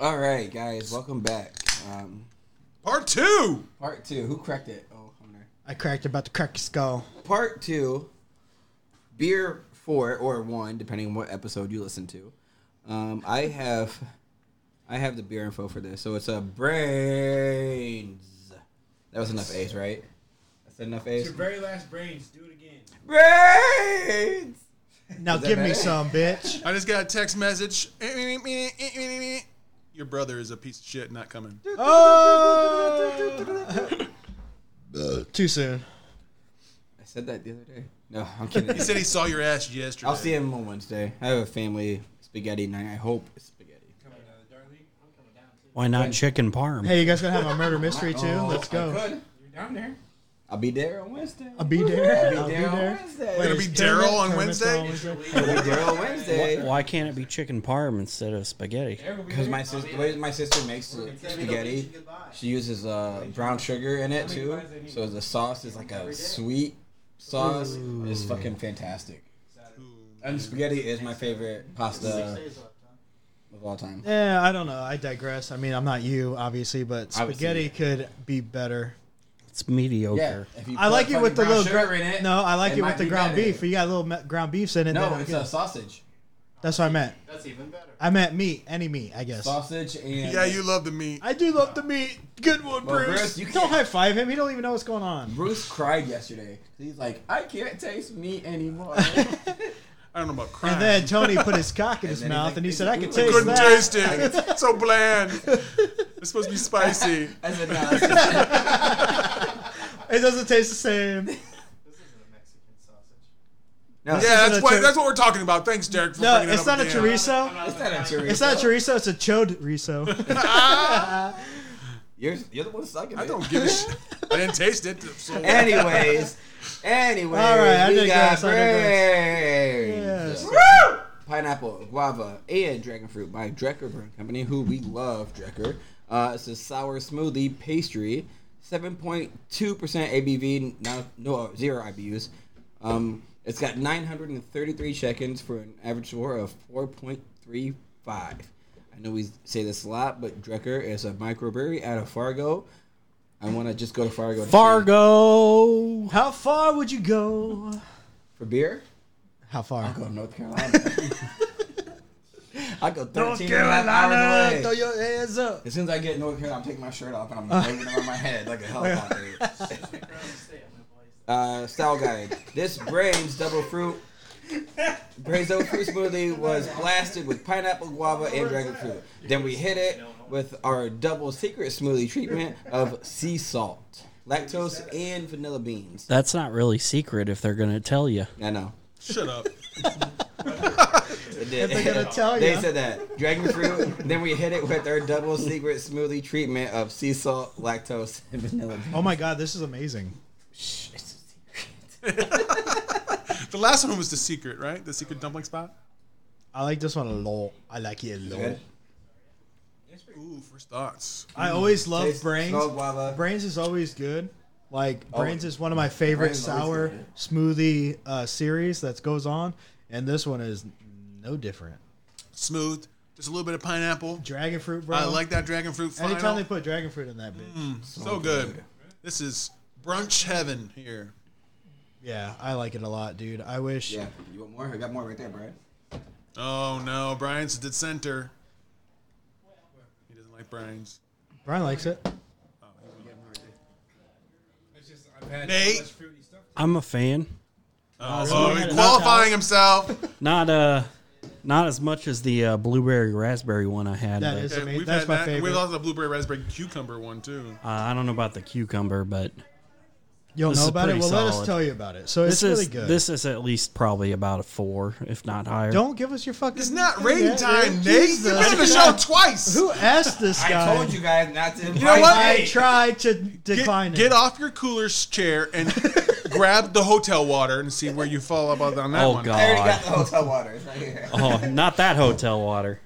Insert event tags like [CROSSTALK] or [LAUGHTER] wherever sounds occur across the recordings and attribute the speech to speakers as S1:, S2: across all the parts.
S1: All right, guys, welcome back. Um,
S2: Part two.
S1: part two. Who cracked it? Oh, I'm there.
S3: I cracked about to crack your skull.
S1: Part two, beer four or one, depending on what episode you listen to. Um, I have, I have the beer info for this. So it's a brains. That was enough A's, right? That's enough
S4: It's
S1: A's.
S4: your very last brains. Do it again.
S1: Brains.
S3: Now
S1: Is that
S3: give me
S1: bad?
S3: some,
S2: [LAUGHS]
S3: bitch.
S2: I just got a text message. [LAUGHS] Your brother is a piece of shit. Not
S1: [LAUGHS]
S2: coming.
S3: Oh! Too soon.
S1: I said that the other day. No,
S5: [LAUGHS]
S1: I'm kidding.
S2: [LAUGHS] He said he saw your ass yesterday.
S1: I'll see him on Wednesday. I have a family spaghetti night. I hope it's spaghetti.
S4: Coming out of the dark league. I'm coming down too.
S6: Why not chicken parm?
S3: Hey, you guys gonna have a murder mystery too? Let's
S1: Oh, I
S3: go.
S1: could.
S4: You're down there.
S1: I'll be there on Wednesday.
S3: I'll be there.
S1: I'll be there on
S3: Wait,
S1: Wednesday.
S2: Gonna be
S3: is
S2: Daryl
S3: tournament-
S2: on
S3: tournament's
S2: Wednesday?
S3: on
S1: I'll be there on Wednesday.
S6: Why can't it be chicken parm instead of spaghetti?
S1: Because my sister, the way my sister makes the spaghetti, she uses uh, brown sugar in it too. So the sauce is like a sweet sauce. It's fucking fantastic. And spaghetti is my favorite pasta of all time.
S3: Yeah, I don't know. I digress. I mean, I'm not you, obviously, but
S1: Obviously,
S3: spaghetti could be better.
S6: It's
S1: Yeah,
S6: mediocre.
S1: if you
S3: I
S1: put
S3: like it
S1: fucking
S3: with the
S1: brown
S3: little
S1: sugar
S3: gra-
S1: in it.
S3: No, I like it,
S1: might
S3: with the
S1: be
S3: ground
S1: better.
S3: beef. You got a little me- ground beefs in it.
S1: No,
S3: that'd
S1: it's
S3: be
S1: a
S3: good.
S1: sausage.
S3: That's what I meant.
S4: That's even better.
S3: I meant meat, any meat, I guess.
S1: Sausage and
S2: Yeah, you love the meat.
S3: I do love the meat. Good one,
S1: Well,
S3: Bruce.
S1: Bruce, you
S3: don't
S1: can't-
S3: high five him. He don't even know what's going on.
S1: Bruce cried yesterday. He's like, I can't taste meat
S3: [LAUGHS]
S1: anymore.
S2: I don't know about crime.
S3: And then Tony put his cock in his
S1: then he's
S3: mouth,
S1: like,
S3: and he
S1: "Is
S3: said,
S1: it
S3: "I can
S1: good?"
S2: [LAUGHS]
S3: taste
S2: couldn't
S3: that."
S2: taste
S3: [LAUGHS]
S2: it. It's so bland. It's supposed to be spicy.
S1: I said, no,
S2: [LAUGHS]
S1: it's just
S3: It doesn't taste the same.
S4: This isn't a Mexican sausage.
S1: no, it's
S2: Yeah,
S3: Isn't
S2: that's
S3: it
S2: what
S3: a-
S2: that's what we're talking about. Thanks, Derek, for
S3: No,
S2: bringing
S3: it's
S2: that up.
S3: not a
S2: again.
S3: chorizo.
S1: It's not a chorizo.
S3: It's not chorizo. It's a chode riso.
S2: [LAUGHS]
S3: [LAUGHS]
S1: You're, you're the one sucking
S2: I
S1: it.
S2: don't give a shit. I didn't taste it. So
S1: [LAUGHS]
S2: [LAUGHS]
S1: Anyways, anyways,
S3: All right, I
S1: we got
S3: digress, I
S1: brains.
S3: Yes.
S1: Woo! Pineapple, guava, and dragon fruit by Drecker Brewing Company, who we love, Drecker. Uh, it's a sour smoothie pastry, 7.2% ABV, no, no zero IBUs. Um, it's got 933 check-ins for an average score of 4.35. I know we say this a lot, but Drecker is a microbrewery out of Fargo. I want to just go to Fargo. to see-
S6: Fargo.
S3: How far would you go?
S1: For beer?
S3: How far?
S1: Go to North Carolina. [LAUGHS] I go 13 and a half hours away.
S3: Throw your hands up.
S1: As soon as I get in North Carolina, I'm taking my shirt off and I'm waving it on my head like a
S3: [LAUGHS]
S1: helicopter. [LAUGHS] uh, style guide. This Brains Double Fruit Brains Double Fruit smoothie was blasted with pineapple, guava, and dragon fruit. Then we hit it with our double secret smoothie treatment of sea salt, lactose, and vanilla beans.
S6: That's not really secret if they're going to tell you.
S1: I know.
S2: shut up.
S1: [LAUGHS] They,
S3: If they're
S1: [LAUGHS]
S3: gonna tell
S1: They
S3: ya.
S1: said that dragon fruit. then we hit it with our double secret smoothie treatment of sea salt, lactose, and vanilla.
S3: Oh my god, this is amazing.
S2: The last one was the secret, right? The secret dumpling spot.
S3: I like this one a lot. I like it a lot.
S1: Good.
S2: Ooh, first thoughts.
S3: I always love
S1: Taste-
S3: brains.
S1: smell guava.
S3: Brains is always good. Like
S1: Oh,
S3: brains is one of my favorite
S1: Brains is always
S3: sour
S1: good, yeah.
S3: smoothie uh, series that goes on, and this one is no different.
S2: Smooth. Just a little bit of pineapple.
S3: Dragon fruit, bro.
S2: I like that dragon fruit final. Mm,
S3: Anytime they put dragon fruit in that bitch,
S2: so good. This is brunch heaven here.
S3: yeah, I like it a lot, dude. I wish.
S1: Yeah, you want more? I got more right there, Brad.
S2: Oh no, Brian's a dissenter. He doesn't like Brian's.
S3: Brian likes it.
S4: It's just I've had
S2: Nate.
S4: so much fruity stuff.
S6: I'm a fan.
S2: Oh,
S6: so
S2: oh,
S6: we
S2: he's
S6: had
S2: qualifying himself.
S6: Not uh not as much as the uh, blueberry raspberry one I had.
S3: That
S6: but,
S3: is-
S2: Okay,
S3: amazing.
S2: we've
S3: That's
S2: had
S3: my
S2: that. and We've
S3: favorite.
S2: also the blueberry raspberry cucumber one too.
S6: uh, I don't know about the cucumber, but
S3: You don't
S6: This
S3: know
S6: is
S3: about it?
S6: pretty
S3: Well, let us
S6: solid.
S3: tell you about it. So
S6: this
S3: it's
S6: is
S3: really good.
S6: this is at least probably about a 4 if not higher.
S3: don't [LAUGHS] give us your fucking.
S2: It's not
S3: thing
S2: rain
S3: yet,
S2: time,
S3: dude.
S2: Nate. You've
S3: Jesus.
S2: been on the show twice.
S3: Who asked this guy?
S1: I told you guys not to. You
S2: know what?
S3: I
S2: Hey.
S3: tried to decline
S2: Get,
S3: it.
S2: get off your cooler's chair and [LAUGHS] grab the hotel water and see where you fall up on that
S6: Oh,
S2: one.
S1: I already
S6: God.
S1: got the hotel water. It's right here.
S6: Oh, not that hotel water.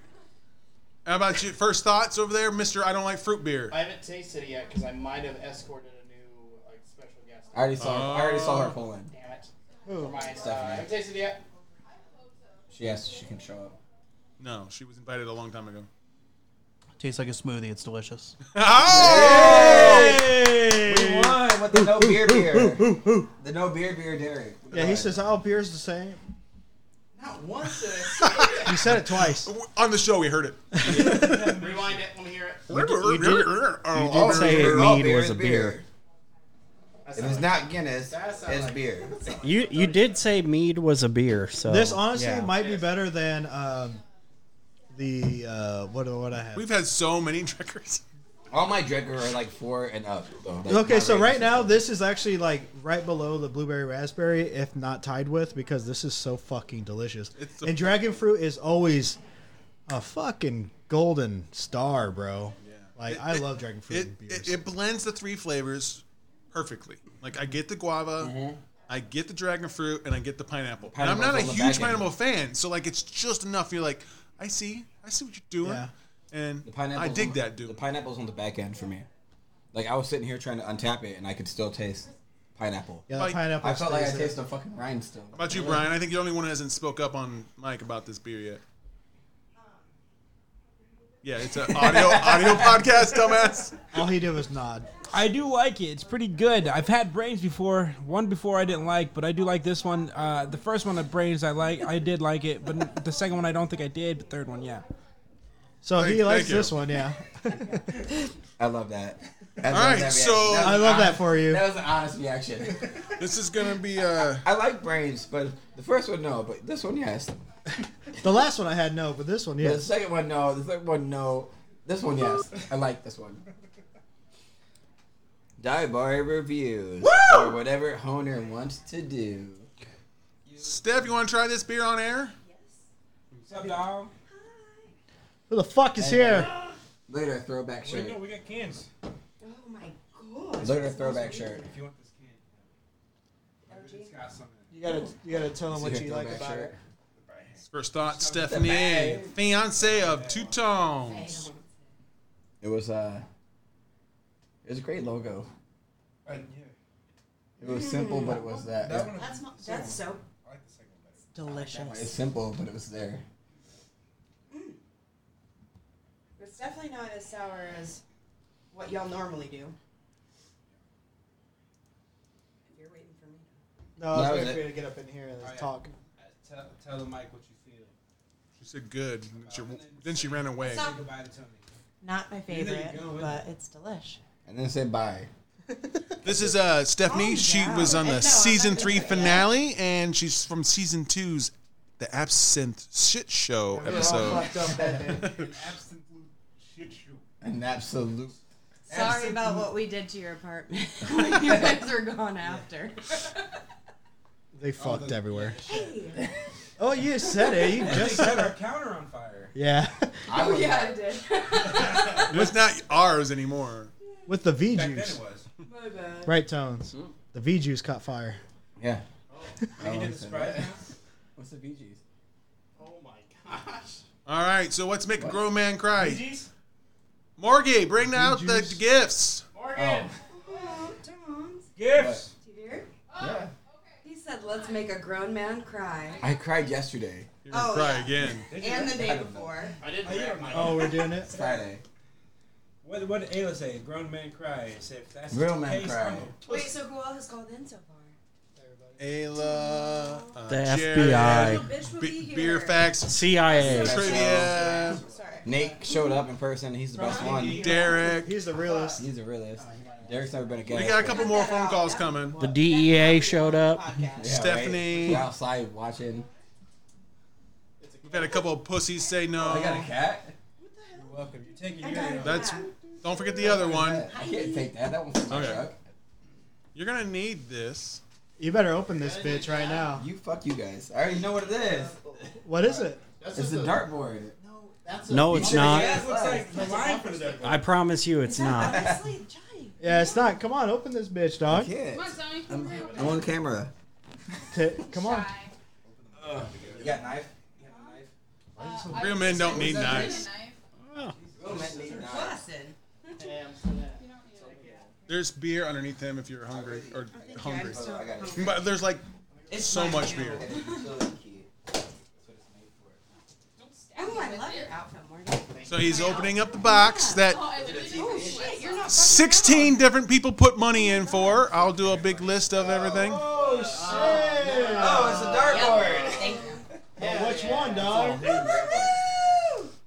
S2: How about you? First thoughts over there, Mister? I don't like fruit beer.
S4: I haven't tasted it yet because I might have escorted a new like special guest.
S1: I already saw. I already
S2: Oh.
S1: saw her pull in.
S4: Damn it.
S3: Who?
S4: My, uh,
S1: Stephanie.
S4: I haven't tasted it yet.
S1: She asked if she can show up.
S2: No, she was invited a long time ago.
S7: Tastes like a smoothie.
S2: [LAUGHS]
S7: It's delicious.
S8: Uh,
S2: Oh!
S1: We won with the no beer beer. The no beer beer Derek.
S3: Yeah, he says all beer's the same.
S4: Not once
S1: [LAUGHS]
S4: did I say
S3: He said it twice.
S2: [LAUGHS] On the show, we heard it.
S4: it. [LAUGHS] Rewind it. Let me hear it.
S2: You
S6: did-
S2: oh,
S6: did say
S1: Beer,
S6: mead
S1: all beer
S6: was
S1: is
S6: a beer.
S4: That
S1: If
S4: sounds
S1: it's not Guinness,
S4: That sounds
S1: it's
S4: like- [LAUGHS]
S1: beer.
S6: You you did say mead was a beer, so
S3: This honestly
S6: yeah.
S3: might be better than um, the uh, what what I have.
S2: We've had so many drinkers.
S1: All my Drecker are like four and up. Though. Like,
S3: Okay,
S1: my
S3: so
S1: ratings
S3: right
S1: are
S3: now
S1: so-
S3: this is actually like right below the blueberry raspberry, if not tied with, because this is so fucking delicious.
S2: It's so-
S3: and dragon fruit is always a fucking golden star, bro. Like I love dragon fruit
S2: It,
S3: and
S2: it,
S3: beers.
S2: it blends the three flavors perfectly. Like I get the guava, I get the dragon fruit, and I get the pineapple. And I'm
S1: Mm-hmm. Pineapple's
S2: not a
S1: on the
S2: huge
S1: back end.
S2: pineapple fan, so like it's just enough. You're like, I see, I see what you're doing,
S3: Yeah.
S2: and
S1: The
S2: I
S1: pineapple's on
S2: dig
S1: the-
S2: that, dude.
S1: The pineapple's on the back end for me. Like I was sitting here trying to untap it, and I could still taste pineapple.
S3: yeah, the
S2: like-
S3: pineapple.
S1: I felt like I
S3: stays in it.
S1: tasted a fucking rhinestone.
S2: How about you, Brian? I think you're the only one who hasn't spoke up on Mike about this beer yet. Yeah, it's
S8: [LAUGHS]
S2: an audio audio podcast, dumbass.
S3: All he did was nod.
S5: I do like it. It's pretty good. I've had brains before. One before I didn't like, but I do like this one. Uh, the first one, the brains, I like. I did like it, but the second one, I don't think I did. But third one, yeah.
S3: So
S2: Thank-
S3: he likes
S2: thank you.
S3: this one, yeah.
S1: I love that. I love
S2: right,
S1: that reaction.
S2: so-
S1: That was
S3: I
S1: an
S3: love that
S1: honest-
S3: for you.
S1: That was an honest reaction.
S2: [LAUGHS] This is gonna be uh
S1: [LAUGHS] I like brains, but the first one no, but this one yes.
S3: The last one I had no, but this one,
S1: The
S3: yes.
S1: second one no, the third one no, this one yes. I like this one. Dive bar reviews or whatever Honer wants to do.
S2: Steph, you wanna try this beer on air?
S5: What's up, dog?
S3: Who the fuck is here?
S1: Later throwback shirt.
S5: we got cans.
S8: Oh my god.
S1: Later throwback shirt.
S5: If you want this can, got some.
S3: You gotta you gotta tell him
S1: Later throwback shirt.
S2: First thought, Stephanie, fiance of Two Tones.
S1: It was uh it was a great logo. It was simple but it was that.
S8: That's my, that's so
S1: It's
S8: delicious.
S1: simple but it was there.
S8: It's definitely not as sour as what y'all normally do. You're waiting for me.
S3: No, I was
S1: That was
S3: waiting for
S1: it.
S3: you to get up in here and
S5: yeah.
S3: talk.
S5: Tell, tell the mic what you feel.
S2: She said good. and she- then she ran away.
S8: It's not,
S5: Goodbye to Tony.
S8: not my
S5: you
S8: favorite,
S5: go, isn't
S8: but it's delish.
S1: And then said bye.
S2: This is uh Stephanie.
S8: Calm
S2: She
S8: down.
S2: was on
S8: Oh, No,
S2: the
S8: I'm
S2: season
S8: not
S2: three
S8: gonna-
S2: finale and she's from season two's The Absinthe Shit Show episode.
S1: An absolute
S8: Sorry about what we did to your
S5: [LAUGHS]
S8: apartment [LAUGHS] when you guys were gone after.
S3: They fucked everywhere.
S8: Hey.
S3: [LAUGHS] Oh, you said it.
S5: [LAUGHS]
S3: You just said it.
S5: counter on fire.
S3: Yeah,
S1: [LAUGHS] I
S8: Oh
S1: was
S8: yeah, I did.
S5: [LAUGHS]
S2: It's not ours anymore.
S3: with the V juice,
S5: was.
S8: My bad.
S3: right tones. The V juice caught fire.
S1: Hmm.
S3: [LAUGHS]
S1: Yeah.
S5: You
S1: Oh,
S5: did the surprise [LAUGHS] dance?
S1: What's the BGs?
S4: Oh my gosh.
S2: All right, so what's making grown man cry?
S4: Jeez.
S2: Morgie, bring out the gifts.
S4: Morgan.
S8: Oh, Tom's
S5: Gifts.
S8: dear.
S1: Yeah.
S8: He said, "Let's make a grown man cry."
S1: I cried yesterday.
S2: You're gonna
S8: Oh,
S2: cry
S8: yeah.
S2: again.
S8: And the day before.
S4: I didn't grab my
S3: Oh,
S2: [LAUGHS]
S3: we're doing it.
S1: Friday.
S5: What, what did Ayla say? Grown man cry. He said, if that's
S1: Grown
S5: the
S1: man
S5: case,
S1: cry.
S5: I'm gonna
S8: Wait, so who all has called in so far?
S2: Ayla, uh,
S6: The
S2: Jared,
S6: FBI.
S8: Little bitch will
S2: Be-
S8: be here.
S2: beer facts,
S6: CIA.
S8: That's
S2: trivia.
S8: Sorry.
S1: Nate showed up in person. He's the best one.
S2: Derek.
S3: He's the realest.
S1: He's the realest. Oh, Derek's never been a guest.
S2: We got a couple more phone calls coming.
S6: The DEA showed up.
S8: Podcast.
S1: Yeah, right?
S2: Stephanie.
S1: We're outside watching.
S2: We've had a couple of pussies say
S1: I
S2: no.
S1: got a cat.
S5: be welcome. You're taking
S8: I
S5: your
S8: got it.
S2: That's- Don't forget the other one.
S1: I can't take that. That one's from my
S2: Okay.
S1: truck.
S2: You're gonna need this.
S3: You better open this bitch right now.
S1: You fuck you guys. I already know what it is.
S3: What is it?
S4: That's
S1: It's
S4: just
S1: a
S4: a-
S1: dartboard.
S4: No, that's a-
S6: No, it's not.
S5: That looks like the line for the devil.
S6: I promise you, it's not.
S8: Honestly, Johnny.
S3: Yeah, it's not. Come on, open this bitch,
S1: I
S3: dog.
S1: can't.
S9: Sony,
S1: I'm, I'm on camera.
S3: T- come on.
S1: You got a knife? You
S2: Real men don't need knives. Oh.
S1: got a knife?
S8: Listen.
S2: There's beer underneath them if you're hungry or hungry.
S8: I'm still-
S1: I got
S2: [LAUGHS]
S1: it.
S2: But there's like
S8: It's
S2: so
S8: my
S2: much beer.
S8: channel.
S1: It's a kid. That's what it's made for.
S8: Ooh, I love your outfit, Morgan.
S2: So he's opening up the box that
S8: Oh shit, you're not.
S2: 16 different people put money in for. I'll do a big list of everything.
S1: Oh, it's a dartboard.
S8: Thank you.
S5: Oh,
S3: Which one, dog?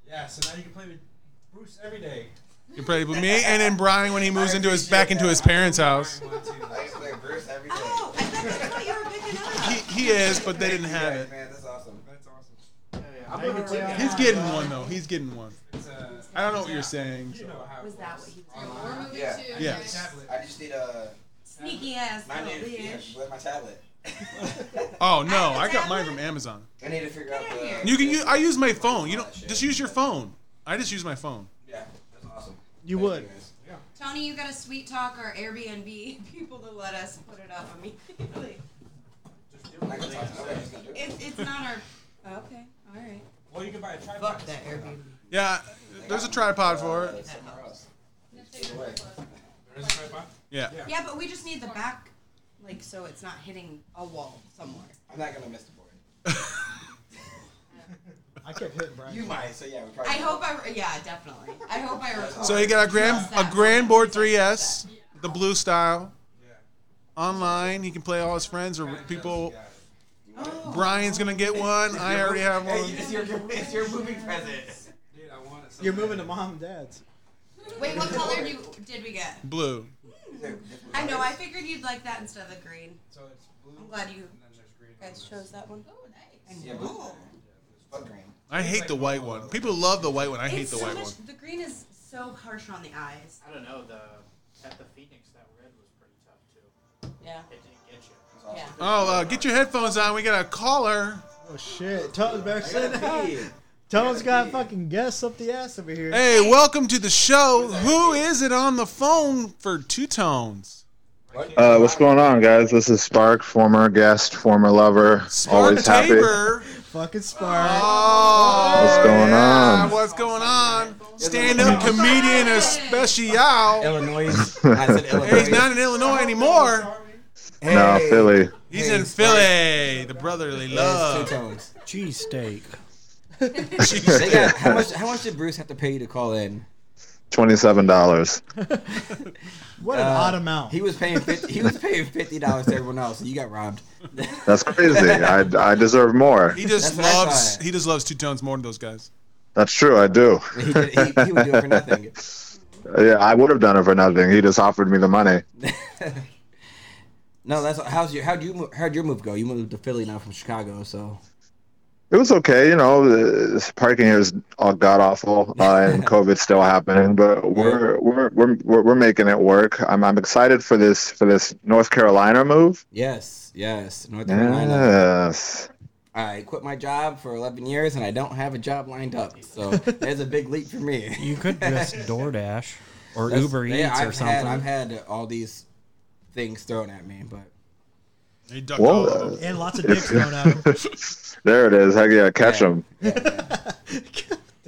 S5: Yeah, so now you can play with Bruce every day.
S2: You play with me and then Brian when he moves into his back into his parents' house.
S9: I used to play Bruce every day.
S8: Oh, I thought that's what you were picking up.
S2: He, he is, but they didn't have it.
S9: Man, that's awesome. That's awesome.
S2: He's getting one though. He's getting one. I don't know what you're saying. so-
S8: Was that what he
S10: We're moving
S9: Yeah.
S10: to.
S2: Yes.
S9: I just need a.
S8: Sneaky ass
S9: I
S8: little
S9: need to yeah,
S8: bitch.
S9: with my
S8: [LAUGHS]
S9: tablet.
S2: Oh no, I got mine from Amazon.
S9: I need to figure out the.
S2: You can. Use, I use my phone. You don't just use your phone. I just use my phone.
S9: Yeah, that's awesome.
S3: You would.
S8: Tony, you gotta sweet talk our Airbnb [LAUGHS] people to let us put it up [LAUGHS] immediately.
S9: I can talk to somebody who's gonna do it.
S8: It's, it's not our. Okay, alright.
S5: Well, you can buy a tripod.
S8: Fuck that Airbnb.
S2: Yeah, there's a tripod for it.
S9: Somewhere else.
S5: There is a tripod.
S2: Yeah.
S8: Yeah, but we just need the back, like, so it's not hitting a wall somewhere.
S9: I'm not gonna miss the board.
S3: I kept hitting Brian.
S9: You might, so yeah, we probably.
S8: I hope I. Yeah, definitely. I hope
S5: [LAUGHS]
S8: I record.
S2: So he got a grand a grand board 3S, the blue style. Online, he can play all his friends or people.
S8: Oh,
S2: Brian's gonna get one. I already have
S9: Hey,
S2: one.
S9: it's your it's your movie present.
S5: Dude, I want it.
S3: You're moving to mom and dad's.
S8: wait, what color do, did we get?
S2: Blue.
S8: I know. I figured you'd like that instead of the green.
S5: So it's blue.
S8: I'm glad you
S5: And then there's green.
S8: guys chose that one.
S10: Oh, nice.
S8: I
S9: Yeah,
S8: know.
S9: blue. Fuck green.
S2: I hate the white one. People love the white one. I hate
S8: It's
S2: the
S8: so
S2: white
S8: much-
S2: one.
S8: The green is so harsh on the eyes.
S4: I don't know. The at the Phoenix, that red was pretty tough too.
S8: Yeah.
S4: It didn't get you.
S8: Yeah.
S2: Oh, uh, get your headphones on. We got a caller.
S3: Oh shit. Tone's back
S9: I
S3: sitting
S9: gotta
S3: down.
S9: pee.
S3: Tone's got fucking guests up the ass over here.
S2: Hey, welcome to the show. Who is it on the phone for Two Tones?
S11: Uh, what's going on, guys? This is Spark, former guest, former lover,
S2: Spark
S11: always happy. [LAUGHS]
S2: Tabor.
S3: Fucking Spark.
S2: Oh,
S11: What's going
S2: yeah,
S11: on?
S2: What's going on? Stand up comedian especial.
S1: Illinois. I said Illinois.
S2: Hey, he's not in Illinois anymore.
S11: No,
S1: Hey.
S11: Philly.
S2: He's in Philly. The brotherly
S1: Yeah, it's
S2: love.
S1: two tones. [LAUGHS]
S6: Cheesesteak.
S1: They got, how much? How much did Bruce have to pay you to call in?
S11: Twenty-seven dollars.
S3: What an
S1: Uh,
S3: odd amount.
S1: He was paying. 50, he was paying fifty dollars to everyone else. So you got robbed.
S11: That's
S1: [LAUGHS]
S11: crazy. I, I deserve more.
S2: He just
S1: That's what I
S2: loves
S1: thought.
S2: he just loves Two Tones more than those guys.
S11: That's true. I do.
S1: [LAUGHS] He, did, he, he would do it for nothing.
S11: [LAUGHS] Yeah, I would have done it for nothing. He just offered me the money.
S1: No, that's how's your how'd you mo- how'd your move go? You moved to Philly now from Chicago, so
S11: It was okay, you know. uh, Parking here is all god awful, uh, and COVID's still happening, but we're we're we're we're we're making it work. I'm I'm excited for this for this North Carolina move.
S1: yes, yes, North Carolina.
S11: Yes.
S1: I quit my job for eleven years and I don't have a job lined up,
S3: [LAUGHS]
S1: so there's a big leap for me.
S6: You
S1: [LAUGHS]
S6: could just DoorDash or
S1: That's-
S6: Uber Eats
S1: yeah, I've
S6: or
S1: Had,
S6: something.
S1: I've had all these things thrown at me, but
S2: He ducked all
S11: Well,
S2: of them.
S11: uh,
S3: and lots of dicks thrown at him.
S11: [LAUGHS] there it is. Heck yeah, catch him.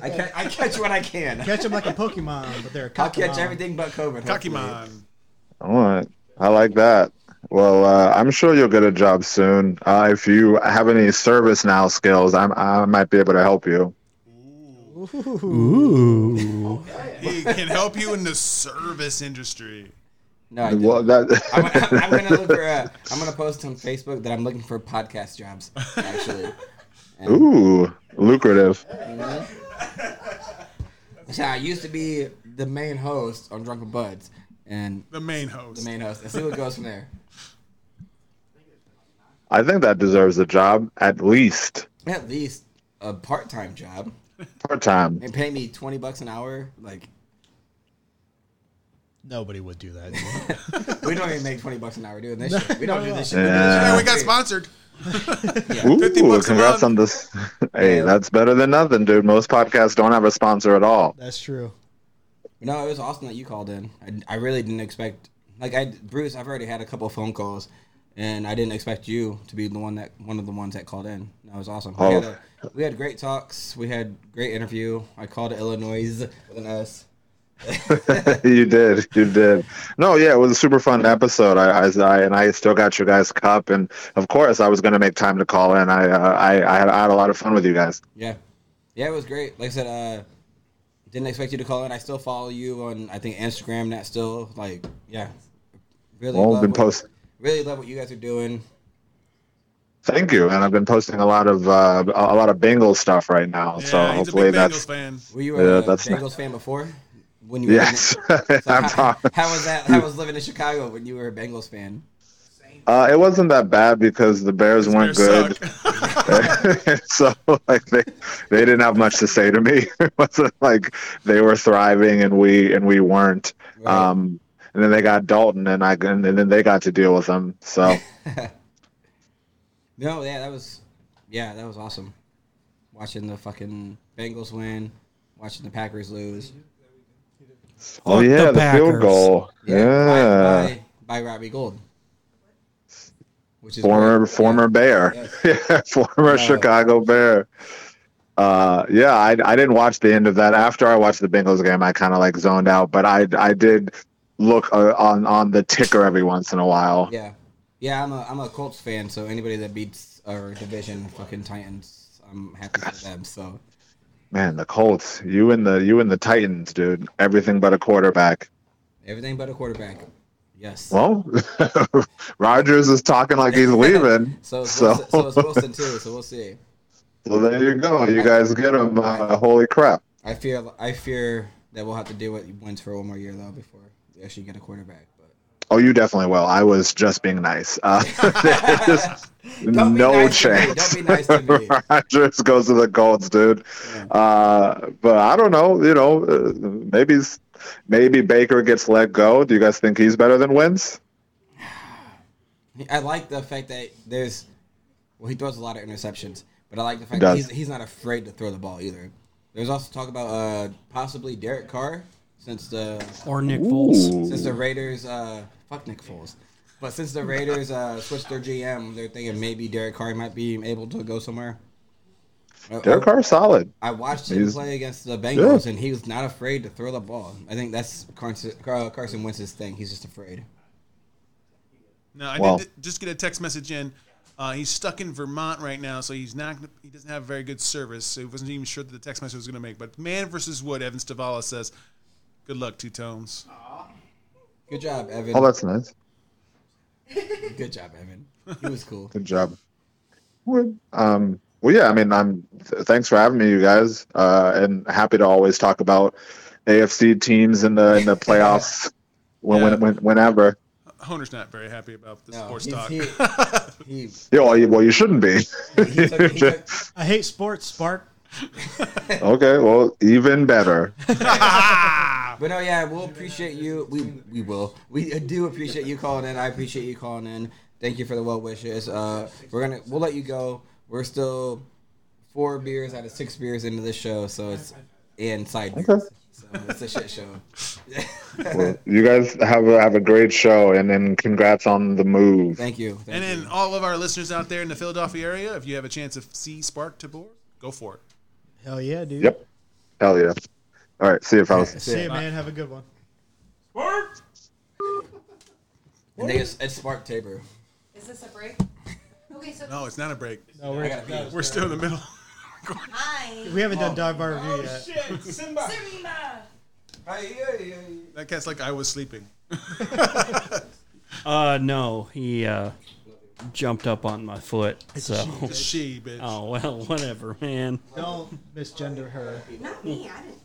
S1: I, ca- I catch what I can.
S3: Catch him like a Pokemon, but they're
S1: [LAUGHS]
S3: a
S1: I'll catch
S3: Kakemon.
S1: everything but COVID. hopefully.
S2: Kakimon.
S11: All right. I like that. Well, uh, I'm sure you'll get a job soon. Uh, if you have any service now skills, I'm, I might be able to help you.
S6: Ooh.
S2: He can help you in the service industry.
S1: No, I
S11: Well,
S1: didn't. I'm,
S11: that
S1: I'm, I'm gonna look for. A, I'm gonna post on Facebook that I'm looking for podcast jobs.
S2: [LAUGHS]
S1: Actually,
S11: [LAUGHS] ooh lucrative.
S1: so I used to be the main host on Drunken Buds, and
S2: The main host.
S1: the main host. Let's see what goes from there.
S11: I think that deserves a job at least
S1: At least a part-time job
S11: part time.
S1: and pay me twenty bucks an hour. Like
S3: Nobody would do that.
S1: we don't even make twenty bucks an hour doing this. shit. We don't do this shit.
S2: Hey,
S11: [LAUGHS] Yeah.
S2: we got sponsored.
S11: Ooh,
S2: [LAUGHS] bucks a
S11: congrats
S2: month.
S11: on this. [LAUGHS] hey, that's better than nothing, dude. Most podcasts don't have a sponsor at all.
S3: That's true.
S1: No, it was awesome that you called in. I, I really didn't expect. Like I, Bruce, I've already had a couple phone calls, and I didn't expect you to be the one that one of the ones that called in. That was awesome. We, had
S11: Oh.
S1: a, we had great talks. We had great interview. I called it Illinois with an S.
S11: [LAUGHS] you did, you did. No, yeah, it was a super fun episode. I, I, I and I still got you guys cup, and of course, I was going to make time to call in. I, uh, I, I had, I had a lot of fun with you guys.
S1: Yeah, yeah, it was great. Like I said, uh, Didn't expect you to call in. I still follow you on I think Instagram. That still like yeah, really.
S11: Well,
S1: love
S11: been
S1: what-
S11: post-
S1: Really love what you guys are doing.
S11: Thank you, and I've been posting a lot of uh, a lot of Bengals stuff right now. so
S2: Yeah, he's a
S11: hopefully
S2: big
S11: that's
S2: Bengals fan.
S1: Were you
S11: Yeah,
S1: a
S11: that's-
S1: Bengals fan before? When
S11: [LAUGHS]
S1: you
S11: yes.
S1: Were
S11: I'm
S1: how,
S11: sorry.
S1: how was that? How was living in Chicago when you were a Bengals fan?
S11: Uh, it wasn't that bad because the Bears weren't
S2: Bears
S11: good, [LAUGHS] so like they they didn't have much to say to me. [LAUGHS] it wasn't like they were thriving and we and we weren't.
S1: Right.
S11: Um, and then they got Dalton, and I and then they got to deal with them. So
S1: No, yeah, that was yeah, that was awesome. Watching the fucking Bengals win, watching the Packers lose.
S11: oh
S6: [LAUGHS] Fuck
S11: yeah,
S6: the
S11: the, field
S6: Packers.
S11: goal. Uh, Yeah,
S1: By, by, by Robbie Gold. Which is
S11: former
S1: great.
S11: former Bear, [LAUGHS] yeah, former Chicago Bear. Uh, yeah, I, I didn't watch the end of that. After I watched the Bengals game, I kind of like zoned out, but I I did look uh, on on the ticker every once in a while.
S1: Yeah, yeah. I'm a I'm a Colts fan, so anybody that beats our division, fucking Titans, I'm happy for them. So
S11: Man, the Colts, you and the you and the Titans, dude. Everything but a quarterback.
S1: everything but a quarterback. Yes.
S11: Well, [LAUGHS] Rogers is talking like
S1: [LAUGHS]
S11: he's leaving.
S1: so it's
S11: so,
S1: Wilson, so it's
S11: [LAUGHS]
S1: Wilson too. So we'll see.
S11: so there you go. You guys get him. Uh, holy crap!
S1: I fear I fear that we'll have to deal with wins for one more year though before we actually get a quarterback. But
S11: Oh, you definitely will. I was just being nice.
S1: [LAUGHS]
S11: Uh, [LAUGHS] there's just
S1: Don't be
S11: no
S1: nice to me.
S11: chance.
S1: Don't be nice
S11: [LAUGHS]
S1: to me.
S11: Rodgers goes to the Colts, dude. Uh, but I don't know. You know, uh, maybe s- maybe Baker gets let go. Do you guys think he's better than Wentz?
S1: I like the fact that there's well he throws a lot of interceptions, but I like the fact
S11: He
S1: that
S11: does.
S1: he's, he's not afraid to throw the ball either. There's also talk about uh, possibly Derek Carr since the
S6: Or Nick Foles.
S1: since the Raiders uh, fuck Nick Foles. But since the Raiders uh, switched their GM, they're thinking maybe Derek Carr might be able to go somewhere. Uh,
S11: Derek Carr's solid.
S1: I watched him
S11: He's-
S1: play against the Bengals, and he was not afraid to throw the ball. I think that's Carson, Car- Carson Wentz's thing. He's just afraid.
S2: No, I
S11: Well-
S2: did just get a text message in. Uh, he's stuck in Vermont right now, so he's not. gonna- He doesn't have very good service, so he wasn't even sure that the text message was going to make. But Man versus Wood, Evan Stavala says, "Good luck, Two Tones."
S1: Good job, Evan.
S11: Oh, that's nice.
S1: Good job, Evan. [LAUGHS] He was cool.
S11: Good job. Well, Um, well, yeah. I mean, I'm. th- Thanks for having me, you guys, uh, and happy to always talk about AFC teams in the in
S1: [LAUGHS]
S11: the playoffs when, when, when whenever.
S2: Honer's not very happy about this
S1: No,
S2: sports
S1: he's-
S2: talk.
S1: he,
S2: [LAUGHS]
S1: he,
S11: Yeah, well, you, well, you shouldn't be.
S1: he took,
S11: [LAUGHS]
S1: he took,
S3: I hate sports, Spark.
S11: okay, well, even better.
S3: [LAUGHS]
S1: But no, yeah, we'll appreciate you. We we will. We do appreciate you calling in. I appreciate you calling in. Thank you for the well wishes. Uh, we're gonna we'll let you go. We're still four beers out of six beers into this show, so it's and side beers. So it's a shit show.
S11: Well, you guys have a, have a great show, and then congrats on the move.
S1: Thank you.
S2: [LAUGHS]
S1: Thank
S2: and then
S1: you.
S2: all of our listeners out there in the Philadelphia area, if you have a chance of see Spark Tabor, go for it.
S3: Hell yeah, dude.
S11: Yep. Hell yeah. All right. See you, fellas.
S3: See you, man. Have a good one.
S1: And they, it's, it's Spark Tabor.
S8: Is this
S4: [LAUGHS]
S8: a break? Okay, so
S2: No, it's not a break.
S3: No,
S1: I
S3: we're,
S1: gotta pee.
S2: We're still in the middle. [LAUGHS] Oh.
S8: hi.
S3: we haven't
S1: Oh.
S3: done dog bar review yet.
S4: Oh,
S3: [LAUGHS]
S4: Shit, Simba.
S8: Simba.
S2: That cat's like I was sleeping.
S6: Uh, no, he uh, jumped up on my
S3: [LAUGHS]
S6: foot. So,
S2: She bitch.
S6: oh well, whatever, man.
S3: Don't misgender her.
S8: Not me. I didn't.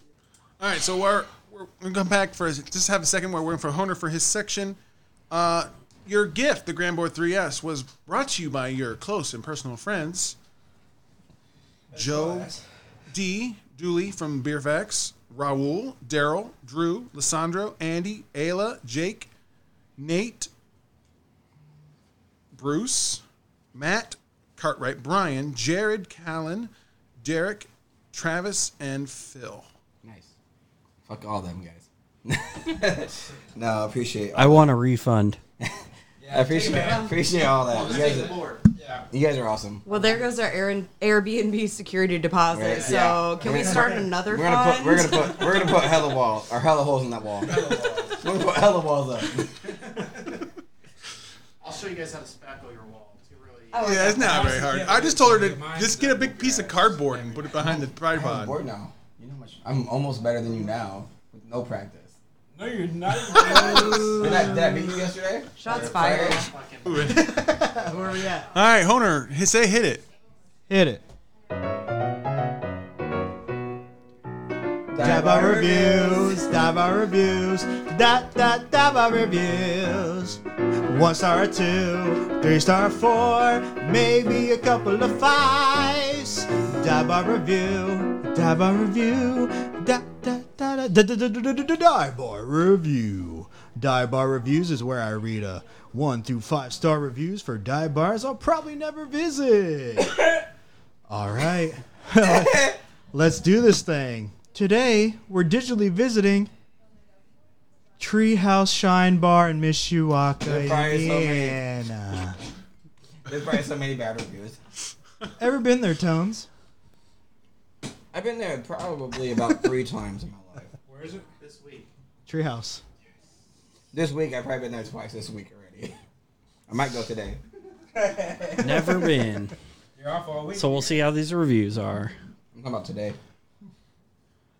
S2: All right, so we're we're gonna come back for just have a second. We're waiting for Honer for his section. Uh, your gift, the Grand Board 3S, was brought to you by your close and personal friends, Joe D. Dooley from Beerfax, Raul, Daryl, Drew, Lissandro, Andy, Ayla, Jake, Nate, Bruce, Matt, Cartwright, Brian, Jared, Callan, Derek, Travis, and Phil.
S1: Nice. Fuck all them
S8: [LAUGHS]
S1: guys. no, I appreciate.
S6: I want
S1: [LAUGHS]
S6: a refund.
S1: I appreciate appreciate all that. You guys, are, you guys are awesome.
S8: Well, there goes our Air- Airbnb security deposit.
S1: Right.
S8: So
S1: Yeah.
S8: can we start another
S1: We're gonna put
S8: fund?
S1: we're gonna put we're gonna put hella wall or hella holes in that wall. [LAUGHS] we're gonna put hella walls up.
S4: I'll show you guys how to spackle your wall. It's really
S8: Oh,
S2: Yeah, it's not very hard. I just told her to just get a big piece of cardboard and put it behind the
S1: I'm
S2: tripod.
S1: bored now. You know much. I'm almost better than you now with no practice.
S5: No, you're not.
S1: Did I, did I beat you yesterday?
S8: Shots fired. [LAUGHS]
S3: Where are we at?
S2: All right, Honer, h- say hit it.
S3: Hit it.
S1: Dive
S3: Dive reviews, dive reviews, dot dot dive reviews. One star or two, three star or four, maybe a couple of fives. Dive review, dive review, dot dot dot dive bar review. Dive bar reviews is where I read a one through five star reviews for dive bars I'll probably never visit. [COUGHS] All right. [LAUGHS] Let's do this thing. Today, we're digitally visiting Treehouse Shine Bar in Mishawaka,
S1: They're probably so many.
S3: Indiana.
S1: There's probably so many bad reviews.
S3: Ever been there, Tones?
S1: I've been there probably about three times in my life.
S4: Where is it this week?
S3: Treehouse.
S1: This week, I've probably been there twice this week already. I might
S4: [LAUGHS]
S1: go today.
S6: [LAUGHS] Never been.
S4: You're off all week.
S6: So we'll see how these reviews are.
S1: I'm talking about today.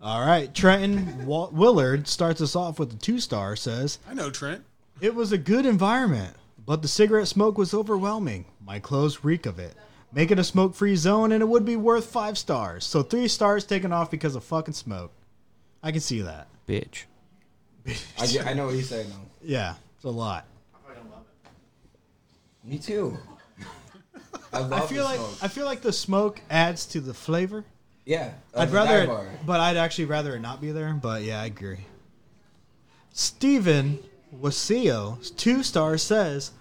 S3: All right. Trenton Wa- Willard starts us off with a two star, says,
S2: I know Trent.
S3: It was a good environment, but the cigarette smoke was overwhelming. My clothes reek of it. Make it a smoke free zone, and it would be worth five stars. So three stars taken off because of fucking smoke. I can see that.
S6: Bitch.
S1: I, ju- I know what he's saying though.
S3: Yeah, it's a lot.
S1: Me too. I love
S3: [LAUGHS] I feel
S1: the
S3: like
S1: smoke.
S3: I feel like the smoke adds to the flavor.
S1: yeah, of
S3: I'd
S1: the dive
S3: rather,
S1: bar.
S3: but I'd actually rather it not be there. But yeah, I agree. Steven Wasio, two star says,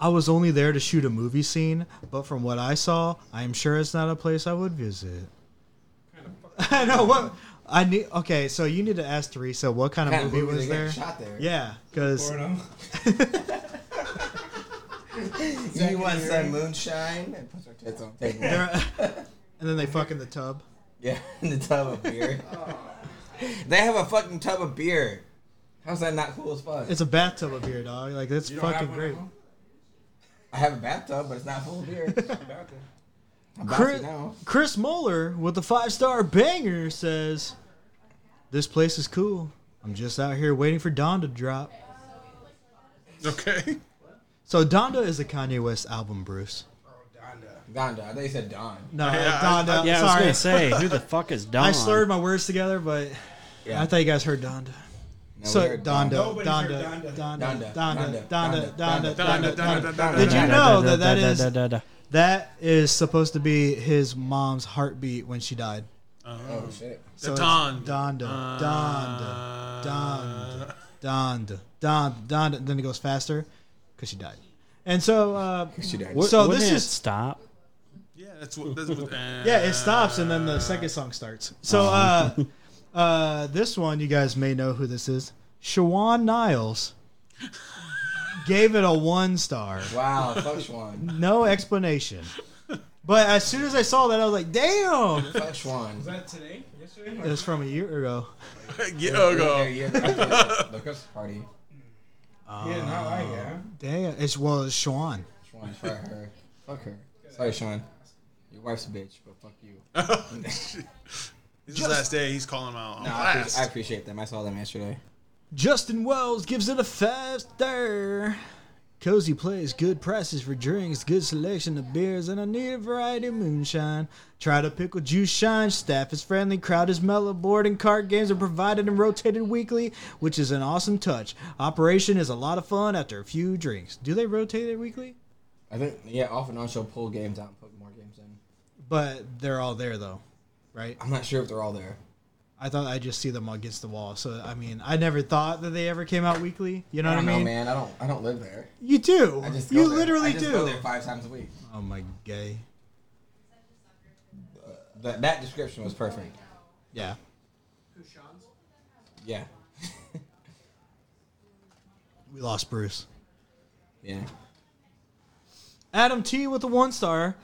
S3: "I was only there to shoot a movie scene, but from what I saw, I am sure it's not a place I would visit." [LAUGHS] I know what I need. Okay, so you need to ask Teresa what kind of
S1: Kind of
S3: movie
S1: movie
S3: was
S1: they got
S3: there.
S1: shot there.
S3: Yeah, because [LAUGHS]
S1: You want some moonshine? And puts her tits on the table.
S3: uh, and
S1: [LAUGHS]
S3: then they fuck in the tub.
S1: Yeah, [LAUGHS] in the tub of beer. they have a fucking tub of beer. How's that not cool as fuck?
S3: [LAUGHS] It's a bathtub of beer, dog. Like that's fucking great.
S1: I have a bathtub, but it's not full of
S2: [LAUGHS]
S1: beer. I'm
S3: Chris,
S1: bouncy now.
S3: Chris Moeller with the five star banger says, This place is cool. I'm just out here waiting for Donda to drop.
S2: Okay.
S3: So, Donda is a Kanye West album, Bruce.
S1: Donda. I thought you said Don.
S3: No,
S2: Yeah, I-
S3: Donda.
S6: [LAUGHS] Yeah, I was
S3: sorry.
S1: [LAUGHS]
S6: gonna say,
S3: [LAUGHS]
S6: who the fuck is Don?
S3: I slurred my words together, but I thought you guys heard Donda.
S1: No,
S3: So,
S1: we heard Don.
S3: Donda,
S4: Nobody's heard
S3: Donda, Donda, Donda,
S1: Donda, Donda,
S3: Donda, Donda,
S2: Donda, Donda,
S1: Donda,
S3: Donda, Donda, Donda.
S2: Donda,
S3: Did you
S2: Donda.
S3: know that that is
S6: da, da, da.
S3: that is supposed to be his mom's heartbeat when she died?
S1: [LAUGHS] Oh shit.
S3: So it's
S2: Donda.
S3: Donda, Donda, Donda, Donda, Donda, Donda. Then it goes faster because she died. And so, uh,
S1: [LAUGHS] She died.
S3: so
S6: Wouldn't
S3: this
S6: it
S3: is
S6: stop?
S2: Yeah, that's what. That's what uh,
S3: yeah, it stops and then the second song starts. So, uh, uh, this one you guys may know who this is. Shawan Niles gave it a one star,
S1: Wow, fuck Schwan.
S3: no explanation. But as soon as I saw that, I was like, "Damn!"
S1: Fuck Schwan.
S4: that today? Yesterday?
S3: It was from a year ago.
S2: yeah, oh,
S1: Their
S2: go.
S1: year- The Christmas party.
S4: yeah, not like yeah.
S3: Damn, it's well, it's Shawan.
S1: Schwan, fuck her. Fuck her. Sorry, Sean. Your wife's a bitch, but fuck
S2: [LAUGHS]
S1: you.
S2: This is Oh, his last day. He's calling him out. on
S1: No, I,
S2: blast.
S1: appreciate, I appreciate them. I saw them yesterday.
S3: Justin Wells gives it a five star. Cozy place, good prices for drinks, good selection of beers, and a neat variety of moonshine. Try to pickle juice shine. Staff is friendly, crowd is mellow. Board and card games are provided and rotated weekly, which is an awesome touch. Operation is a lot of fun after a few drinks. Do they rotate it weekly?
S1: I think, yeah, off and on she'll pull games out and put more games in.
S3: But they're all there though, right?
S1: I'm not sure if they're all there.
S3: I thought I just see them against the wall. So I mean, I never thought that they ever came out weekly. You know
S1: I
S3: what I
S1: don't know,
S3: mean?
S1: man. I don't. I don't live there.
S3: You do.
S1: I just go
S3: You
S1: there.
S3: literally
S1: I just
S3: do.
S1: Go there five times a week.
S3: Oh my gay.
S1: Uh, That, that description was perfect.
S3: Yeah.
S1: Yeah.
S3: [LAUGHS] We lost Bruce.
S1: Yeah.
S3: Adam T with a one star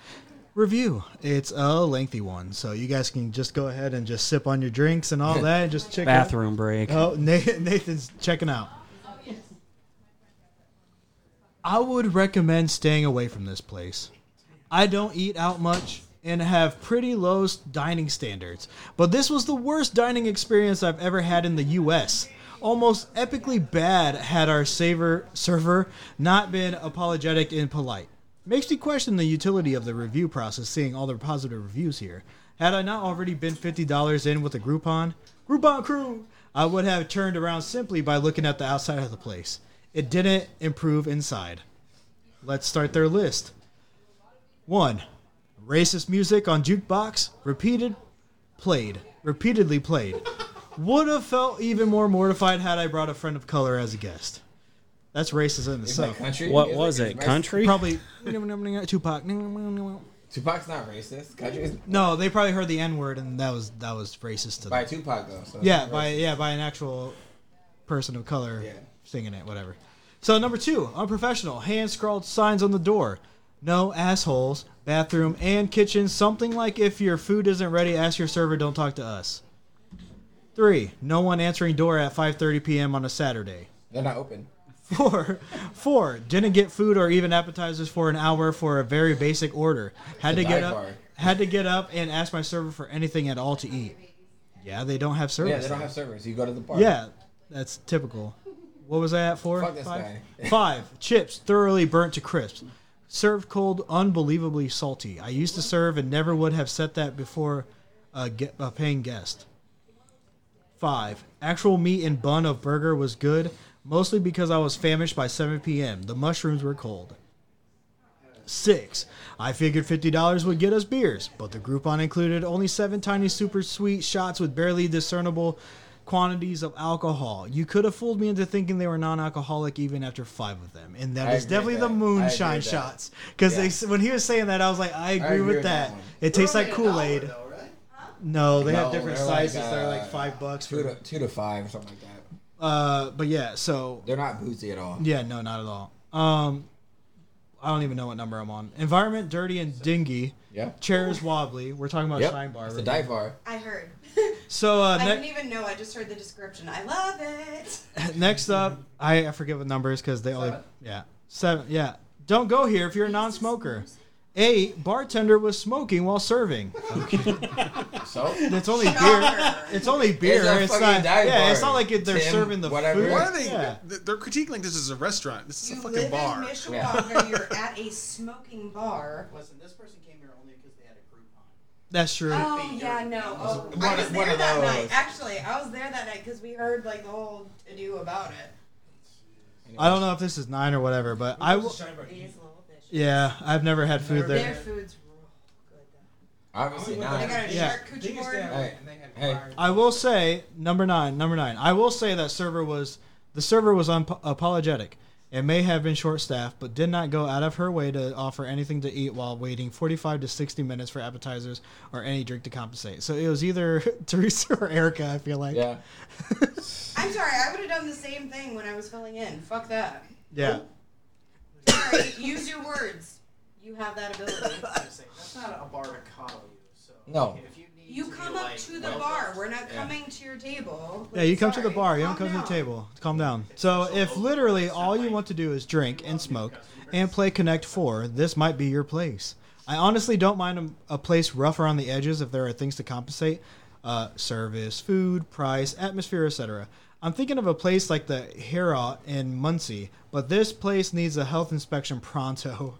S3: review. It's a lengthy one, so you guys can just go ahead and just sip on your drinks and all that and just check out-
S6: Bathroom break.
S3: Oh, [LAUGHS] Nathan- Nathan's checking out. I would recommend staying away from this place. I don't eat out much, and have pretty low s- dining standards, but this was the worst dining experience I've ever had in the U.S. Almost epically bad had our saver server not been apologetic and polite. Makes me question the utility of the review process, seeing all the positive reviews here. Had I not already been $50 in with a Groupon, Groupon crew, I would have turned around simply by looking at the outside of the place. It didn't improve inside. Let's start their list. One, racist music on jukebox, repeated, played, repeatedly played. Would have felt even more mortified had I brought a friend of color as a guest. That's racism itself.
S1: country?
S6: What
S1: music is
S6: was it?
S1: racist.
S6: Country?
S3: Probably [LAUGHS] Tupac.
S1: Tupac's not racist. Country is
S3: No, they probably heard the N word and that was that was racist to them.
S1: by Tupac though. So
S3: Yeah,
S1: it's
S3: by
S1: racist.
S3: yeah by an actual person of color
S1: Yeah.
S3: singing it, whatever. So number two, unprofessional, hand scrawled signs on the door, no assholes, bathroom and kitchen, something like if your food isn't ready, ask your server, don't talk to us. Three, no one answering door at 5:30 p.m. on a Saturday.
S1: they're not open.
S3: Four, four didn't get food or even appetizers for an hour for a very basic order. Had to
S1: It's a
S3: get
S1: dive
S3: up,
S1: bar.
S3: had to get up and ask my server for anything at all to eat. Yeah, they don't have service.
S1: Yeah, they don't have servers. You go to the bar.
S3: Yeah, that's typical. What was I at for?
S1: Fuck this
S3: Five?
S1: guy.
S3: Five. Chips thoroughly burnt to crisp. Served cold, unbelievably salty. I used to serve and never would have set that before a, ge- a paying guest. Five. Actual meat and bun of burger was good, mostly because I was famished by 7 p.m. The mushrooms were cold. Six. I figured $50 would get us beers, but the Groupon included only seven tiny super sweet shots with barely discernible quantities of alcohol. You could have fooled me into thinking they were non alcoholic even after five of them. And that
S1: I
S3: is
S1: agree
S3: definitely
S1: with
S3: the
S1: that. I agree
S3: moonshine
S1: with that.
S3: shots. Because when he was saying that, I was like, I agree, with, that.
S1: one.
S3: it tastes like Kool Aid. No, Oh, they have
S1: No,
S3: different
S1: they're like,
S3: sizes. they're
S1: uh,
S3: like five bucks
S1: Two
S3: for
S1: to two to five or something like that.
S3: uh, but yeah, so
S1: They're not boozy at all.
S3: yeah, no, not at all. Um, I don't even know what number I'm on. Environment dirty and dingy.
S1: Yeah.
S3: Chairs wobbly. We're talking about
S1: Yep.
S3: shine bar.
S1: It's a
S3: right?
S1: dive bar.
S8: I heard.
S3: So uh,
S8: I
S3: ne-
S8: didn't even know. I just heard the description. I love it.
S3: next up, I, I forget what numbers because they only yeah seven yeah. Don't go here if you're a non-smoker. Eight bartender was smoking while serving. [LAUGHS]
S1: So
S3: It's only beer.
S8: Shocker.
S3: It's only beer.
S1: a
S3: It's,
S1: fucking
S3: not.
S1: dive
S3: Yeah,
S1: bar,
S3: it's not like it, they're
S1: Tim,
S3: serving the
S1: whatever.
S3: food.
S2: Why are they?
S3: Yeah.
S2: They're critiquing like this is a restaurant. This is
S8: You
S2: a fucking
S8: live
S2: bar.
S8: in Mishawaka. You're at a smoking bar.
S4: [LAUGHS] Listen, this person came here only because they had a Groupon.
S3: That's true.
S8: Oh yeah, no. Oh, I
S1: One-
S8: was
S1: one
S8: there
S1: of
S8: that
S1: those.
S8: night. Actually, I was there that night because we heard like the whole to do about it.
S3: I don't know if this is nine or whatever, but I will.
S8: These little bitches.
S3: Yeah, I've never had food
S8: Their
S3: there.
S8: food's real good. Though.
S1: obviously not.
S8: They got a
S3: Yeah.
S8: charcuterie board.
S1: Hey, hey,
S4: Fire.
S3: I will say number nine, number nine. I will say that server was the server was unapologetic. It may have been short-staffed, but did not go out of her way to offer anything to eat while waiting 45 to 60 minutes for appetizers or any drink to compensate. So it was either [LAUGHS] Teresa or Erica. I feel like.
S1: yeah.
S8: I'm sorry. I would have done the same thing when I was filling in. Fuck that.
S3: Yeah.
S4: [LAUGHS]
S8: Sorry. use your words. You have that ability.
S4: I was saying, That's not a bar to coddle you. So
S1: No.
S4: If you need
S8: You
S4: to
S8: come
S4: be
S8: up
S4: like,
S8: to the
S4: well,
S8: bar. We're not
S1: Yeah.
S8: coming to your table.
S3: Yeah, you come to the
S8: Sorry.
S3: bar. You don't
S8: Calm
S3: come to the
S8: down.
S3: table. Calm down. So if literally all you want to do is drink and smoke and play Connect Four, this might be your place. I honestly don't mind a, a place rough around the edges if there are things to compensate, uh, service, food, price, atmosphere, etc. I'm thinking of a place like the Hera in Muncie, but this place needs a health inspection pronto.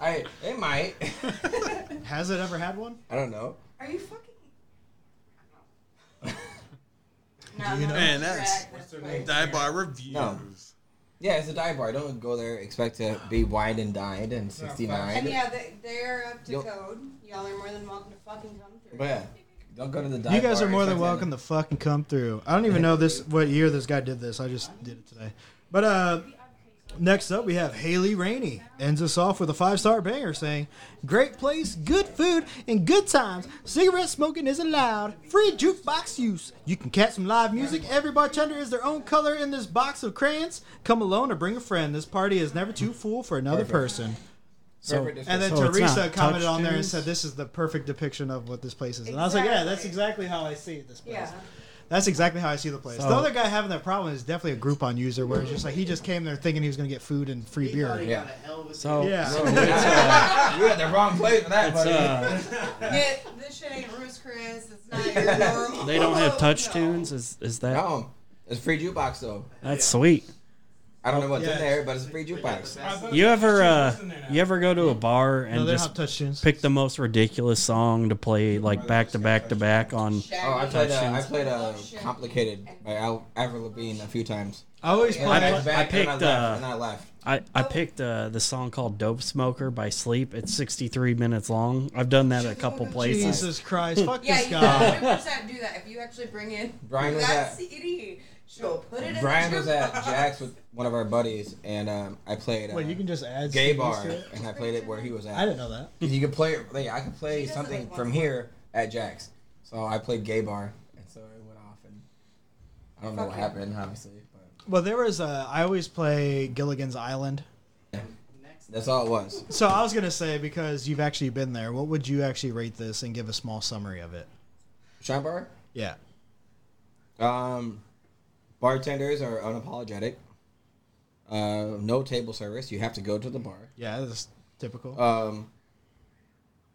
S1: I they might. [LAUGHS]
S3: [LAUGHS] Has it ever had one?
S1: I don't know.
S8: Are you
S3: [LAUGHS]
S8: fucking? no,
S3: you
S8: no,
S3: know-
S2: Man, that's-
S8: that's correct. That's
S1: name?
S8: correct.
S2: Dive bar reviews.
S1: No. Yeah, it's a dive bar. Don't go there expect to be wine and dined and sixty
S8: And
S1: nine.
S8: yeah, they, they're up to
S1: You'll-
S8: code. Y'all are more than welcome to fucking come through.
S1: But yeah, don't go to the dive.
S3: You guys
S1: bar
S3: are more than
S1: expecting-
S3: welcome to fucking come through. I don't even know
S1: [LAUGHS]
S3: this what year this guy did this. I just did it today. But uh next up we have Haley Rainey. Ends us off with a five star banger saying, Great place, good food, and good times. Cigarette smoking is allowed. Free jukebox use. You can catch some live music. Every bartender is their own color in this box of crayons. Come alone or bring a friend. This party is never too full for another person.
S1: Perfect
S3: And then
S6: So it's
S3: Teresa
S6: not
S3: commented on there and
S6: touchdowns?
S3: said, "This is the perfect depiction of what this place is." And I was like, "Yeah, that's exactly how I see this place."
S8: yeah.
S3: That's exactly how I see the place.
S5: So-
S3: the other guy having that problem is definitely a Groupon user, where it's just like he just came there thinking he was going to get food and free beer.
S1: Yeah.
S6: So
S9: [LAUGHS]
S3: Yeah.
S6: so uh,
S9: You're at the wrong place for that,
S6: it's,
S9: buddy.
S8: [LAUGHS]
S6: uh,
S8: It, this shit ain't Bruce Chris. It's not your
S1: [LAUGHS]
S8: normal.
S6: they don't have touch
S8: No.
S6: tunes. Is is that
S1: No, it's free jukebox though.
S6: that's sweet?
S1: I don't know what's
S3: Yeah.
S1: in there, but it's a free jukebox.
S6: You ever uh you ever go to a bar and
S3: No, they don't
S6: just
S3: have touch tunes.
S6: pick the most ridiculous song to play like back to back to back on?
S1: Oh, I played. Uh, I
S6: Touchdowns.
S1: played uh, "Complicated" by Al- Avril Lavigne a few times.
S3: I always play.
S1: And I,
S6: I
S1: went back
S6: picked,
S1: and I left.
S6: uh,
S1: and I left.
S6: I I picked uh, the song called "Dope Smoker" by Sleep. It's 63 minutes long. I've done that a couple places.
S3: Jesus Christ! Fuck
S8: Yeah,
S3: this
S8: you
S3: guy.
S8: 100% do that. If you actually bring in
S1: Brian was
S8: that
S1: at-
S8: CD, she'll put it in
S1: Brian
S8: the
S1: was at
S8: jukebox.
S1: Jack's with one of our buddies, and um, I played. Uh,
S3: Wait, you can just add
S1: gay
S3: CDs
S1: bar,
S3: to it?
S1: and I played it where he was at.
S3: I didn't know that.
S1: You could play. Like, I could play
S8: She doesn't
S1: something
S8: like
S1: from
S8: one.
S1: here at Jack's. So I played gay bar, and so it went off, and I don't know what happened, obviously. But
S3: Well, there was uh, I always play Gilligan's Island.
S1: that's all it was.
S3: So I was gonna say because you've actually been there, what would you actually rate this and give a small summary of it?
S1: Shine bar.
S3: Yeah.
S1: Um, bartenders are unapologetic. Uh, no table service. You have to go to the bar.
S3: Yeah, that's typical.
S1: Um,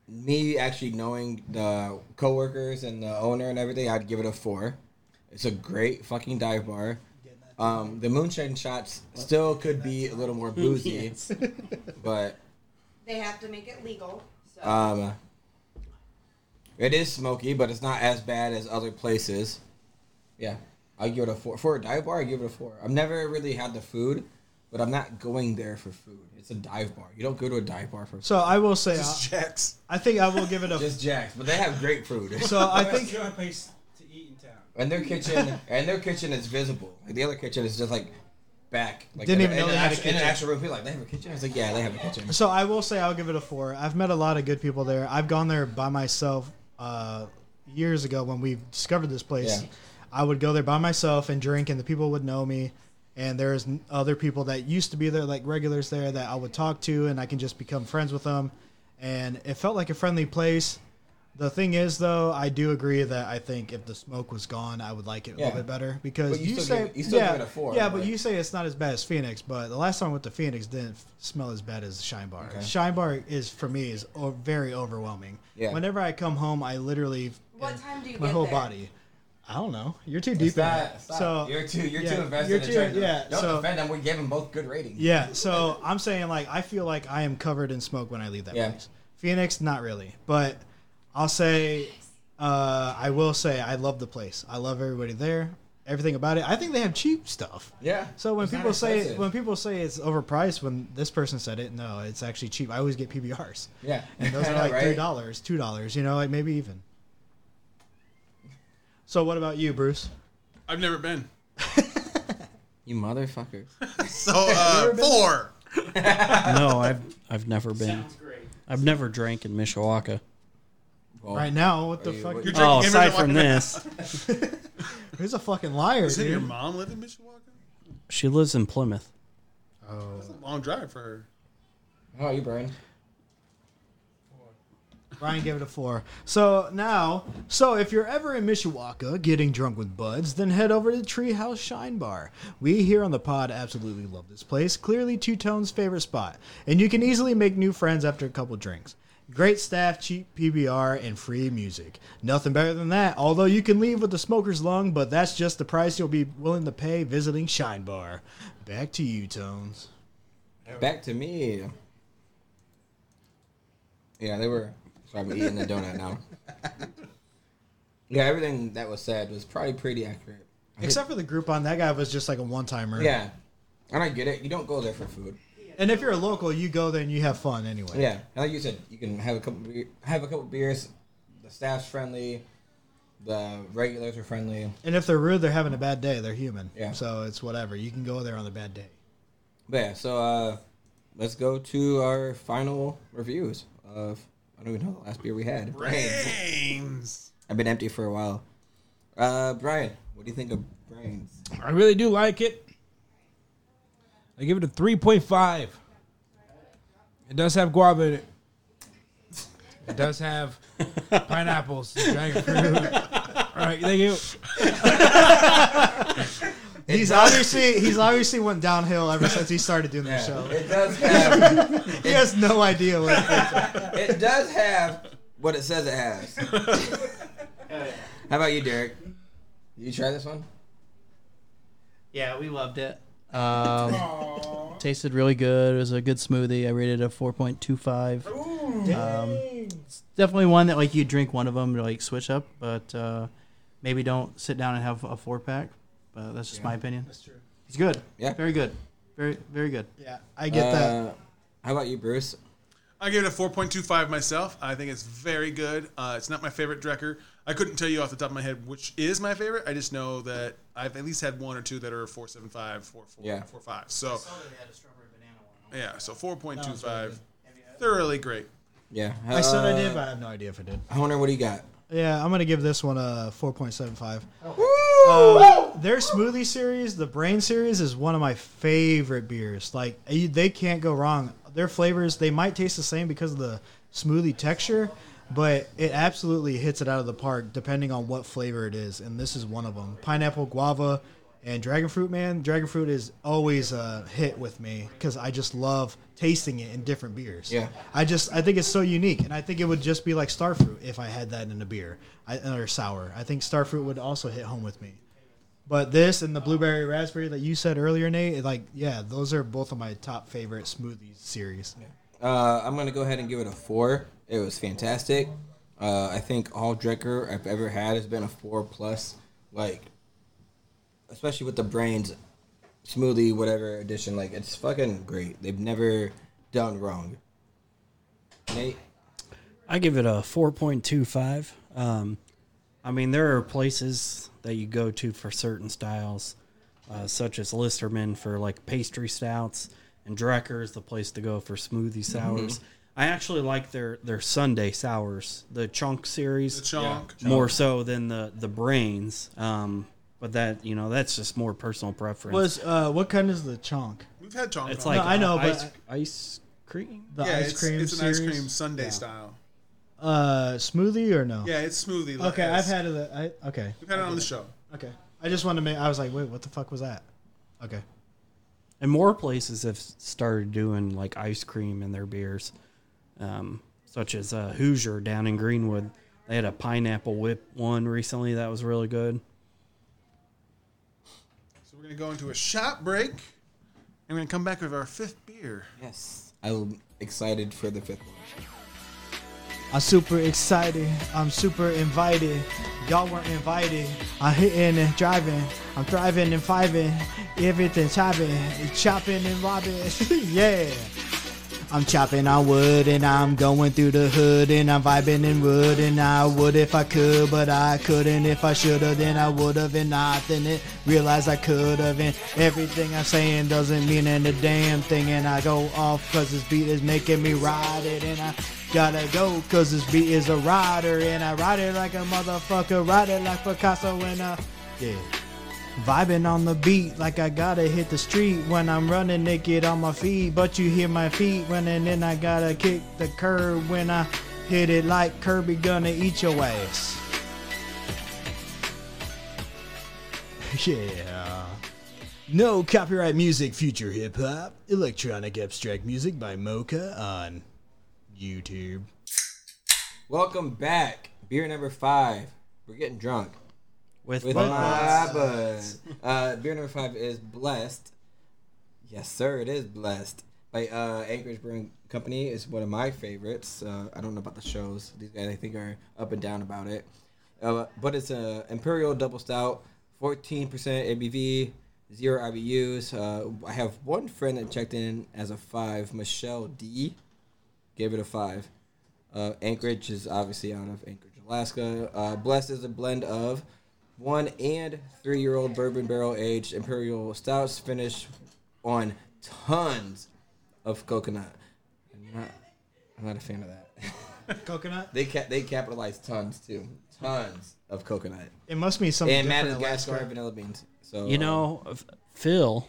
S1: me actually knowing the coworkers and the owner and everything, I'd give it a four. It's a great fucking dive bar. Um, the moonshine shots still could be a little more
S3: [LAUGHS]
S1: boozy, but
S8: They have to make it legal. So.
S1: um, it is smoky, but it's not as bad as other places. Yeah, I give it a four for a dive bar. I give it a four. I've never really had the food, but I'm not going there for food. It's a dive bar. You don't go to a dive bar for
S3: So I will say
S2: Just
S3: I,
S2: checks.
S3: I think I will give it a.
S1: just Jack's, but they have great food.
S3: [LAUGHS] So I think
S4: Joe place to eat in town.
S1: [LAUGHS] And their kitchen, and their kitchen is visible. Like the other kitchen is just like back. Like
S3: Didn't
S1: in
S3: even
S1: in
S3: know
S1: an
S3: they had a
S1: actual, in an
S3: kitchen.
S1: actual room. People are like they have a kitchen. I was like, yeah, they have a kitchen.
S3: so I will say I'll give it a four. I've met a lot of good people there. I've gone there by myself uh, years ago when we discovered this place.
S1: Yeah.
S3: I would go there by myself and drink, and the people would know me. And there's n- other people that used to be there, like regulars there, that I would talk to, and I can just become friends with them. And it felt like a friendly place. The thing is, though, I do agree that I think if the smoke was gone, I would like it a
S1: Yeah.
S3: little bit better because
S1: But you
S3: you,
S1: still
S3: say
S1: give it- you still
S3: yeah,
S1: give it a four,
S3: yeah,
S1: but-
S3: but you say it's not as bad as Phoenix. But the last time I went to Phoenix didn't f- smell as bad as Shine Bar. Shine Bar is for me is o- very overwhelming.
S1: Yeah.
S3: Whenever I come home, I literally
S8: What time do you
S3: my
S8: get
S3: whole
S8: there?
S6: [LAUGHS]
S3: body. I don't know. You're too deep. in
S1: Stop,
S3: it.
S1: stop.
S3: So
S1: you're too, you're
S3: yeah,
S1: too invested
S3: you're
S1: in
S3: too-
S1: trying to-
S3: yeah,
S1: Don't
S3: so-
S1: offend them. We give them both good ratings.
S3: Yeah, so I'm saying like I feel like I am covered in smoke when I leave that
S1: Yeah.
S3: place. Phoenix, not really, but I'll say, uh, I will say I love the place. I love everybody there, everything about it. I think they have cheap stuff.
S1: yeah.
S3: So when
S1: It's not
S3: people say
S1: expensive.
S3: when people say it's overpriced, when this person said it, no, it's actually cheap. I always get PBRs,
S1: yeah,
S3: and
S1: [LAUGHS]
S3: those
S1: I
S3: are
S1: know,
S3: like
S1: right?
S3: three dollars, two dollars, you know, like maybe even. So what about you, Bruce?
S2: [LAUGHS] I've never
S1: [LAUGHS]
S2: been.
S1: You motherfucker.
S2: So uh, four.
S6: No, I've I've never been. I've never drank in Mishawaka.
S1: Well,
S3: Right now, what the
S1: you-
S3: fuck?
S1: what-
S2: You're drinking
S6: Oh,
S2: every
S6: aside
S2: night
S6: from
S3: [LAUGHS]
S2: like that.
S6: this,
S3: Who's a fucking liar,
S2: Doesn't your
S3: dude?
S2: mom live in Mishawaka?
S6: she lives in Plymouth.
S3: Oh.
S2: That's a long drive for her.
S1: How about you, Brian?
S3: Brian gave it a four. So now, so if you're ever in Mishawaka getting drunk with buds, then head over to Treehouse Shine Bar. We here on the pod absolutely love this place. Clearly, Two Tone's favorite spot, and you can easily make new friends after a couple drinks. Great staff, cheap PBR, and free music. Nothing better than that. Although you can leave with a smoker's lung, but that's just the price you'll be willing to pay visiting Shine Bar. Back to you, Tones.
S1: Back to me. Yeah, they were. So I'm eating a donut now. Yeah, everything that was said was probably pretty accurate.
S3: Except for the Groupon, that guy was just like a one-timer.
S1: Yeah, and I get it. You don't go there for food.
S3: And if you're a local, you go there and you have fun anyway.
S1: Yeah, and like you said, you can have a couple beer, have a couple beers. The staff's friendly. The regulars are friendly.
S3: And if they're rude, they're having a bad day. They're human.
S1: Yeah.
S3: So it's whatever. You can go there on a bad day.
S1: But yeah, so uh, let's go to our final reviews of I don't even know the last beer we had. Brains.
S2: Brains.
S1: I've been empty for a while. Uh, Brian, what do you think of brains?
S5: I really do like it. I give it a 3.5. It does have guava in it. [LAUGHS]
S1: [LAUGHS]
S5: It does have pineapples, dragon fruit. All right, thank you.
S3: He's obviously he's obviously went downhill ever since he started doing the show.
S1: It does have
S3: [LAUGHS] he has no idea what. It
S1: [LAUGHS]
S3: is.
S1: it does have what it says it has.
S3: [LAUGHS]
S1: How about you, Derek? You try this one?
S7: Yeah, we loved it. Um, tasted really good. It was a good smoothie. I rated it a 4.25. Um, it's definitely one that like you drink one of them to like switch up, but uh, maybe don't sit down and have a four pack. But that's just my opinion. That's true. It's good.
S1: Yeah.
S7: Very good. Very very good.
S3: Yeah, I get that.
S1: Uh, How about you, Bruce?
S2: I gave it a 4.25 myself. I think it's very good. Uh, it's not my favorite Drecker. I couldn't tell you off the top of my head which is my favorite. I just know that I've at least had one or two that are 4.75, 4.4,
S1: Yeah.
S2: 4.5. So, yeah, so 4.25. Thoroughly great.
S1: Yeah.
S3: I said I
S1: Uh,
S3: did, but I have no idea if I did.
S1: Hunter, what do you got?
S3: Yeah, I'm gonna give this one a 4.75. Um, their smoothie series, the Brain series, is one of my favorite beers. Like you- they can't go wrong. Their flavors, they might taste the same because of the smoothie texture, but it absolutely hits it out of the park depending on what flavor it is. And this is one of them: pineapple, guava, and dragon fruit. Man, dragon fruit is always a hit with me because I just love tasting it in different beers.
S1: Yeah.
S3: I just I think it's so unique, and I think it would just be like starfruit if I had that in a beer I, or sour. I think starfruit would also hit home with me. But this and the blueberry raspberry that you said earlier, Nate, it, like yeah, those are both of my top favorite smoothies series.
S1: Uh, I'm gonna go ahead and give it a four. It was fantastic. Uh, I think all Drecker I've ever had has been a four plus. Like, especially with the brains smoothie, whatever edition. Like, it's fucking great. They've never done wrong. Nate,
S6: I give it a 4.25. Um, I mean, there are places that you go to for certain styles, uh, such as Listerman for like pastry stouts, and Drecker is the place to go for smoothie sours. I actually like their their Sunday sours, the Chunk series,
S2: Chonk.
S6: more so than the the Brains. Um, but that you know that's just more personal preference.
S3: Was uh, what kind is the chonk?
S2: We've had Chonk.
S6: it's
S2: on.
S6: like
S3: I know, but-
S6: ice, ice cream.
S3: The
S2: yeah,
S3: ice
S2: it's,
S3: cream
S2: it's an
S3: series?
S2: ice cream Sunday style.
S3: uh, smoothie or no?
S2: Yeah, it's smoothie. like
S3: Okay, I've
S2: this.
S3: had it. I, okay,
S2: We've had it on the show.
S3: okay. I just wanted to make. I was like, wait, what the fuck was that? Okay.
S6: and more places have started doing like ice cream in their beers, um, such as uh, Hoosier down in Greenwood. They had a pineapple whip one recently that was really good.
S2: So we're gonna go into a shot break, and we're gonna come back with our fifth beer.
S1: yes, I'm excited for the fifth one.
S3: I'm super excited. I'm super invited. Y'all weren't invited. I'm hitting and driving. I'm thriving and vibing. Everything chopping, chopping and robbing. [LAUGHS] yeah. I'm chopping on wood and I'm going through the hood and I'm vibing in wood and I would if I could, but I couldn't. If I should've, then I would've and not then it realized I could've. And everything I'm saying doesn't mean a damn thing. And I go off cause this beat is making me ride it and I gotta go cause this beat is a rider and I ride it like a motherfucker, ride it like Picasso and I yeah. Vibing on the beat like I gotta hit the street when I'm running naked on my feet. But you hear my feet running, and I gotta kick the curb when I hit it like Kirby gonna eat your ass. [LAUGHS] Yeah. No copyright music, future hip hop, electronic abstract music by Mocha on YouTube.
S1: Welcome back, beer number five. We're getting drunk
S6: With,
S1: with
S6: bu-
S1: my buds. Uh, beer number five is blessed. Yes, sir, it is blessed by uh, Anchorage Brewing Company. It's one of my favorites. Uh, I don't know about the shows; these guys I think are up and down about it. Uh, but it's a imperial double stout, fourteen percent ABV, zero IBUs. Uh, I have one friend that checked in as a five, Michelle D. Gave it a five. Uh, Anchorage is obviously out of Anchorage, Alaska. Uh, Blessed is a blend of one and three year old bourbon barrel aged imperial stouts finished on tons of coconut. I'm not, I'm not a fan of that.
S3: [LAUGHS] Coconut?
S1: they ca- they capitalize tons too. Tons of coconut.
S3: It must mean something
S1: And
S3: different. in
S1: Madagascar
S3: Alaska.
S1: vanilla beans. So
S6: you know, F- Phil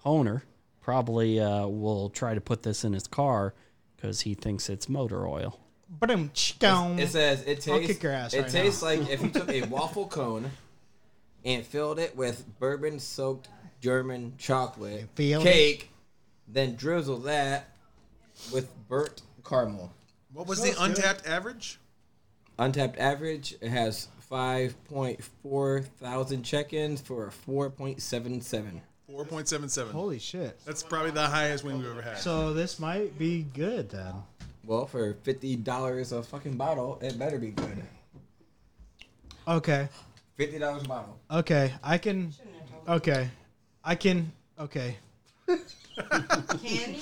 S6: Honer probably uh, will try to put this in his car because he thinks it's motor oil.
S3: Ba-dum, chick-dum.
S1: It says it
S3: I'll
S1: tastes.
S3: kick your ass
S1: it
S3: right [LAUGHS]
S1: tastes like if you took a waffle cone and filled it with bourbon soaked German chocolate
S3: filled it?
S1: cake, then drizzle that with burnt caramel.
S2: What was the untapped average?
S1: Untapped average, it has 5.4 thousand check ins for a 4.77.
S2: 4.77.
S3: Holy shit.
S2: That's probably the highest win we've ever had.
S3: So this might be good then.
S1: Well, for $50 a fucking bottle, it better be good.
S3: Okay.
S1: $50 a bottle.
S3: Okay. I can. Okay. I can. Okay.
S8: Can you?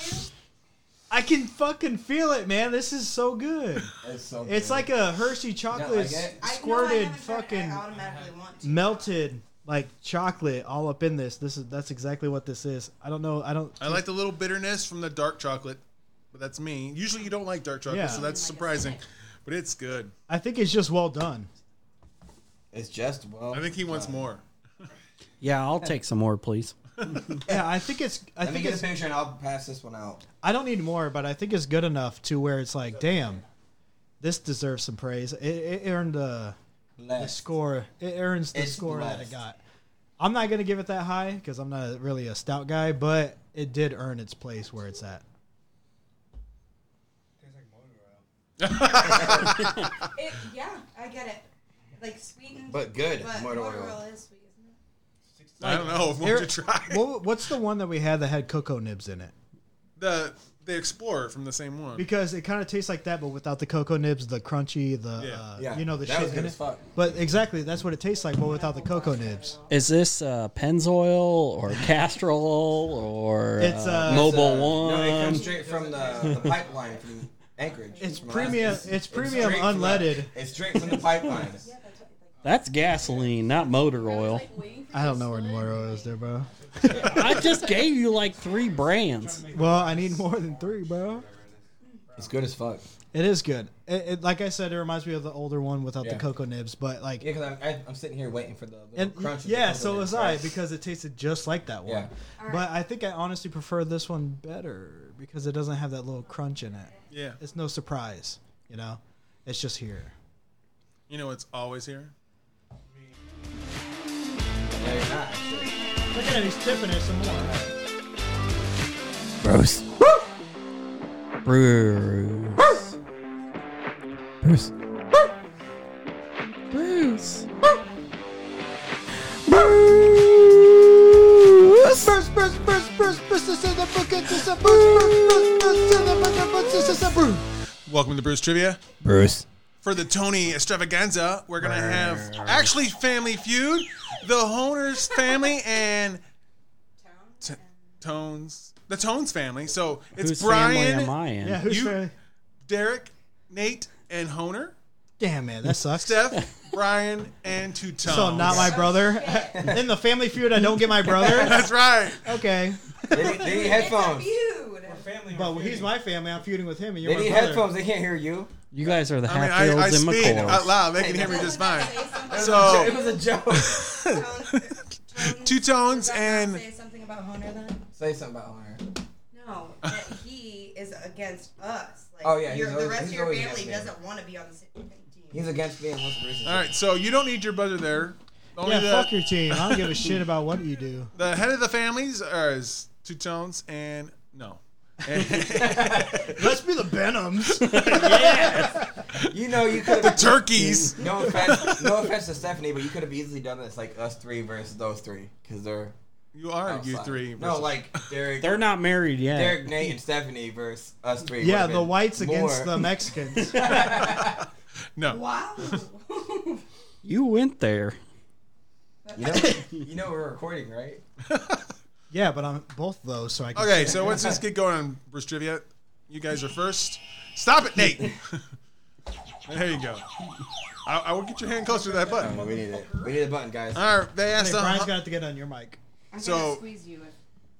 S3: I can fucking feel it, man. This is so good.
S1: It's so good.
S3: It's like a Hershey chocolate
S1: like it?
S8: I know I
S3: squirted
S8: haven't tried it.
S3: fucking
S8: I automatically want to.
S3: melted like chocolate all up in this. This is that's exactly what this is. I don't know. I don't.
S2: I like the little bitterness from the dark chocolate, but that's me. Usually you don't like dark chocolate,
S3: Yeah.
S2: so that's surprising, but it's good.
S3: I think it's just well done.
S1: It's just, well. uh,
S2: I think he wants
S3: [LAUGHS]
S2: more.
S6: Yeah, I'll take some more, please.
S3: [LAUGHS] Yeah, I think it's. I
S1: Let me
S3: think
S1: get a
S3: it's.
S1: picture and I'll pass this one out.
S3: I don't need more, but I think it's good enough to where it's like, damn, this deserves some praise. It, it earned the the
S1: Bless.
S3: score. It earns the
S1: It's
S3: score that
S1: blessed.
S3: it got. I'm not gonna give it that high because I'm not really a stout guy, but it did earn its place where it's at.
S8: [LAUGHS] It, yeah, I get it. Like sweetened.
S1: But good,
S8: But
S1: motor
S8: motor
S1: oil.
S8: oil is sweet, isn't it?
S2: I don't know. Why
S3: Eric-
S2: don't you try?
S3: What, what's the one that we had that had cocoa nibs in it?
S2: The the Explorer from the same one.
S3: Because it kind of tastes like that, but without the cocoa nibs, the crunchy, the
S2: Yeah.
S3: uh,
S1: Yeah,
S3: you know the
S1: that
S3: shit
S1: was good
S3: in
S1: as
S3: it.
S1: fuck.
S3: But exactly, that's what it tastes like, but without the cocoa
S2: [LAUGHS]
S3: nibs.
S6: Is this uh, Pennzoil or Castrol or
S3: It's,
S6: uh,
S3: uh,
S6: Mobile
S1: No,
S6: One?
S1: it comes straight from the, the pipeline from Anchorage.
S3: It's
S1: from
S3: premium-
S1: Alaska.
S3: it's premium
S1: straight from the-
S3: unleaded.
S1: it's straight from the
S3: [LAUGHS]
S1: pipeline.
S6: That's gasoline, not motor oil.
S3: I don't know where more is there, bro.
S6: I just gave you like three brands.
S3: Well, I need more than three, bro.
S1: It's good as fuck.
S3: It is good. It, it, like I said, it reminds me of the older one without
S1: Yeah.
S3: the cocoa nibs, but like,
S1: Yeah, because I'm, I- I'm sitting here waiting for the little
S3: and
S1: crunch. of
S3: yeah,
S1: the
S3: so
S1: coconut
S3: was I
S1: crunch.
S3: because it tasted just like that one.
S1: Yeah.
S3: But I think I honestly prefer this one better because it doesn't have that little crunch in it.
S2: yeah.
S3: It's no surprise, you know. It's just here.
S2: You know it's always here.
S1: No, you're not, actually.
S3: Look at it, he's tipping it some more.
S6: Bruce. Bruce. Bruce. Bruce.
S3: Bruce, Bruce, Bruce, Bruce, Bruce, this is the book, it's just a Bruce, Bruce, Bruce, Bruce, this is the book, Bruce, this is a Bruce.
S2: Welcome to Bruce Trivia.
S6: Bruce.
S2: For the Tony extravaganza, we're going to have actually Family Feud, the Honers family, and T- Tones. The Tones family. So it's
S6: Whose
S2: Brian,
S6: family am I in?
S3: Yeah, who's
S2: You-
S3: fair?
S2: Derek, Nate, and Honer.
S3: Damn, man, that sucks.
S2: Steph, Brian, and two Tones.
S3: so not my
S2: [LAUGHS]
S3: brother. [LAUGHS]
S1: Oh,
S3: In the family feud, I don't get my brother.
S2: That's right.
S3: Okay,
S1: They need, they need headphones.
S8: Feud.
S3: but he's my family. I'm feuding with him, and you're
S1: They need
S3: my brother.
S1: headphones. They can't hear you.
S6: You guys are the
S2: I mean, I, I
S6: Hatfields and
S2: speak out
S6: McCoys.
S2: loud. They can hear me just fine.
S1: It
S2: So
S1: was a joke.
S2: two tones
S8: Does that
S2: and
S8: say something about Honer then?
S1: Say something about Hunter.
S8: No, that he is against us. Like,
S1: Oh, yeah, he's
S8: your,
S1: always-
S8: the rest
S1: he's
S8: of your
S1: always against
S8: family
S1: me.
S8: doesn't want to be on the same team.
S1: He's against being once Bruce.
S2: All right, so you don't need your brother there. Only
S3: Yeah,
S2: the,
S3: fuck your team. I don't give a shit about what you do.
S2: [LAUGHS] the head of the families are is two tones and
S3: [LAUGHS]
S2: no.
S3: Let's be the
S1: [LAUGHS]
S3: Benhams.
S1: You know you could have.
S2: Turkeys.
S1: No offense, no offense to Stephanie, but you could have easily done this like us three versus those three because they're
S2: You are you
S1: outside.
S2: three.
S1: No, like Derek,
S6: They're not married yet.
S1: Derek, Nate, and Stephanie versus us three.
S3: yeah,
S1: would've
S3: the
S1: been
S3: whites against
S1: more-
S3: the
S1: [LAUGHS]
S3: Mexicans.
S2: no.
S8: Wow.
S6: you went there.
S1: You know, you know we're recording, right?
S3: yeah, but I'm both those, so I can.
S2: Okay, so let's just get going on Bruce trivia. You guys are first. Stop it, Nate. [LAUGHS] there you go. I, I will get your hand closer to that button.
S1: No, we need it. We need a button, guys.
S2: All right, they
S3: Hey,
S2: asked
S3: Brian's
S2: the,
S3: gonna have to get on your mic.
S8: I'm
S2: So-
S8: gonna squeeze you.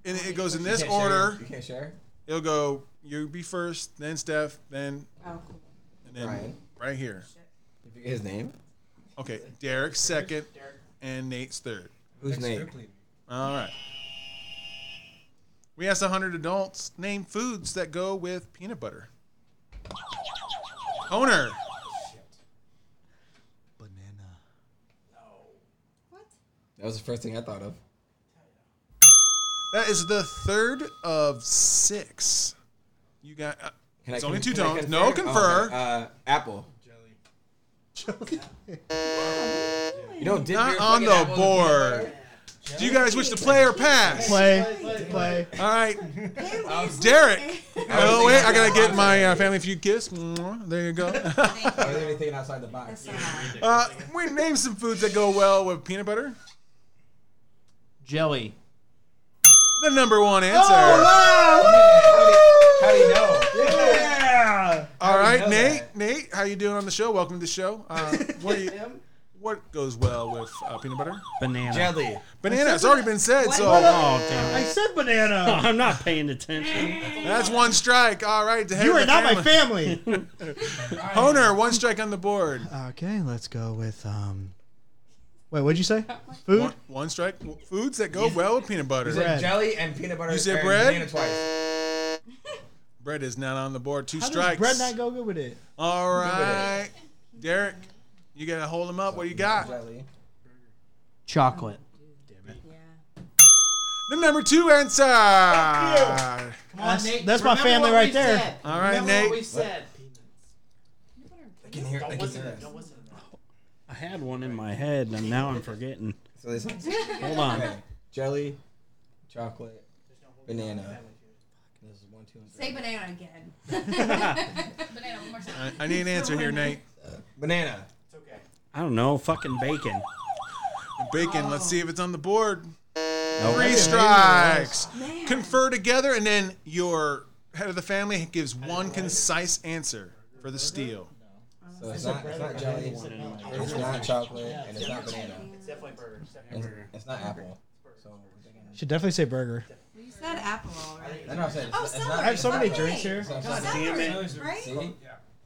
S8: If,
S2: and it goes in
S1: You
S2: this
S1: can't share.
S2: order.
S1: You can't share.
S2: It'll go. You be first, then Steph, then
S8: oh, cool.
S2: and then
S1: Brian.
S2: right here.
S1: If you get His name?
S2: Okay, Derek's second, and Nate's third.
S1: Whose name?
S2: All right. We asked 100 adults name foods that go with peanut butter. Owner,
S3: Banana.
S8: What?
S1: That was the first thing I thought of.
S2: That is the third of six. You got. Uh,
S1: Can
S2: it's
S1: I-
S2: only
S1: can
S2: two
S1: I
S2: tones. No
S1: confirm?
S2: confer.
S1: Okay, uh, apple. You know, didn't
S2: not
S1: your
S2: on
S1: fucking
S2: the
S1: apples
S2: board. Do you guys wish to play or pass?
S7: Play.
S3: Play.
S2: All right, Derek. Oh wait, I gotta get my uh, Family Feud kiss. Mwah. There you go.
S1: Or is there anything outside the box?
S2: [LAUGHS] Uh, we name some foods that go well with peanut butter.
S7: Jelly.
S2: The number one answer.
S1: How do you know?
S2: All right,
S1: know
S2: Nate. Nate, how you doing on the show? Welcome to the show. Uh, what, do you, what goes well with uh, peanut butter?
S6: Banana.
S1: Jelly.
S2: Banana. It's already been said. So
S6: Oh, damn
S3: I
S6: it.
S3: said banana.
S6: I'm not paying attention.
S2: that's one strike. All right, to
S3: you are not my family.
S2: [LAUGHS] Honer. One strike on the board.
S7: Okay, let's go with um.
S3: Wait, what'd you say? Food?
S2: One, one strike. W- Foods that go well with peanut butter.
S1: You
S2: Bread.
S1: said
S3: Bread.
S1: jelly and peanut butter.
S2: You said
S1: and
S2: bread?
S1: banana twice.
S2: is not on the board. Two
S3: How does
S2: strikes.
S3: bread not go good with it?
S2: All right, Derek. You gotta hold him up. What do you got?
S1: Jelly.
S7: Chocolate.
S2: The number two answer. All
S4: Come on,
S3: That's-
S4: Nate.
S3: that's my
S4: remember
S3: family
S4: what
S3: right
S4: we
S3: there.
S4: said.
S2: Uh, right,
S4: Remember what we
S2: Nate.
S4: said.
S8: Peanut butter and
S1: I can hear. I
S4: Don't
S1: can
S4: listen.
S1: hear
S4: Don't
S1: us.
S4: listen.
S6: I had one in my head and now I'm forgetting.
S1: So
S8: [LAUGHS]
S1: this one's
S6: Hold on.
S1: okay. jelly, chocolate, banana. This is one, two, and three.
S8: Say banana again. [LAUGHS] banana one more time.
S2: I, I need an answer here, Nate.
S1: Banana.
S4: It's okay.
S6: I don't know. Fucking bacon.
S2: Bacon. Let's see if it's on the board.
S6: No.
S2: Three strikes.
S8: Man.
S2: Confer together, and then your head of the family gives one concise answer for the steal.
S1: So it's not, it's not jelly. It's not chocolate, and it's not banana.
S4: It's definitely burger. It's definitely
S1: It's,
S4: burger.
S1: it's not apple. So we're thinking.
S3: Should definitely say burger.
S8: Well, you said apple already.
S1: No, no, I'm saying it's,
S8: Oh,
S1: it's
S8: celery.
S1: not.
S3: I have so
S1: it's
S3: many
S1: not-
S3: drinks here.
S1: it's not-
S8: God damn it. Right?
S1: See?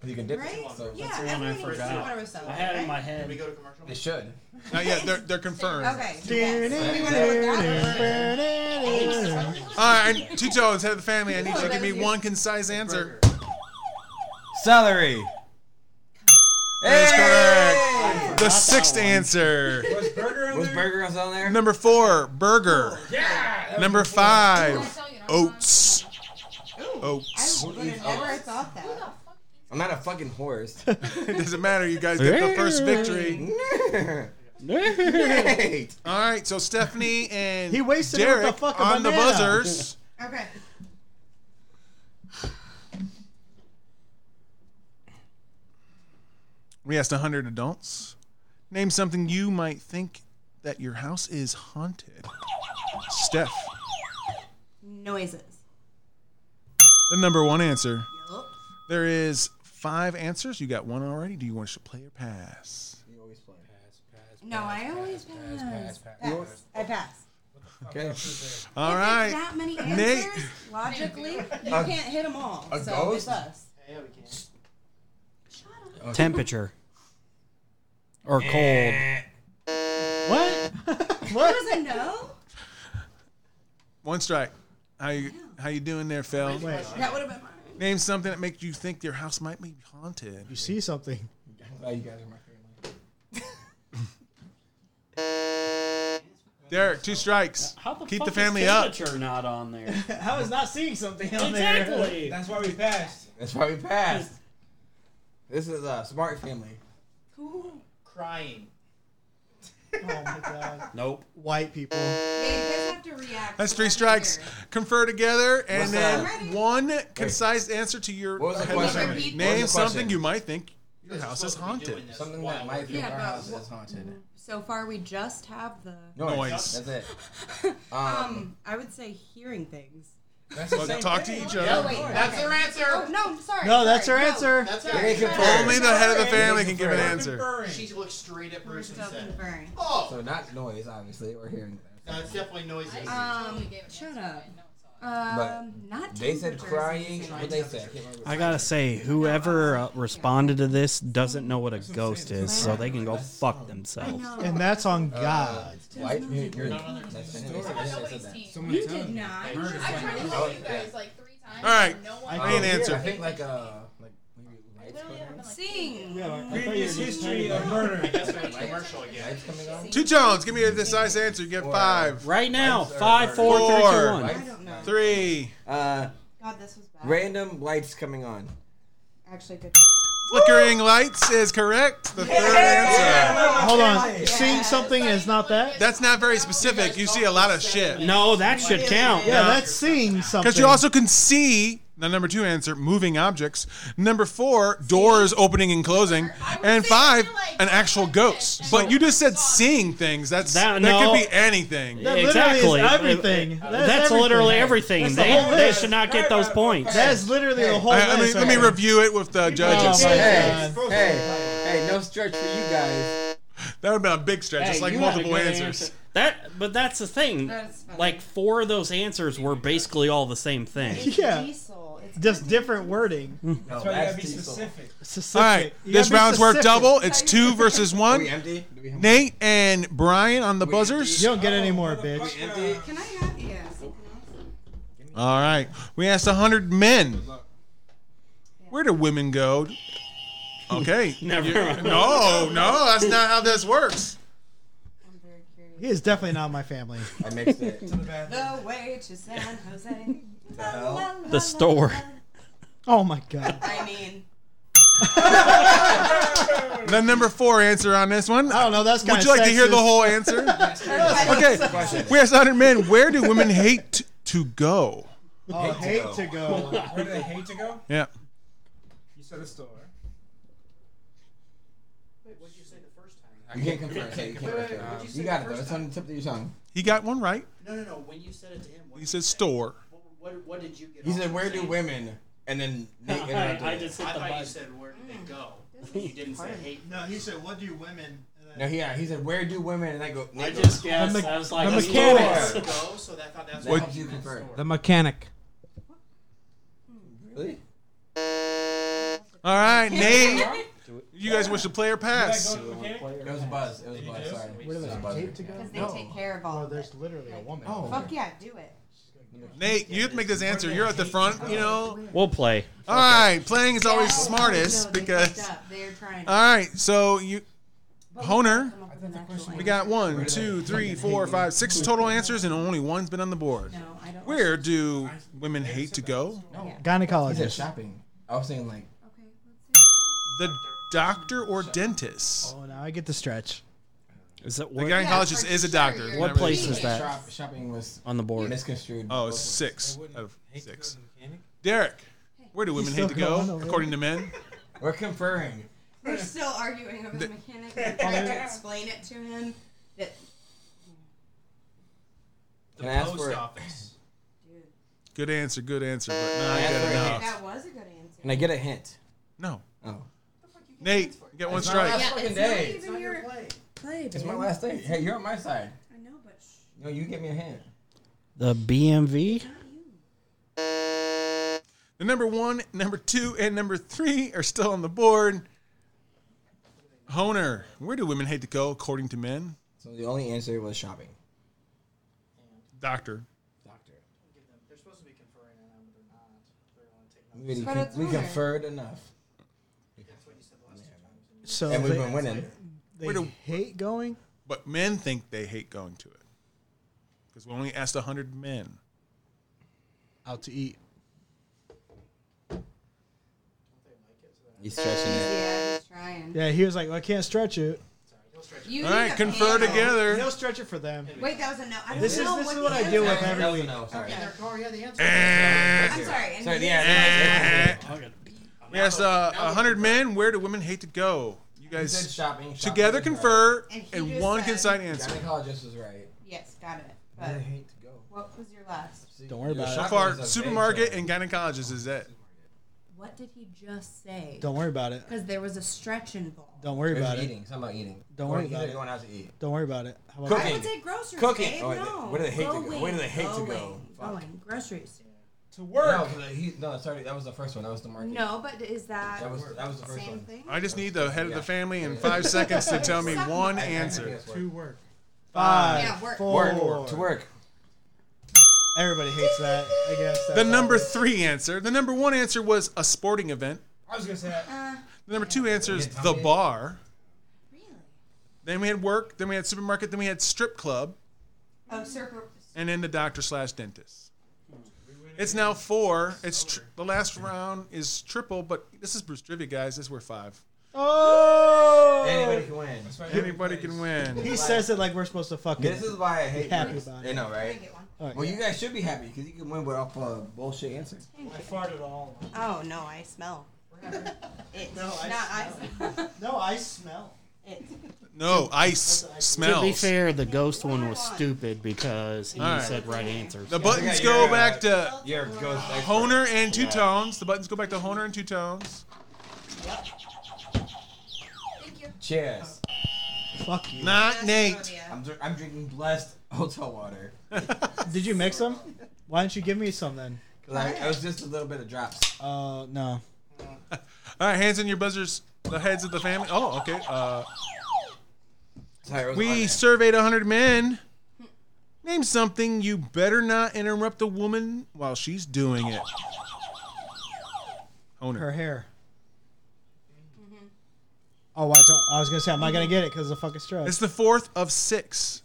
S1: You can dip
S8: Right?
S1: it. So
S8: Yeah,
S6: the one I
S8: everyone needs
S6: forgot.
S8: peanut butter with celery,
S6: I had it in
S8: right?
S6: my
S4: Can we
S6: head.
S4: go to commercial?
S1: it should.
S2: Not yet. They're, they're confirmed.
S8: Okay. yes. We went over that one.
S2: All right, two tones, head of the family. I need you to give me one concise answer.
S1: Celery.
S2: That's correct. The sixth answer.
S1: Was burger on there?
S2: Number four, burger. Number five, oats. Oats.
S8: I would have never thought that.
S1: I'm not a fucking horse.
S2: [LAUGHS] It doesn't matter. You guys get the first
S1: [LAUGHS]
S2: victory.
S1: Nate.
S2: [LAUGHS] All right, so Stephanie and
S3: He wasted it with
S2: Derek
S3: the fucking
S2: on the
S3: banana.
S2: buzzers.
S8: Okay.
S2: We asked 100 adults. Name something you might think that your house is haunted. Steph,
S8: Noises.
S2: the number one answer.
S8: Yup.
S2: There is five answers. You got one already. Do you want to play or pass?
S8: No, I always pass. Pass. I pass.
S1: Okay.
S2: All
S8: If it's
S2: right.
S8: That many
S2: Nate.
S8: answers. Logically, you can't hit them all.
S1: a
S8: So
S1: ghost?
S8: it's us.
S4: Yeah, we can.
S6: Temperature. Or cold.
S1: Eh.
S7: What?
S8: That was a no.
S2: One strike. How you how you doing there, Phil?
S8: That would have been mine.
S2: Name something that makes you think your house might be haunted.
S3: You see something.
S1: Oh, you guys are my family.
S2: Derek, two strikes. Keep the family up.
S6: Temperature not on
S3: [LAUGHS]
S6: there.
S3: How is not seeing something on
S6: exactly.
S9: That's why we passed.
S1: [LAUGHS] That's why we passed. This is a smart family.
S8: Cool. [LAUGHS]
S4: Crying.
S3: Oh my god.
S6: Nope.
S3: White people.
S8: Yeah, you guys have to react.
S2: That's three
S8: Have to
S2: strikes.
S8: hear.
S2: Confer together and
S1: What's
S2: then
S1: that?
S2: one concise answer to your
S1: What was the
S2: head of
S1: question?
S2: family.
S8: Repeat.
S2: Name
S1: What was the question?
S2: something you might think your house is haunted.
S1: Something that might think
S8: Yeah,
S1: our
S8: but
S1: house
S8: wha-
S1: is haunted.
S8: So far, we just have the.
S2: Noise.
S1: That's it. Um,
S8: Um, I would say hearing things.
S1: that's
S2: Well,
S1: the same
S2: talk
S1: thing.
S2: to each other.
S8: wait,
S4: That's
S8: okay.
S4: their answer.
S8: Oh, no, sorry.
S3: No, that's her
S8: sorry, no.
S3: answer.
S4: That's
S1: It ain't
S4: it.
S1: confirmed.
S2: Only the head of the family
S1: Sorry.
S2: can give an answer.
S4: She looked straight at
S8: We're
S4: Bruce and
S8: still
S4: said,
S8: conferring.
S4: "Oh,
S1: So not noise, obviously. We're hearing
S4: no, it's definitely noises."
S8: Um, shut up.
S1: But
S8: Um, not
S1: They said
S8: temperatures.
S1: crying. What they said? I can't remember.
S6: I gotta say, whoever uh, responded to this doesn't know what a ghost is, so they can go fuck
S8: I
S6: themselves.
S8: know.
S3: And that's on
S2: Uh,
S1: Uh,
S3: God.
S1: Why? You're, you're, that's the story.
S3: [LAUGHS]
S8: You did not.
S1: Oh,
S10: I tried to tell you guys like three times.
S2: All right.
S10: No
S2: I
S10: one.
S2: need an
S1: here, Oh, I
S2: answer.
S1: think like uh, like
S8: Sing.
S10: Previous history of murder.
S4: I guess we're in commercial again.
S2: Two tones. Give me a decisive answer. You get five.
S6: Right
S1: now. Five, four, three, two, one. I don't know.
S2: Three.
S1: Uh,
S8: God, this was bad.
S1: Random lights coming on.
S8: Actually, good.
S2: Flickering lights is correct. The third answer.
S7: Hold on. Seeing something is not that.
S2: That's not very specific. You see a lot of shit.
S6: No, that should count.
S7: Yeah, that's seeing something.
S2: Because you also can see the number two answer, moving objects. Number four, doors opening and closing. And five, an actual ghost. But you just said seeing things. That's that,
S6: That-
S2: could
S6: no.
S2: be anything.
S7: That
S6: exactly.
S7: literally is everything. That is
S6: That's literally
S7: everything.
S6: everything.
S7: That's the
S6: they,
S7: whole
S6: they
S7: list.
S6: should not get those points.
S7: That is literally the whole
S2: I- I mean,
S7: list.
S2: let me review it with the judges.
S7: my
S1: Hey,
S7: God.
S1: hey, hey, no stretch for you guys.
S2: That would have been a big stretch. It's
S4: Hey,
S2: like
S4: you had a
S2: multiple
S4: good
S2: answers.
S4: answer.
S6: That, but that's the thing.
S8: That's funny.
S6: Like four of those answers were basically all the
S4: [LAUGHS]
S6: same thing.
S7: Yeah.
S8: Diesel. It's
S7: Just different wording.
S10: That's why you gotta be specific.
S7: Specific.
S2: All right,
S7: You
S2: this
S7: gotta be
S2: round's worth
S7: specific.
S2: double. It's two versus
S1: Are
S2: one.
S1: we empty? Do we have
S2: Nate and Brian on the buzzers.
S7: You don't get any more, bitch.
S1: empty?
S8: Can I have yeah?
S2: All right, we asked hundred men. Where do women go? Okay.
S6: [LAUGHS] Never mind.
S2: No, no, that's not how this works.
S8: I'm very curious.
S7: He is definitely not my family.
S1: I mixed it.
S8: The way to San Jose.
S1: [LAUGHS]
S8: La,
S1: hell?
S8: la, la,
S6: [LAUGHS] The store.
S8: la, la.
S7: Oh my god.
S8: I mean,
S2: The number four answer on this one.
S7: I don't know. That's kind
S2: Would you like to hear the whole
S7: [LAUGHS]
S2: answer? okay. We asked hundred men. Where do women hate to go?
S7: Oh, hate [LAUGHS]
S2: [LAUGHS]
S7: to go.
S10: Where do they hate to go?
S2: Yeah.
S10: You said a store.
S1: You can't confirm. so You, can't confirm. you got it though. It's on the tip of your tongue.
S2: He got one right.
S12: No, no, no. When you said it to him, what,
S2: He says store.
S12: what, what, what did you get?
S1: He
S12: off
S1: said,
S12: of
S1: "Where do
S12: saying-
S1: women?" And then Nate interrupted.
S6: [LAUGHS] I
S1: it.
S6: just hit
S12: I
S6: the
S12: thought you
S6: button.
S12: said where did they go? You didn't say hate.
S7: No, he said, "What do you women?"
S1: No, he, yeah, he said, "Where do women?" And I go, Nate
S6: I
S1: goes,
S6: just guessed.
S5: The me-
S6: I was like,
S5: the
S6: "That's
S5: mechanics.
S6: yours."
S12: Go. So that thought that's
S1: That
S2: What-
S1: helps you confirm.
S5: The mechanic.
S1: Really?
S2: All
S8: [LAUGHS]
S2: right, Nate. You guys wish to play or pass?
S10: Did I go to the mechanic?
S1: It was a buzz. It was a buzz. Sorry. It was a buzz.
S7: Hate to go.
S8: because they take care of all.
S7: Oh,
S8: of it.
S7: there's literally a woman.
S1: Oh.
S8: Fuck yeah, do it.
S2: Nate, you have to make this answer. You're at the front, you know.
S6: We'll play.
S2: All right, playing is always
S8: Yeah.
S2: smartest
S8: No, they
S2: because.
S8: fucked up. they're trying.
S2: All right, so you
S8: But we
S2: Honer.
S8: come up with an actual
S2: we
S8: answer.
S2: got one, two, three, four, five, six total answers, and only one's been on the board.
S8: No, I don't.
S2: Where do women hate to go?
S1: He said
S7: Gynecologist.
S1: shopping. I was saying like,
S8: Okay, let's see.
S2: The doctor or dentist?
S7: Oh, now I get the stretch.
S6: Is that
S2: The
S6: what,
S2: gynecologist
S8: for
S2: is a
S8: sure,
S2: doctor.
S8: you're-
S2: Not
S6: what
S2: really-
S6: place is that
S1: shop, shopping was
S6: on the board?
S1: misconstrued.
S2: Oh, it's six out of six.
S10: mechanic?
S2: Derek, where do women
S7: still
S2: hate to go?
S7: going?
S2: According to men,
S1: We're conferring.
S8: We're still arguing over the mechanic. I'm trying to explain it to him that
S1: Can I ask for?
S12: Post office.
S8: dude,
S2: good answer, good answer, but not good
S8: that,
S2: enough.
S8: was a good
S1: Can
S8: answer.
S1: I get a hint?
S2: No,
S1: Oh,
S2: Nate, [LAUGHS] get one
S1: It's not
S2: strike.
S1: allowed.
S8: Yeah,
S1: Fucking
S8: it's
S1: day.
S8: not even your play,
S1: it's
S8: dude.
S1: my last day. Hey, you're on my side.
S8: I know, but shh.
S1: No, you give me a hint.
S6: The BMV.
S2: The number one, number two, and number three are still on the board. Honer, where do women hate to go according to men?
S1: So the only answer was shopping.
S2: Doctor.
S1: Doctor.
S12: Give them- They're supposed to be conferring on them, but they're not. They're only taking
S1: We,
S8: But
S1: con-
S8: it's
S1: we
S8: honor.
S1: conferred enough,
S12: That's what you said last time.
S7: So
S1: and we've
S7: they,
S1: been winning.
S7: they
S2: Wait a-
S7: hate going.
S2: But men think they hate going to it. Because we only asked 100 men.
S7: Out to eat.
S1: He's stretching it.
S8: Yeah, he's trying.
S7: Yeah, he was like, well, "I can't stretch it."
S8: You
S2: All
S8: need
S2: right,
S8: a
S2: confer
S8: panel.
S2: together.
S7: He'll stretch it for them.
S8: Wait, that was a no. I don't
S7: This is
S8: know
S7: this
S8: what
S7: is what
S8: the
S7: I
S8: answer
S7: deal with every
S1: That was a
S7: week.
S1: no. Sorry.
S12: Their car, yeah, the answer.
S2: Eh.
S8: I'm sorry. And
S1: Sorry.
S8: he- eh.
S1: Yeah.
S2: We asked uh, 100 men, where do women hate to go? You
S1: He said
S2: guys
S1: shopping. shopping
S2: together
S1: was right.
S2: confer,
S8: And he
S2: and
S8: just
S2: one
S8: said-
S2: concise answer.
S1: Gynecologist was right.
S8: Yes, got it. But
S1: I hate to go.
S8: what was your last?
S1: Don't
S7: worry about it.
S2: So far, supermarket and gynecologist is it.
S8: What did he just say?
S7: Don't worry about it.
S8: Because there was a stretch involved.
S7: Don't worry about it.
S1: eating. Something about eating.
S7: Don't worry
S1: Going- he
S7: about
S1: said
S7: it.
S1: Going out to eat.
S7: Don't worry about it. How about
S1: Cooking.
S8: I would say groceries.
S1: Cooking.
S8: Babe,
S1: Oh, wait,
S8: no.
S1: where do they hate to go?
S8: going,
S1: Where do they hate to go?
S8: going,
S1: Fuck.
S8: Going. Groceries.
S10: To work.
S1: No, 'cause he, no, sorry, that was the first one. That was the market.
S8: No, but is that,
S1: That was that was the first
S8: same
S1: one.
S8: thing?
S2: I just need the head of the family in five seconds to tell
S8: [LAUGHS]
S2: me one answer.
S10: To work.
S7: Five,
S8: Yeah, work.
S7: four.
S1: Work to work.
S7: Everybody hates that. I guess.
S2: The
S7: that's
S2: number
S7: obvious.
S2: three answer. The number one answer was a sporting event.
S10: I was gonna say that.
S8: Uh.
S2: The number two answer is the bar. Then we had work. Then we had supermarket. Then we had strip club,
S8: Oh, circle.
S2: and then the doctor slash dentist. It's now four. It's tr- the last round is triple, but this is Bruce Trivia, guys. This we're five.
S3: Oh!
S9: Anybody can win.
S2: Anybody can win.
S3: He says it like
S2: [LAUGHS]
S3: we're supposed to fucking.
S1: This is why I hate
S3: be happy
S1: this.
S3: about
S1: I
S3: it.
S1: know, right?
S3: Alright.
S1: Well, you guys should be happy because you can win with off a bullshit answer.
S10: I farted all.
S8: Oh no, I
S3: [LAUGHS]
S8: smell. it.
S3: No, I
S8: not I.
S3: No, I smell.
S8: It.
S3: [LAUGHS]
S2: No, ice smells.
S6: To be fair, the ghost one was stupid because he
S2: All right.
S6: said right answers.
S2: The buttons go back to Honer and Two Tones. The buttons go back to Honer and Two Tones.
S1: Cheers.
S3: Fuck you.
S2: Not Nate.
S1: I'm, dr- I'm drinking blessed hotel water. [LAUGHS]
S3: Did you mix them? Why don't you give me some then?
S1: 'Cause I, I was just a little bit of drops.
S3: Uh, no.
S9: [LAUGHS]
S2: All right, hands in your buzzers. The heads of the family. Oh, okay. Uh,
S1: Tyrone's on
S2: we
S1: there.
S2: surveyed 100 men. Name something you better not interrupt a woman while she's doing it. Honer.
S3: Her hair. Mm-hmm. Oh, I, don't- I was gonna say, am I gonna get it because of the fucking stroke?
S2: It's the fourth of six.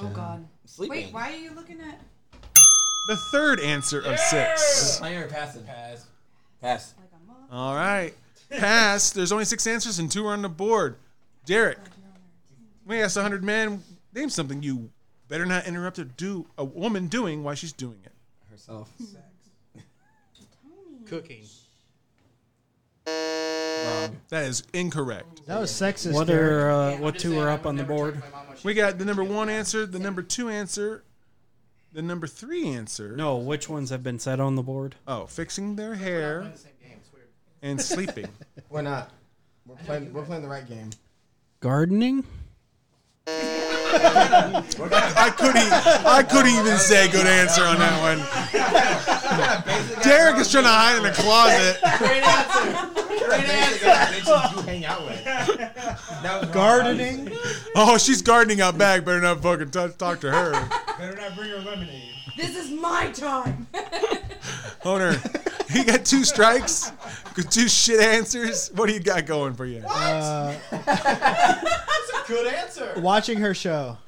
S8: Oh God. Wait, why are you looking at?
S2: The third answer of six.
S1: Playing or passing? Pass. Pass.
S2: All right. Pass. There's only six answers and two are on the board. Derek, we asked 100 men, name something you better not interrupt or do a woman doing while she's doing it.
S1: Herself.
S6: Cooking.
S2: That is incorrect.
S3: That was sexist.
S6: What
S3: Derek.
S6: are uh, what two are up on the board?
S2: We got the number one answer, the number two answer, the number three answer.
S6: No, which ones have been set on the board?
S2: Oh, fixing their hair and sleeping.
S13: We're not. We're playing. We're playing the right
S8: [LAUGHS]
S13: game.
S6: Gardening.
S2: I couldn't. e, I couldn't even say good answer on that one. Derek is trying to hide in a closet.
S9: Great answer. Great answer. Bitches you hang out with. That was
S3: Gardening.
S2: Oh, she's gardening out back. Better not fucking touch, talk to her.
S10: Better not bring her lemonade.
S8: This is my
S5: [LAUGHS]
S8: time.
S2: Owner, he got two strikes, got two shit answers. What do you got going for you?
S3: Uh,
S10: Good answer.
S3: watching her show.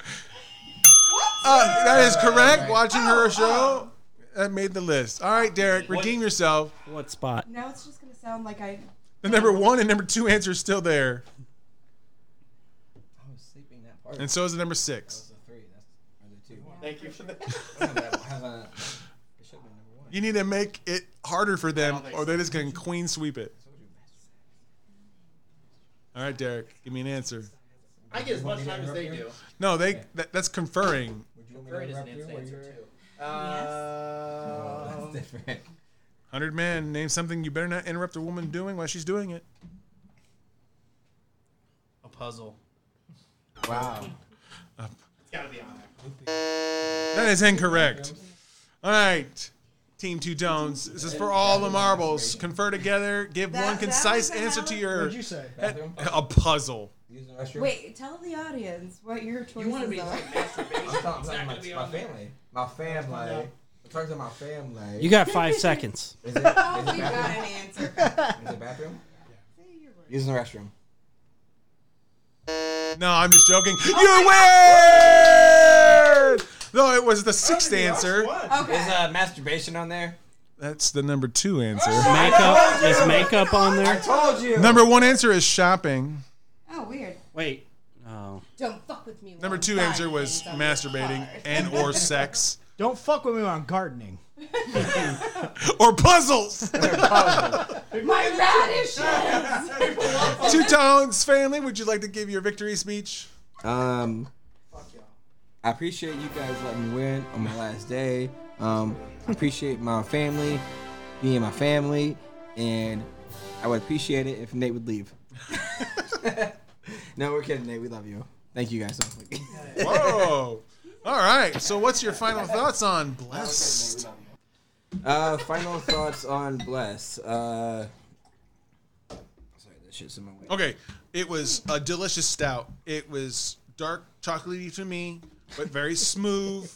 S2: Uh, that is correct. Watching her show, that made the list. All right, Derek, redeem yourself.
S6: What spot?
S8: Now it's just gonna sound like I.
S2: The number one and number two answer is still there,
S1: I was sleeping that part.
S2: and so is the number six.
S1: the three. That's or the two.
S4: Thank you for that.
S1: It should have been number one.
S2: You need to make it harder for them, or they're just going to queen sweep it. All right, Derek, give me an answer.
S4: I get as much time as they do.
S2: No, they that, that's conferring.
S4: Very doesn't
S1: interrupt you
S4: answer too.
S1: [LAUGHS] That's
S4: Uh,
S1: different.
S2: Hundred man, name something you better not interrupt a woman doing while she's doing it.
S7: A puzzle.
S1: Wow.
S2: Uh,
S4: it's gotta be on there.
S2: That is incorrect. All right. Team Two Tones. This is for all the marbles. Confer together. Give
S8: That-
S2: one
S8: that
S2: concise
S8: was a
S2: answer to
S8: valid-
S2: your
S3: What'd you say?
S2: a puzzle.
S1: Using the restroom.
S8: Wait, tell the audience what your choices
S4: wanna be
S8: are.
S1: I'm talking, I'm talking my, my family. My family. I'm talking to my family.
S6: You got five seconds.
S1: Is it, is it
S8: oh, we got
S1: bathroom?
S8: an answer.
S1: Is it bathroom? Using the restroom.
S2: No, I'm just joking.
S8: Oh
S2: you win. Though it was the sixth answer.
S1: Is uh, masturbation on there?
S2: That's the number two answer.
S8: Oh,
S6: Makeup is makeup on
S1: I
S6: there.
S1: told you.
S2: Number one answer is shopping.
S8: [LAUGHS] Oh, weird.
S6: Wait. Oh.
S8: Don't fuck with me.
S2: Number
S8: while
S2: two
S8: I'm
S2: answer was
S8: buying things on the
S2: masturbating
S8: card.
S2: and
S8: [LAUGHS]
S2: or sex
S3: Don't fuck with me on gardening.
S2: or puzzles.
S8: My
S3: [LAUGHS]
S8: radishes.
S2: Two Tones family, would you like to give your victory speech?
S1: Um, I appreciate you guys letting me win on my last day. Um, I appreciate my family, me and my family, and I would appreciate it if Nate would leave. no, we're kidding, Nate. We love you. Thank you guys so much.
S2: [LAUGHS] Whoa. All right. So, what's your final thoughts on Blessed?
S1: Uh, final thoughts on Bless. Uh, sorry, that shit's in my way.
S2: Okay. It was a delicious stout. It was dark chocolatey to me, but very smooth.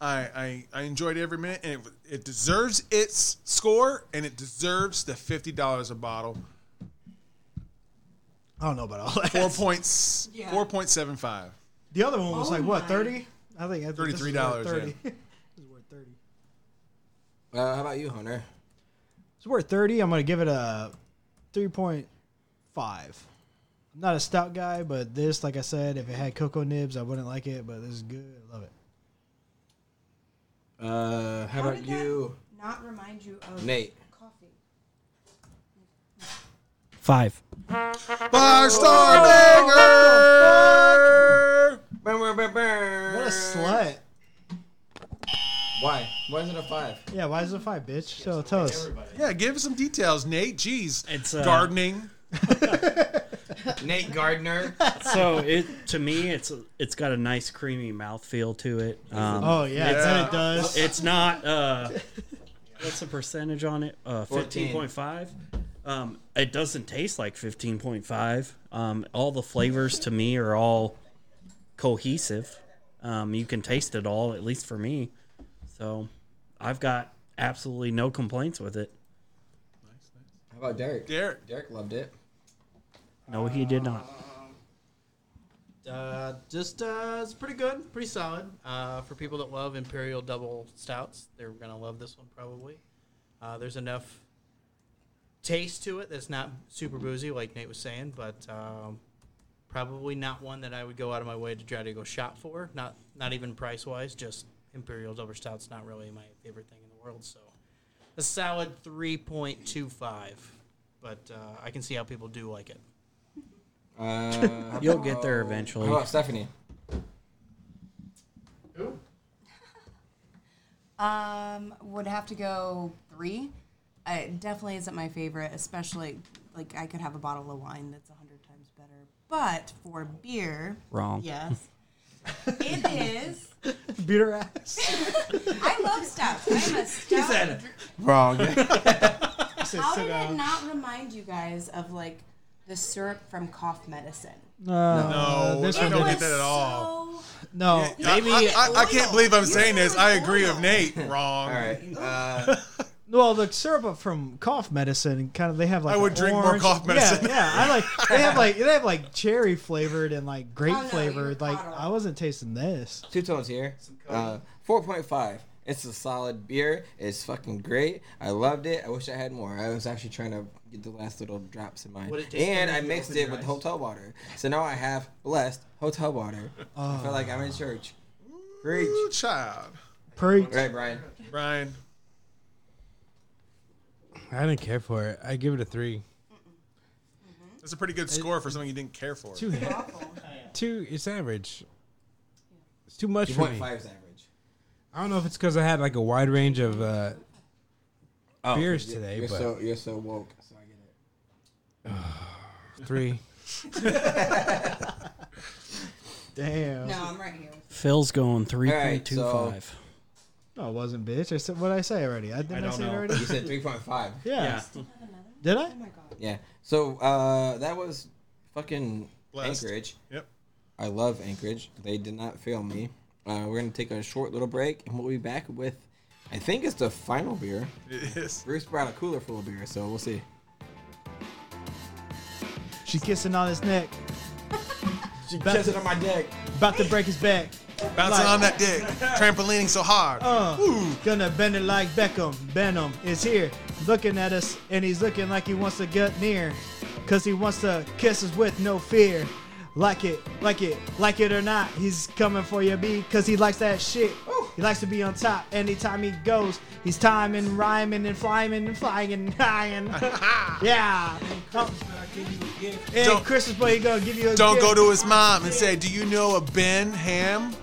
S2: I, I, I enjoyed every minute, and it, it deserves its score, and it deserves the fifty dollars a bottle.
S3: I don't know about all that.
S2: Four points, four point seven five.
S3: The other one was like
S9: Oh
S3: what, thirty? I think I think this is worth
S2: $33, yeah.
S3: Thirty.
S1: Uh, how about you, Hunter?
S3: It's worth thirty. I'm gonna give it a three point five. I'm not a stout guy, but this, like I said, if it had cocoa nibs, I wouldn't like it. But this is good. I love it.
S1: Uh, how, about
S8: did that
S1: you?
S8: Not remind you of
S1: Nate.
S8: coffee.
S6: Five.
S2: Five star banger.
S1: What
S3: a slut.
S1: Why? Why is it a five?
S3: Yeah, why is it five, bitch? So tell us.
S2: Yeah, give us some details, Nate. Jeez, it's
S6: uh,
S2: gardening.
S1: Nate Gardner.
S6: so it to me it's it's got a nice creamy mouthfeel to it. Um,
S3: Oh, yeah,
S6: it's-
S3: that it does.
S6: It's not uh, what's the percentage on it? Uh,
S1: 14.
S6: fifteen point five. Um, it doesn't taste like fifteen point five. Um, all the flavors to me are all cohesive. Um, you can taste it all, at least for me. So I've got absolutely no complaints with it.
S1: How about Oh, Derek?
S2: Derek.
S1: Derek loved it.
S6: No, he did not.
S7: Uh, just uh, it's pretty good, pretty solid. Uh, for people that love imperial double stouts, they're gonna love this one probably. Uh, there's enough taste to it that's not super boozy, like Nate was saying, but um, probably not one that I would go out of my way to try to go shop for. Not not even price wise, just imperial double stouts. Not really my favorite thing in the world, so a solid three point two five. But uh, I can see how people do like it.
S1: Uh,
S6: You'll get there eventually.
S1: How about Stephanie?
S8: Um, would have to go three. Uh, It definitely isn't my favorite, especially like I could have a bottle of wine that's a hundred times better. But for beer,
S6: Wrong.
S8: Yes, it
S3: [LAUGHS]
S8: is.
S3: Beat her ass.
S8: [LAUGHS] I love stout. I'm a stout. [LAUGHS]
S3: [LAUGHS] Wrong.
S8: How did it not remind you guys of like the syrup from cough medicine?
S2: No,
S3: this
S2: I
S3: one
S2: don't
S3: didn't.
S2: get that at all.
S3: No.
S2: Maybe I, I, I can't believe I'm saying this. I agree with [LAUGHS] Nate. Wrong.
S1: All right.
S2: [LAUGHS]
S1: Uh,
S3: [LAUGHS] Well, the syrup up from cough medicine, kind of they have like
S2: I would
S3: an
S2: drink more
S3: orange-
S2: cough medicine.
S3: Yeah, yeah,
S2: [LAUGHS]
S3: I like they have like they have like cherry flavored and like grape
S8: Oh, no, you
S3: flavored. Like I wasn't tasting this.
S1: Two tones here. Uh, 4.5. It's a solid beer. It's fucking great. I loved it. I wish I had more. I was actually trying to get the last little drops in mine.
S9: Would it taste
S1: And
S9: better
S1: I
S9: if you
S1: mixed
S9: opened
S1: it
S9: your
S1: with
S9: eyes?
S1: hotel water. So now I have blessed hotel water. I feel like I'm in church. Preach.
S2: Ooh, child.
S3: Preach.
S1: Right, Brian.
S2: Brian.
S9: I didn't care for it. I give it a three.
S2: That's a pretty good score for something you didn't care for.
S9: Too Two. It's average. It's too much for me.
S1: 2.5 is average.
S9: I don't know if it's because I had like a wide range of uh,
S5: Oh.
S9: beers today,
S1: You're
S9: but
S1: Oh, so, you're so woke. So I get it.
S9: three.
S3: Damn.
S8: No, I'm right here.
S6: Phil's going three point
S1: Alright,
S6: two
S1: so-
S6: five.
S3: No, I wasn't, bitch. I said what I say already. I didn't I,
S6: don't
S3: say it
S6: know.
S3: already.
S1: You said 3.5.
S3: [LAUGHS] Yeah.
S6: Yeah.
S3: Did
S8: Oh
S3: I?
S1: Yeah. So uh, that was fucking
S2: Blessed.
S1: Anchorage.
S2: Yep.
S1: I love Anchorage. They did not fail me. Uh, we're gonna take a short little break, and we'll be back with, I think it's the final beer.
S2: It is.
S1: Bruce brought a cooler full of beer, so we'll see.
S3: She kissing on his neck,
S1: She
S3: Best-
S1: kissed it on my dick.
S3: about to break his back.
S2: Bouncing
S3: Like-
S2: on that dick. Trampolining so hard.
S3: Uh, gonna bend it like Beckham. Benham is here, looking at us, and he's looking like he wants to get near. Cause he wants to kiss us with no fear. Like it, like it, like it or not, he's coming for you, B, cause he likes that shit. He likes to be on top anytime he goes. He's timing, rhyming, and flying, and flying, and dying. yeah. Oh, and
S2: Don't-
S3: Christmas boy, he gonna give you a
S2: Don't
S3: gift.
S2: go to his mom and say, "Do you know a Ben Ham?"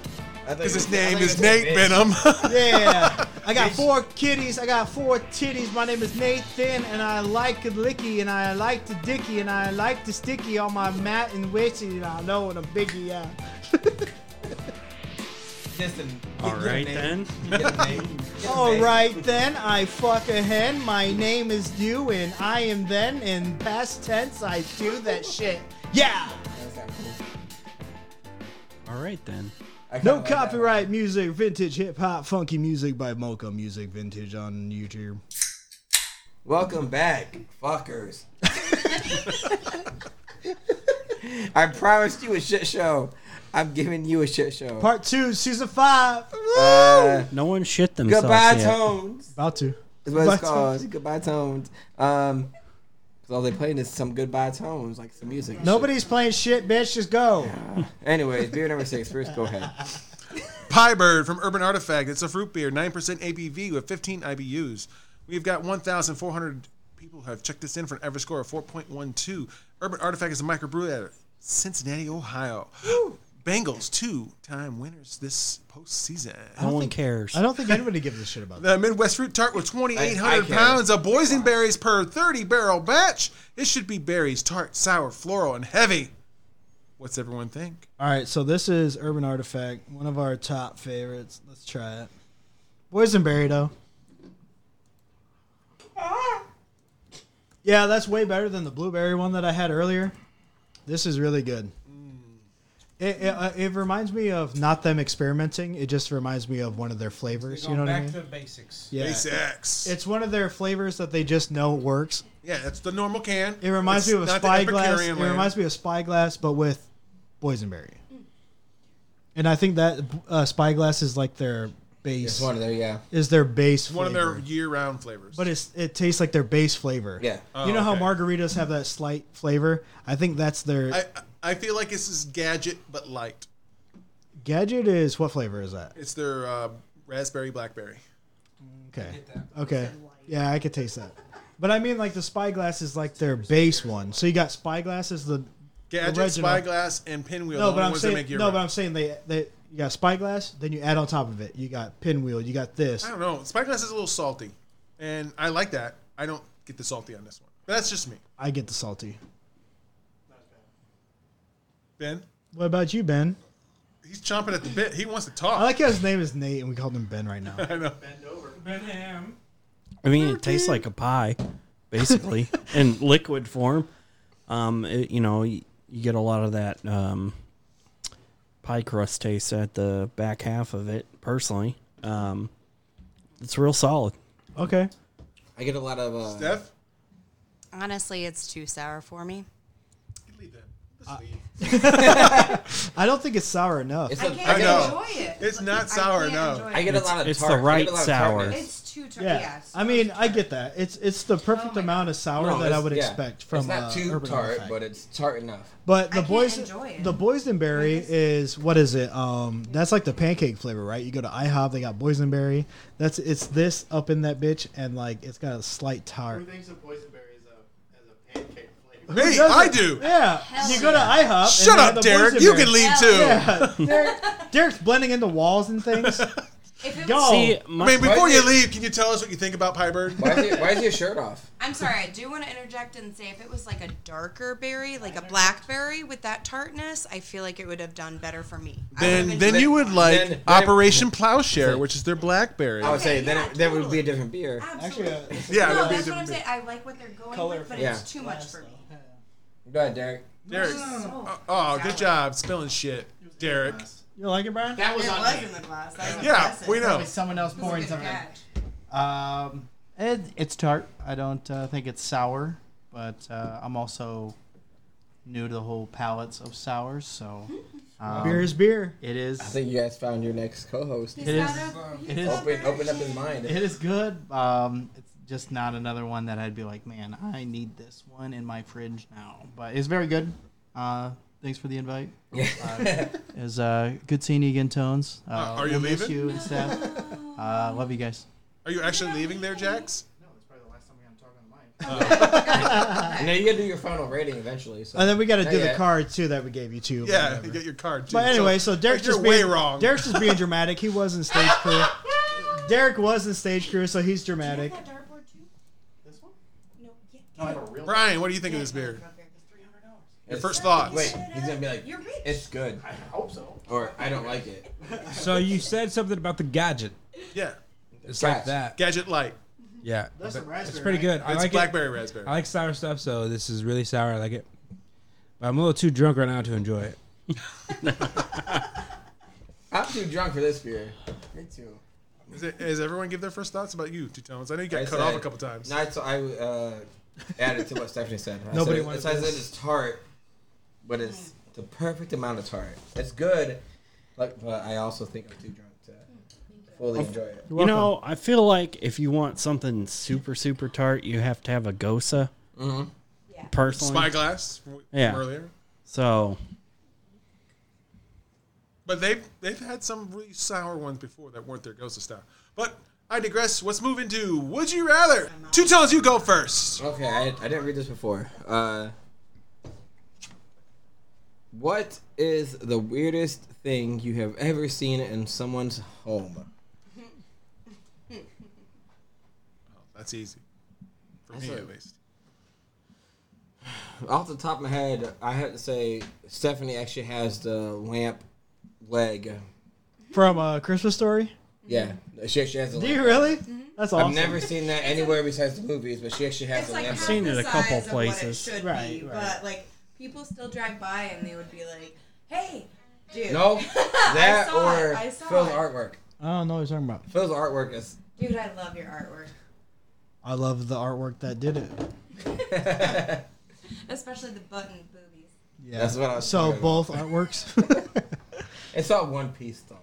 S2: Because his name is Nate
S1: Ben.
S2: Benham.
S3: Yeah. I got four kitties. I got four titties. My name is Nathan, and I like the licky, and I like the dicky, and I like the sticky on my mat and witchy, and I know what a biggie, yeah.
S1: Just an,
S6: All right then.
S1: [LAUGHS]
S3: All right then, I fuck a hen. My name is you, and I am then. In past tense, I do that shit. Yeah.
S6: All right then.
S3: No copyright music, vintage hip hop, funky music by Mocha Music Vintage on YouTube.
S1: Welcome back, fuckers. [LAUGHS] I promised you a shit show. I'm giving you a shit show.
S3: Part two, season five.
S1: Uh,
S6: no one shit themselves.
S1: Goodbye,
S6: yet.
S1: Tones.
S3: About to.
S1: Is what it's
S3: Goodbye,
S1: called.
S3: Tones.
S1: Goodbye, Tones. Um, because all they playing is some goodbye tones, like some music. and
S3: Nobody's playing shit, bitch. Just go.
S1: shit. Anyways, beer number six. First, go
S2: [LAUGHS]
S1: ahead.
S2: Pie Bird from Urban Artifact. It's a fruit beer, 9% ABV with 15 IBUs. We've got 1,400 people who have checked this in for an average score of 4.12. Urban Artifact is a microbrewery out of Cincinnati, Ohio. Bengals, two time winners this postseason.
S6: No one cares.
S3: I don't think anybody gives a shit about that.
S2: [LAUGHS] The Midwest Fruit Tart with
S1: I- I
S2: 2,800
S1: care.
S2: pounds of boysenberries per 30 barrel batch. It should be berries, tart, sour, floral, and heavy. What's everyone think?
S3: All right, so this is Urban Artifact, one of our top favorites. Let's try it. Boysenberry, though. Yeah, that's way better than the blueberry one that I had earlier. This is really good. It, it, uh, it reminds me of not them experimenting. It just reminds me of one of their flavors.
S9: They're
S3: You know
S9: going
S3: what I
S9: back
S3: mean?
S9: to basics.
S3: Yeah.
S2: Basics.
S3: It's one of their flavors that they just know works.
S2: Yeah, that's the normal can.
S3: It reminds
S2: It's
S3: me of a
S2: not the
S3: spyglass. It
S2: Epicurean way.
S3: reminds me of spyglass, but with boysenberry. And I think that uh, spyglass is like their base.
S1: It's one of their yeah.
S3: Is their base
S2: It's one of
S3: flavor.
S2: their year-round flavors.
S3: But it's it tastes like their base flavor.
S1: Yeah.
S2: Oh,
S3: you know
S2: okay.
S3: how margaritas have that slight flavor? I think that's their
S2: I I feel like this is gadget but light.
S3: gadget. Is what flavor is that?
S2: It's their uh, raspberry blackberry.
S3: Okay. Okay. Yeah, I could taste that. But I mean, like the spyglass is like their base one. So you got spyglass is the
S2: Gadget,
S3: original.
S2: spyglass, and pinwheel.
S3: No,
S2: the
S3: but
S2: only
S3: I'm
S2: ones that
S3: saying
S2: make
S3: no,
S2: year
S3: but I'm saying they they you got spyglass, then you add on top of it. You got pinwheel, you got this.
S2: I don't know. Spyglass is a little salty, and I like that. I don't get the salty on this one. But that's just me.
S3: I get the salty.
S2: Ben,
S3: What about you, Ben?
S2: he's chomping at the bit. He wants to talk.
S3: I like how his name is Nate and we called him Ben right
S8: [LAUGHS]
S3: now.
S2: [LAUGHS] I know.
S6: I
S7: Oh,
S6: mean, it tastes like a pie,
S7: [LAUGHS]
S6: basically, in liquid form. Um, it, you know, you, you get a lot of that um, pie crust taste at the back half of it. Personally, um, it's real solid.
S3: Okay.
S1: I get a lot of uh,
S2: Steph.
S8: Honestly, it's too sour for me. Uh, [LAUGHS]
S3: I don't think it's sour enough.
S1: It's a- I
S8: can't
S1: know.
S8: enjoy it.
S2: It's
S8: Like,
S2: not
S8: I
S2: sour
S8: can't
S2: enough.
S8: enjoy
S1: I get a
S6: It's-
S1: lot of
S6: it's the
S1: tart. I get
S6: right
S1: a lot of
S6: sour.
S1: tartness.
S8: It's too tart.
S3: yeah.
S8: Yes. Oh
S3: I mean, I get that. It's it's the perfect amount of sour
S1: No,
S3: that I
S1: it's-
S3: would
S1: yeah.
S3: expect from
S1: It's not
S3: uh,
S1: too
S3: Urban
S1: tart,
S3: Artifact.
S1: but it's tart enough.
S3: But the
S8: can't
S3: boys,
S8: enjoy it.
S3: the boysenberry is what is it? Um, that's like the pancake flavor, right? You go to IHOP, they got boysenberry. That's it's this up in that bitch, and like it's got a slight
S10: Who
S3: tart.
S10: thinks of boysenberry as a, as a pancake flavor?
S2: Hey,
S3: doesn't?
S2: I do.
S3: Yeah, you go to IHOP. and
S2: Shut
S3: they
S2: up,
S3: have the
S2: Derek. You
S3: boysenberry.
S2: can leave
S8: Hell
S2: too.
S3: Yeah, Derek, Derek's blending into walls and
S2: [LAUGHS]
S3: things.
S8: If it
S3: Go.
S8: was,
S6: See,
S2: I
S6: my,
S2: mean, before
S1: Why is
S2: you
S1: it-
S2: leave, can you tell us what you think about Piebird?
S1: Why is, your, why is your shirt off?
S8: I'm sorry, I do want to interject and say if it was like a darker berry, like a blackberry with that tartness, I feel like it would have done better for me. I would
S2: Then,
S8: have
S2: then
S8: enjoyed
S2: you would
S8: it more.
S2: like
S1: Then- then- [LAUGHS]
S2: Operation Plowshare, which is their blackberry.
S1: I would say
S8: Okay,
S1: then
S8: yeah,
S1: it, that would be
S8: totally.
S1: a different beer.
S8: Absolutely.
S2: Yeah, it
S8: no,
S2: would be a
S8: that's what I'm
S2: different.
S8: saying. I like what they're going with, but
S1: Yeah.
S8: it's too much for me.
S1: Go ahead, Derek.
S2: Derek. Oh, oh, good job spilling shit, Derek.
S3: You like it, Brian?
S10: That was
S8: It
S10: on
S8: was
S10: me.
S8: in the glass. That's
S2: Yeah,
S8: impressive.
S2: we know.
S12: Probably someone else
S8: It was a
S12: pouring
S8: good
S12: something.
S8: catch.
S7: Um, it, it's tart. I don't uh, think it's sour, but uh, I'm also new to the whole palettes of sours, so um,
S3: Beer is beer.
S7: It is.
S1: I think you guys found your next co-host.
S8: He's
S7: It is-
S8: got a-
S7: it is-
S8: he's
S1: Open,
S8: got a
S1: open up his
S8: virgin.
S1: mind.
S7: It is good. Um, it's just not another one that I'd be like, man, I need this one in my fridge now. But it's very good. Uh, thanks for
S1: [LAUGHS]
S7: the invite. Uh, it was uh, good seeing you again, Tones. Uh,
S2: Uh, are you
S7: we'll miss
S2: leaving?
S7: you and Steph. Uh, love you guys.
S2: Are you actually leaving there, Jax?
S12: No, it's probably the last time we got to talk on the mic.
S2: Oh. [LAUGHS]
S1: Now you gotta do your final rating eventually. So.
S3: And then we got to
S1: Not
S3: do the
S1: yet.
S3: card too that we gave you too.
S2: Yeah,
S3: whatever.
S2: you get your card. Too.
S3: But anyway, so Derek's
S2: you're [LAUGHS]
S3: just
S2: way
S3: being,
S2: wrong.
S3: Derek's just being dramatic. He was in stage
S8: [LAUGHS]
S3: crew. Derek was in stage crew, so he's
S8: Do you
S3: dramatic.
S8: have that dartboard too?
S12: This one?
S8: No, yeah.
S12: No, I have a real.
S2: Brian, what do you think of this beer?
S12: It's three hundred dollars.
S2: Your
S1: It's-
S2: first thoughts.
S1: Wait, he's gonna be like,
S8: You're rich.
S1: it's good,
S12: I hope so.
S2: [LAUGHS]
S1: or I don't like it.
S5: So you said something about the gadget.
S2: Yeah,
S5: It's
S1: Gas.
S5: like that.
S2: Gadget Light.
S5: Yeah.
S12: That's a raspberry.
S5: It's pretty good. I
S2: It's
S5: like it.
S2: blackberry raspberry.
S5: I like sour stuff, so this is really sour. I like it.
S1: [LAUGHS]
S5: But I'm a little too drunk right now to enjoy it.
S1: I I'm too drunk for this beer. Me too.
S2: Is it, has everyone give their first thoughts about you, Two Tones? I know you got
S1: I
S2: cut off
S1: said-
S2: a couple times.
S1: No, I, so I uh, added to what Stephanie said. I
S2: Nobody
S1: said,
S2: wanted
S1: so I said
S2: this.
S1: it's tart, but it's the perfect amount of tart. It's good, but, but I also think I'm too drunk to fully
S2: Oh,
S1: enjoy it.
S6: You know, I feel like if you want something super super tart, you have to have a gosa.
S7: Mm-hmm.
S1: Mhm.
S6: Personally,
S2: Spyglass from
S6: Yeah.
S2: earlier.
S6: So
S2: But they've they've had some really sour ones before that weren't their ghost of style. But I digress. Let's move into Would You Rather? Two tones, you go first.
S1: Okay, I, I didn't read this before. Uh, what is the weirdest thing you have ever seen in someone's home?
S2: That's easy. For
S1: That's
S2: me
S1: a-
S2: at least.
S1: Off the top of my head, I had to say Stephanie actually has the lamp leg.
S7: From uh, Christmas Story.
S1: Yeah,
S8: Mm-hmm.
S1: she actually has a
S7: Do
S1: lamp.
S7: you really? That's awesome.
S1: I've never seen that anywhere besides the movies, but she actually has
S8: It's
S1: a
S8: like
S1: lamp.
S8: half the size of what it should
S7: Right,
S8: be,
S7: right.
S8: but like people still drive by and they would be like, "Hey, dude."
S1: No, that
S8: [LAUGHS] I saw
S1: or
S8: it, I saw
S1: Phil's
S8: it.
S1: artwork.
S3: I don't know what you're talking about.
S1: Phil's artwork is
S8: Dude, I love your artwork,
S3: I love the artwork that did it.
S8: especially the button boobies.
S3: Yeah.
S1: That's what I was
S3: So
S1: talking [LAUGHS]
S3: both artworks.
S1: It's all one piece though.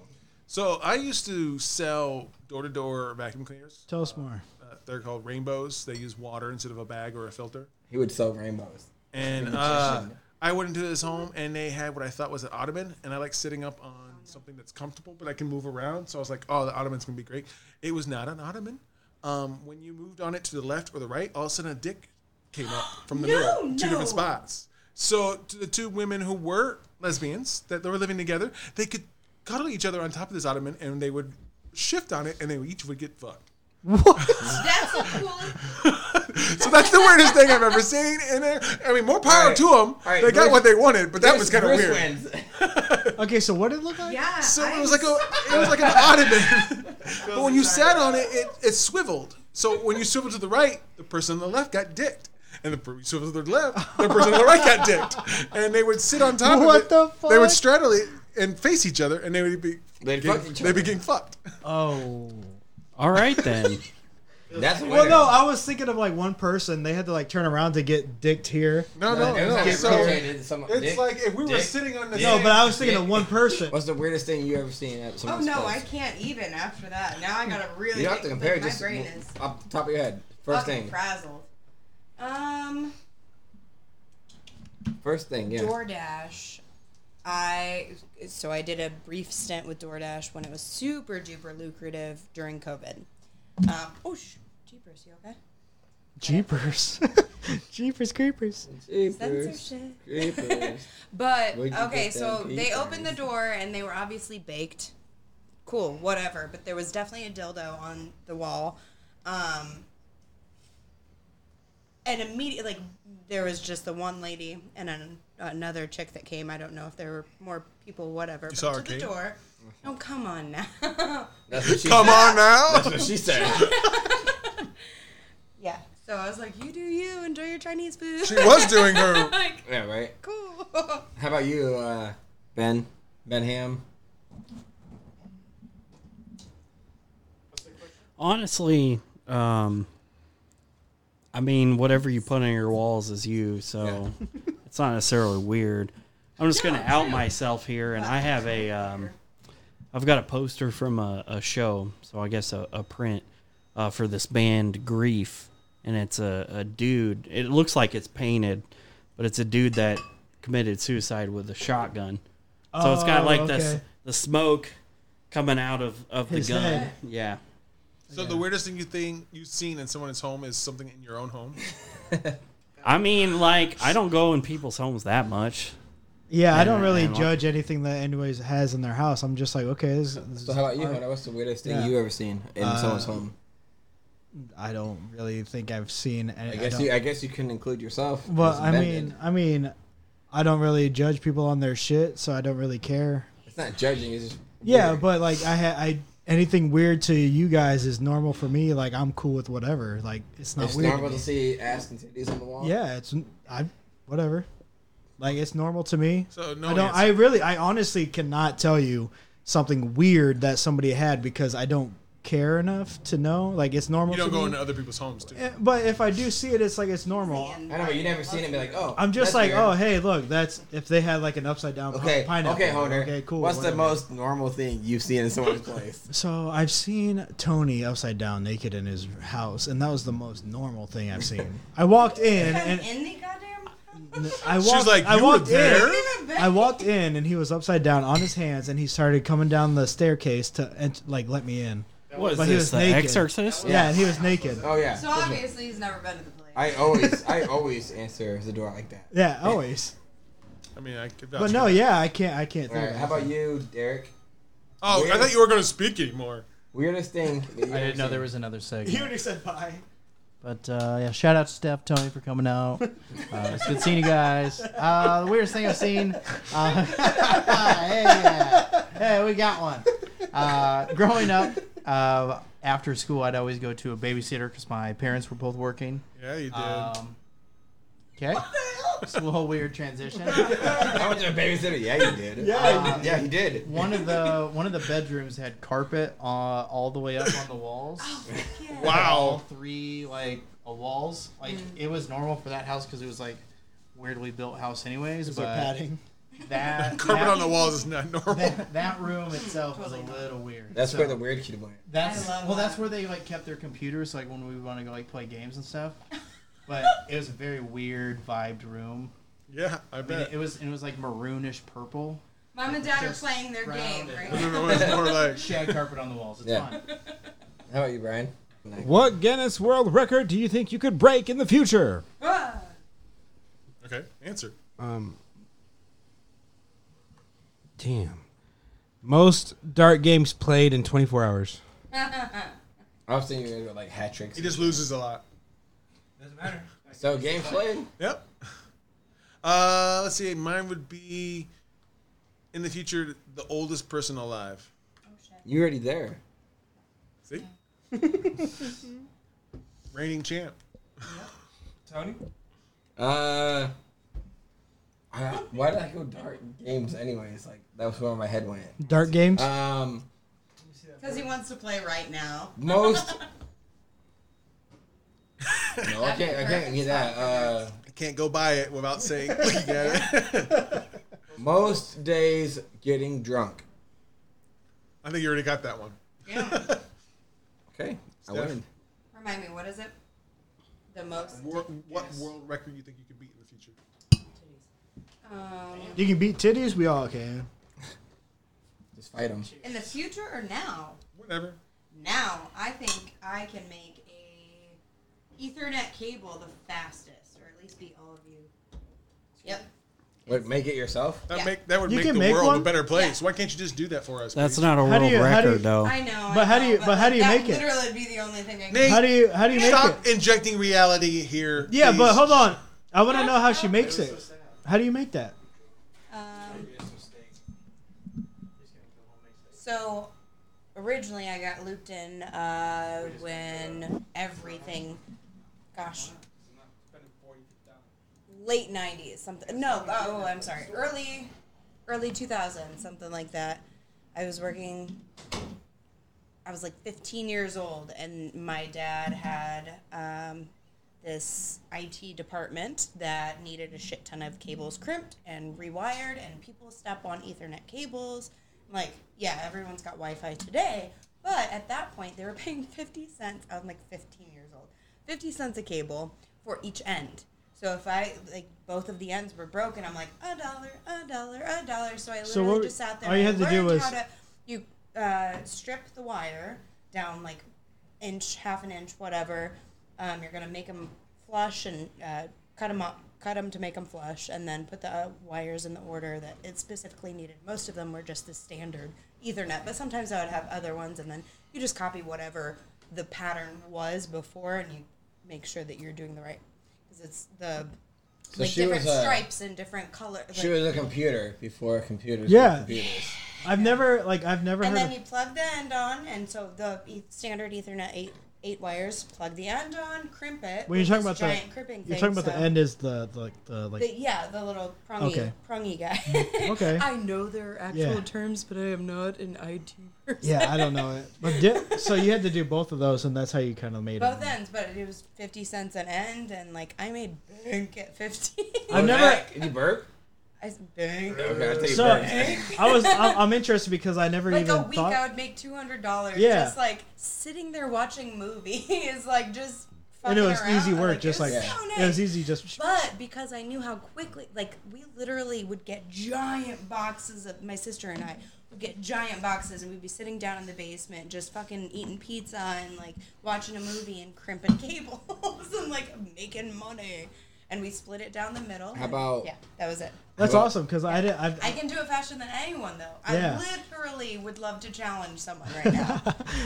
S2: So I used to sell door to door vacuum cleaners.
S3: Tell us more.
S2: Uh, they're called rainbows. They use water instead of a bag or a filter.
S1: [LAUGHS] He would sell rainbows.
S2: And uh, I went into this home, and they had what I thought was an ottoman, and I like sitting up on something that's comfortable, but I can move around. So I was like, "Oh, the ottoman's gonna be great." It was not an ottoman. Um, when you moved on it to the left or the right, all of a sudden a dick came up from the
S8: [GASPS] No,
S2: middle, two
S8: no.
S2: different spots. So to the two women who were lesbians that they were living together, they could cuddle each other on top of this ottoman, and they would shift on it, and they each would get fucked.
S8: That's the coolest.
S2: So that's the weirdest thing I've ever seen. And uh, I mean, more power to them.
S1: right,
S2: they got
S1: Bruce-
S2: what they wanted, but that was kind of
S1: Bruce
S2: weird. [LAUGHS]
S1: wins.
S3: okay, so what did it look like?
S8: Yeah.
S2: So
S8: I
S2: it was like a, it was like
S8: [LAUGHS]
S2: an ottoman. but when you sat on it, it, it swiveled. So when you swiveled to the right, the person on the left got dicked. And the per- you swiveled to the left, the person on the right got dicked. And they would sit on top
S3: What
S2: of it.
S3: the
S2: They would
S3: fuck?
S2: straddle it and face each other, and they would be
S1: They'd
S2: getting,
S1: fuck each
S2: they'd be
S1: other.
S2: getting fucked.
S3: Oh.
S6: all right then.
S1: [LAUGHS] That's a
S3: Well,
S1: winner.
S3: no, I was thinking of like one person. They had to like turn around to get dicked here.
S2: No, no,
S1: It was
S2: no.
S1: like
S2: so
S1: rotated to some-
S2: it's
S1: dick,
S2: like if we were
S1: dick,
S2: sitting on the
S1: dick.
S3: No, but I was thinking of one person.
S1: What's the weirdest thing you ever seen at
S8: Oh
S1: someone's
S8: no, I
S1: place?
S8: can't even after that. Now I gotta really.
S1: You don't have to
S8: think-
S1: compare.
S8: like,
S1: Just
S8: my brain is
S1: off the top of your head. First
S8: fucking
S1: thing.
S8: frazzled. Um,
S1: First thing. Yeah.
S8: DoorDash. I so I did a brief stint with DoorDash when it was super duper lucrative during COVID. Um, oh, sh- jeepers, you okay?
S3: Jeepers. Jeepers creepers.
S8: Censorship.
S3: [LAUGHS]
S1: Creepers.
S8: But
S1: Where'd you
S8: okay,
S1: get
S8: so
S1: them
S8: they
S1: peepers?
S8: opened the door and they were obviously baked. Cool, whatever. But there was definitely a dildo on the wall, um, and immediately, like, there was just the one lady and an, another chick that came. I don't know if there were more people, whatever. but
S2: saw
S8: to
S2: her,
S8: the
S2: Kate?
S8: door. Oh, come on now.
S1: Mm-hmm. [LAUGHS] That's what she
S2: Come
S1: said.
S2: on now.
S1: That's what
S2: [LAUGHS]
S1: she said.
S8: [LAUGHS] yeah. So I was like, "You do you. Enjoy your Chinese food."
S2: She was doing her-
S8: [LAUGHS] like,
S1: yeah. Right.
S8: cool.
S1: How about you, uh, Ben? Ben Ham.
S6: Honestly, um, I mean, whatever you put on your walls is you, so [LAUGHS] it's not necessarily weird. I'm just gonna out myself here, and I have a, um, I've got a poster from a, a show, so I guess a, a print uh, for this band Grief, and it's a, a dude. It looks like it's painted, but it's a dude that committed suicide with a shotgun. So it's got
S3: Oh,
S6: like
S3: okay.
S6: this the smoke coming out of of
S3: His
S6: the gun.
S3: head.
S6: Yeah.
S2: So the weirdest thing you think you've seen in someone's home is something in your own
S1: [LAUGHS]
S2: home.
S6: I mean, like, I don't go in people's homes that much.
S3: Yeah, I
S6: And-
S3: don't really
S6: and, like,
S3: judge anything that anyways has in their house. I'm just like, okay, this, this
S1: So how about you,
S3: is
S1: Hunter? What's the weirdest thing
S3: Yeah.
S1: you ever seen in
S3: Uh,
S1: someone's home?
S3: I don't really think I've seen. Any,
S1: I guess
S3: don't-
S1: you. I guess you can include yourself.
S3: Well,
S1: as
S3: I
S1: Ben
S3: mean,
S1: did.
S3: I mean, I don't really judge people on their shit, so I don't really care.
S1: it's not judging. It's just
S3: Yeah,
S1: weird.
S3: but like I had I anything weird to you guys is normal for me. Like I'm cool with whatever. Like it's not
S1: it's
S3: weird. to
S1: normal
S3: me.
S1: to see ass and titties on the wall.
S3: Yeah, it's I whatever. Like it's normal to me.
S2: So, no
S3: I don't. I really, I honestly cannot tell you something weird that somebody had because I don't care enough to know. Like it's normal.
S2: You don't
S3: to
S2: go
S3: me.
S2: into other people's homes, too.
S3: Eh, But if I do see it, it's like it's normal.
S1: I know, but you never seen it and be like, oh.
S3: I'm just
S1: that's
S3: like,
S1: weird.
S3: oh, hey, look, that's if they had like an upside down pi-
S1: Okay,
S3: pineapple.
S1: okay, Hunter.
S3: Okay, cool.
S1: What's the
S3: whatever.
S1: most normal thing you've seen in someone's place?
S3: So I've seen Tony upside down naked in his house, and that was the most normal thing I've seen. I walked in and
S8: in the goddamn.
S3: I
S8: She's
S3: walked,
S8: like,
S3: I
S8: "You were
S3: walked
S8: there?"
S3: in. I walked in, and he was upside down on his hands, and he started coming down the staircase to ent- like let me in.
S6: What is
S3: But he
S6: this,
S3: was
S6: The
S3: naked.
S6: Exorcist?
S3: Yeah, and he was naked.
S1: Oh yeah.
S8: So obviously he's never been to the place.
S1: I always, I always answer the door like that.
S3: Yeah, always.
S2: I mean, I could
S3: But no, yeah, I can't. I can't
S1: All
S3: think.
S1: right,
S3: of
S1: how about
S3: anything.
S1: you, Derek?
S2: Oh, I thought you were going to speak anymore.
S1: Weirdest thing. That you
S7: I
S1: ever
S7: didn't know
S1: seen.
S7: there was another segment.
S3: already said [LAUGHS] bye.
S7: But uh, yeah, shout out to Steph Tony for coming out. Uh, it's good seeing you guys. Uh, the weirdest thing I've seen.
S3: [LAUGHS]
S7: Uh, [LAUGHS] hey, yeah. hey, we got one. [LAUGHS] Uh, growing up, uh, after school, I'd always go to a babysitter because my parents were both working.
S2: Yeah, you did.
S7: Um, Okay. It's a little weird transition.
S1: I went to a babysitter. Yeah, you did.
S7: Uh,
S1: yeah, you did.
S7: One of the one of the bedrooms had carpet uh, all the way up on the walls.
S8: Oh,
S2: Wow.
S7: All three like uh, walls. Like
S8: Mm.
S7: it was normal for that house because it was like weirdly built house anyways.
S3: Is
S7: but
S3: there padding?
S2: [LAUGHS]
S8: [LAUGHS]
S7: That
S2: Carpet
S7: that-
S2: on the walls is not normal.
S7: That, that room itself was a little weird.
S1: That's
S7: So-
S1: where the weird kid went.
S7: That's
S8: I love
S7: well,
S8: that.
S7: that's where they like kept their computers, like when we want to go like play games
S8: [LAUGHS]
S7: and stuff. But it was a very weird vibed room.
S2: Yeah, I
S7: mean,
S2: bet.
S7: it was. It was like maroonish purple.
S8: Mom and dad are
S7: Just
S8: playing their game
S7: surrounded.
S8: right
S2: Everyone's more like-
S7: [LAUGHS] shag carpet on the walls. It's
S1: Yeah.
S7: fine.
S1: How about you, Brian?
S9: What Guinness World Record do you think you could break in the future?
S8: now.
S2: Okay,
S1: [LAUGHS]
S2: answer.
S9: Um, damn. Most dart games played in 24 hours.
S1: I was thinking you were gonna go, like hat tricks.
S2: He just loses a lot.
S1: Doesn't matter. So game played.
S2: Yep. [LAUGHS] Uh, let's see. Mine would be in the future the oldest person alive.
S1: Oh, You already there. [LAUGHS]
S2: See? Reigning champ.
S9: Tony?
S1: Uh, I, why did I go dark games? Anyways, like that was where my head went.
S3: Dart games.
S1: Um,
S8: Because he wants to play right now.
S1: most. no, I can't. I can't get that. Uh,
S2: I can't go by it without saying [LAUGHS] looking at
S1: [LAUGHS]
S2: it.
S1: most days getting drunk.
S2: I think you already got that one.
S1: Okay,
S2: Steph?
S1: I win.
S8: [LAUGHS] Remind me, what is it? The most.
S2: Wor- what world record you think you could beat in the future?
S8: Um,
S3: You can beat titties. We all can.
S1: Just fight them.
S8: in the future or now?
S2: Whatever.
S8: Now, I think I can make a Ethernet cable the fastest, or at least beat all of you. Yep.
S1: What? Make it yourself.
S2: That
S8: Yeah.
S2: make that would
S3: You
S2: make
S3: can
S2: the
S3: make
S2: world a
S3: one?
S2: better place. Why can't you just do that for us?
S6: That's
S2: please?
S6: not a
S3: How do
S6: world
S3: you- how do
S6: record,
S3: you-
S6: though.
S8: I know. I
S3: But how do
S8: know,
S3: you- but how do you
S8: that
S3: make it?
S8: Literally, would be the only thing I can.
S2: Nate,
S3: How do you how do you make it?
S2: Stop injecting reality here.
S3: Yeah, but
S2: please.
S3: hold on. I want to know how she makes it. How do you make that?
S8: Um, so originally, I got looped in uh, when everything, gosh, late '90s, something. No, oh, I'm sorry, early, early 2000, something like that. I was working. I was like 15 years old, and my dad had um, this IT department that needed a shit ton of cables crimped and rewired, and people step on Ethernet cables. I'm like, yeah, everyone's got Wi Fi today. But at that point, they were [LAUGHS] paying 50 cents. I'm like 15 years old. 50 cents a cable for each end. So if I, like, both of the ends were broken, I'm like, a dollar, a dollar, a dollar. So I literally
S3: So what-
S8: just sat there.
S3: all you
S8: and
S3: had to do
S8: learned
S3: was-
S8: how to- you uh, strip the wire down like inch, half an inch, whatever. Um, you're gonna make them flush and uh, cut them up, cut them to make them flush, and then put the uh, wires in the order that it specifically needed. Most of them were just the standard Ethernet, but sometimes I would have other ones, and then you just copy whatever the pattern was before, and you make sure that you're doing the right because it's the
S1: So
S8: like
S1: she
S8: different
S1: was a-
S8: stripes and different color.
S1: She
S8: like-
S1: was a computer before computers.
S3: Yeah.
S1: Were computers.
S3: I've never like I've never
S8: and
S3: heard.
S8: then
S3: Of,
S8: you plug the end on, and so the e- standard Ethernet eight eight wires, plug the end on, crimp it.
S3: When you're
S8: with this
S3: talking about the,
S8: giant crimping
S3: you're
S8: thing,
S3: talking about
S8: so-
S3: the end is the, the like the like.
S8: The- yeah, the little prongy,
S3: Okay. Mm,
S8: prongy guy.
S3: okay.
S8: [LAUGHS] I know their actual
S3: Yeah.
S8: terms, but I am not an IT person.
S3: yeah,
S8: [LAUGHS]
S3: I don't know it. But di- so you had to do both of those, and that's how you kind of made
S8: Both
S3: it.
S8: ends, but it was fifty cents an end, and like I made bank at fifteen.
S3: [LAUGHS] I've never.
S1: Did you burp?
S8: I s- bank.
S1: Okay, I take
S3: So I was. I'm, I'm interested because I [LAUGHS] never
S8: like
S3: even
S8: a week,
S3: thought.
S8: I would make two hundred dollars.
S3: Yeah.
S8: just like sitting there watching movies, [LAUGHS] like just.
S3: and it
S8: fucking
S3: was
S8: around.
S3: easy
S8: I'm
S3: work,
S8: it
S3: just like
S8: was so
S3: it
S8: nice.
S3: was easy, just
S8: But because I knew how quickly, like we literally would get giant boxes of my sister and I would get giant boxes, and we'd be sitting down in the basement, just fucking eating pizza and like watching a movie and crimping [LAUGHS] cables and like making money, and we split it down the middle.
S3: How
S8: and-
S3: about-
S8: yeah, that was it.
S3: that's awesome because I didn't. I've,
S8: I can do it faster than anyone though. I
S3: Yeah.
S8: literally would love to challenge someone right
S3: [LAUGHS]
S8: now.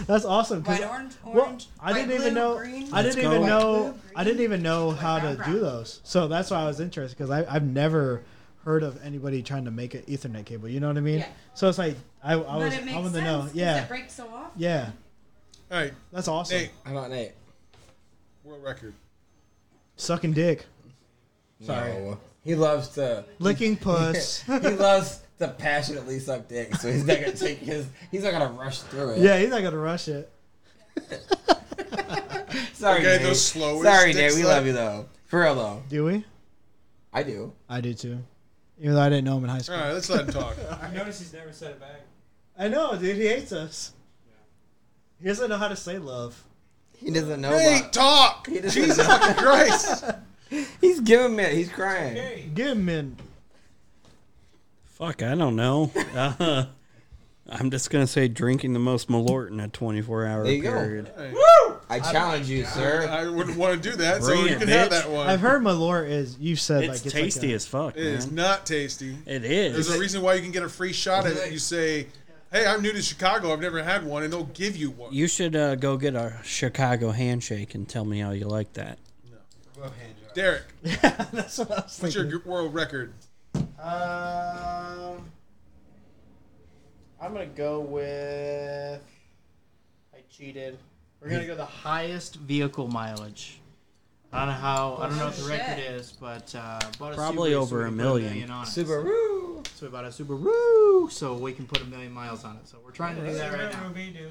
S3: That's awesome. 'cause-
S8: White, orange, orange,
S3: I
S8: white,
S3: didn't even
S8: blue,
S3: know.
S8: green.
S3: I
S8: Let's
S3: didn't
S8: go.
S3: even
S8: White,
S3: know.
S8: blue,
S3: I didn't even know how to do those. So that's why I was interested because I've never heard of anybody trying to make an Ethernet cable. You know what I mean?
S2: Yeah.
S3: So it's like I, I was.
S8: but it
S3: I
S8: makes
S3: wanted
S8: sense
S3: to know.
S8: 'cause
S3: Yeah.
S8: it breaks so often.
S3: Yeah.
S2: All right.
S3: That's awesome.
S2: Nate.
S1: How about Nate?
S2: World record.
S3: Sucking dick.
S1: Sorry. He loves to
S3: Licking puss.
S1: he [LAUGHS] loves to passionately suck dick, so he's not gonna take his. He's not gonna rush through it.
S3: Yeah, he's not gonna rush it.
S1: [LAUGHS] Sorry,
S2: Okay,
S1: Nate.
S2: those slowest
S1: Sorry, Nate.
S2: dick
S1: We
S2: suck.
S1: love you though. For real though,
S3: Do we?
S1: I do.
S3: I do too. Even though I didn't know him in high school.
S2: All right, let's let him
S1: [LAUGHS]
S2: talk.
S5: I noticed he's never said it back.
S3: I know, dude. He hates us. He doesn't know how to say love.
S1: He doesn't know.
S3: Nate,
S1: about-
S2: talk!
S1: Uh, He doesn't
S2: Jesus
S1: know.
S2: fucking Christ!
S1: [LAUGHS] He's giving me. He's crying.
S3: Give him in.
S6: Fuck, I don't know. Uh, I'm just gonna say drinking the most Malort in a 24 hour
S1: There you go.
S6: period.
S1: Woo! I challenge you, sir.
S2: I wouldn't want to do that,
S6: Bring
S2: so you
S6: it,
S2: can have
S6: bitch.
S2: that one.
S3: I've heard Malort is. You said
S6: It's
S3: like it's
S6: tasty as fuck,
S2: It is
S6: man.
S2: not tasty.
S6: It is.
S2: There's a reason why you can get a free shot at it. You say, "Hey, I'm new to Chicago. I've never had one," and they'll give you one.
S6: You should uh, go get a Chicago handshake and tell me how you like that.
S2: Derek,
S3: [LAUGHS] that's what I was
S2: what's your
S3: thinking.
S2: g- world
S3: [LAUGHS]
S2: record?
S14: Um, I'm gonna go with. I cheated.
S7: We're gonna go the highest vehicle mileage. I don't know how. I don't know what the record is, but uh, bought a
S6: Probably
S7: Subaru, so
S6: over
S7: we
S6: a
S7: put
S6: million.
S7: on it.
S1: Subaru.
S7: So we bought a Subaru, so we can put a million miles on it. So we're trying to do that right now.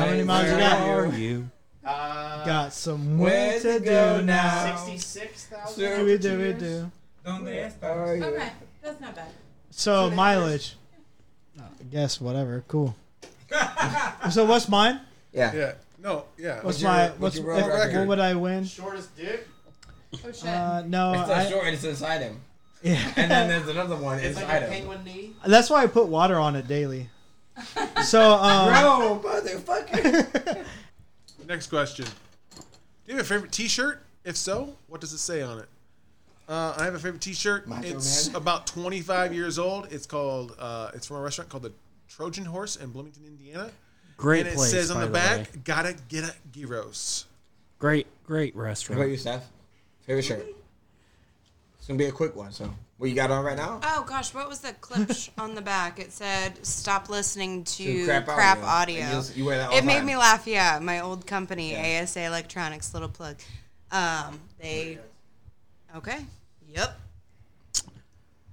S3: How many miles you got?
S6: Where are you?
S3: Uh, got some
S1: Where
S3: work to do now.
S14: Sixty-six
S3: Sure,
S14: thousand.
S3: we do, we do.
S5: uh,
S8: Okay, that's not bad.
S3: So mileage.
S7: Oh.
S3: I guess whatever.
S7: [LAUGHS]
S3: Cool. so what's mine?
S1: Yeah.
S2: Yeah. No. Yeah.
S3: What's my what's if, what would I win?
S14: Shortest dick.
S8: Oh shit.
S3: Uh, no,
S1: It's not
S3: I-
S1: short. It's inside him.
S3: Yeah.
S1: And then there's another one
S14: It's
S1: inside
S14: like a
S1: him.
S14: penguin knee.
S3: that's why I put water on it
S7: [LAUGHS]
S3: daily. So um,
S1: Bro, motherfucker.
S2: Next question. Do you have a favorite T-shirt? If so, what does it say on it? Uh, I have a favorite T-shirt.
S1: Macho
S2: it's [LAUGHS]
S1: Man.
S2: about 25 years old. It's called. Uh, it's from a restaurant called the Trojan Horse in Bloomington, Indiana.
S6: Great
S2: And it
S6: place,
S2: says on
S6: by
S2: the
S6: the
S2: back, "Gotta get a gyros."
S6: Great, great
S1: How about you,
S6: restaurant.
S1: Steph? Favorite shirt? It's gonna be a quick one. So, what you got on right now?
S8: Oh gosh, what was the clip sh- [LAUGHS] on the back? It said, "Stop listening to
S1: To
S8: crap,
S1: crap
S8: audio."
S1: audio." And you- you wear that all
S8: it
S1: the
S8: made
S1: time.
S8: me laugh. Yeah, my old company, ASA Electronics, little plug. Um, they. Okay. Yep.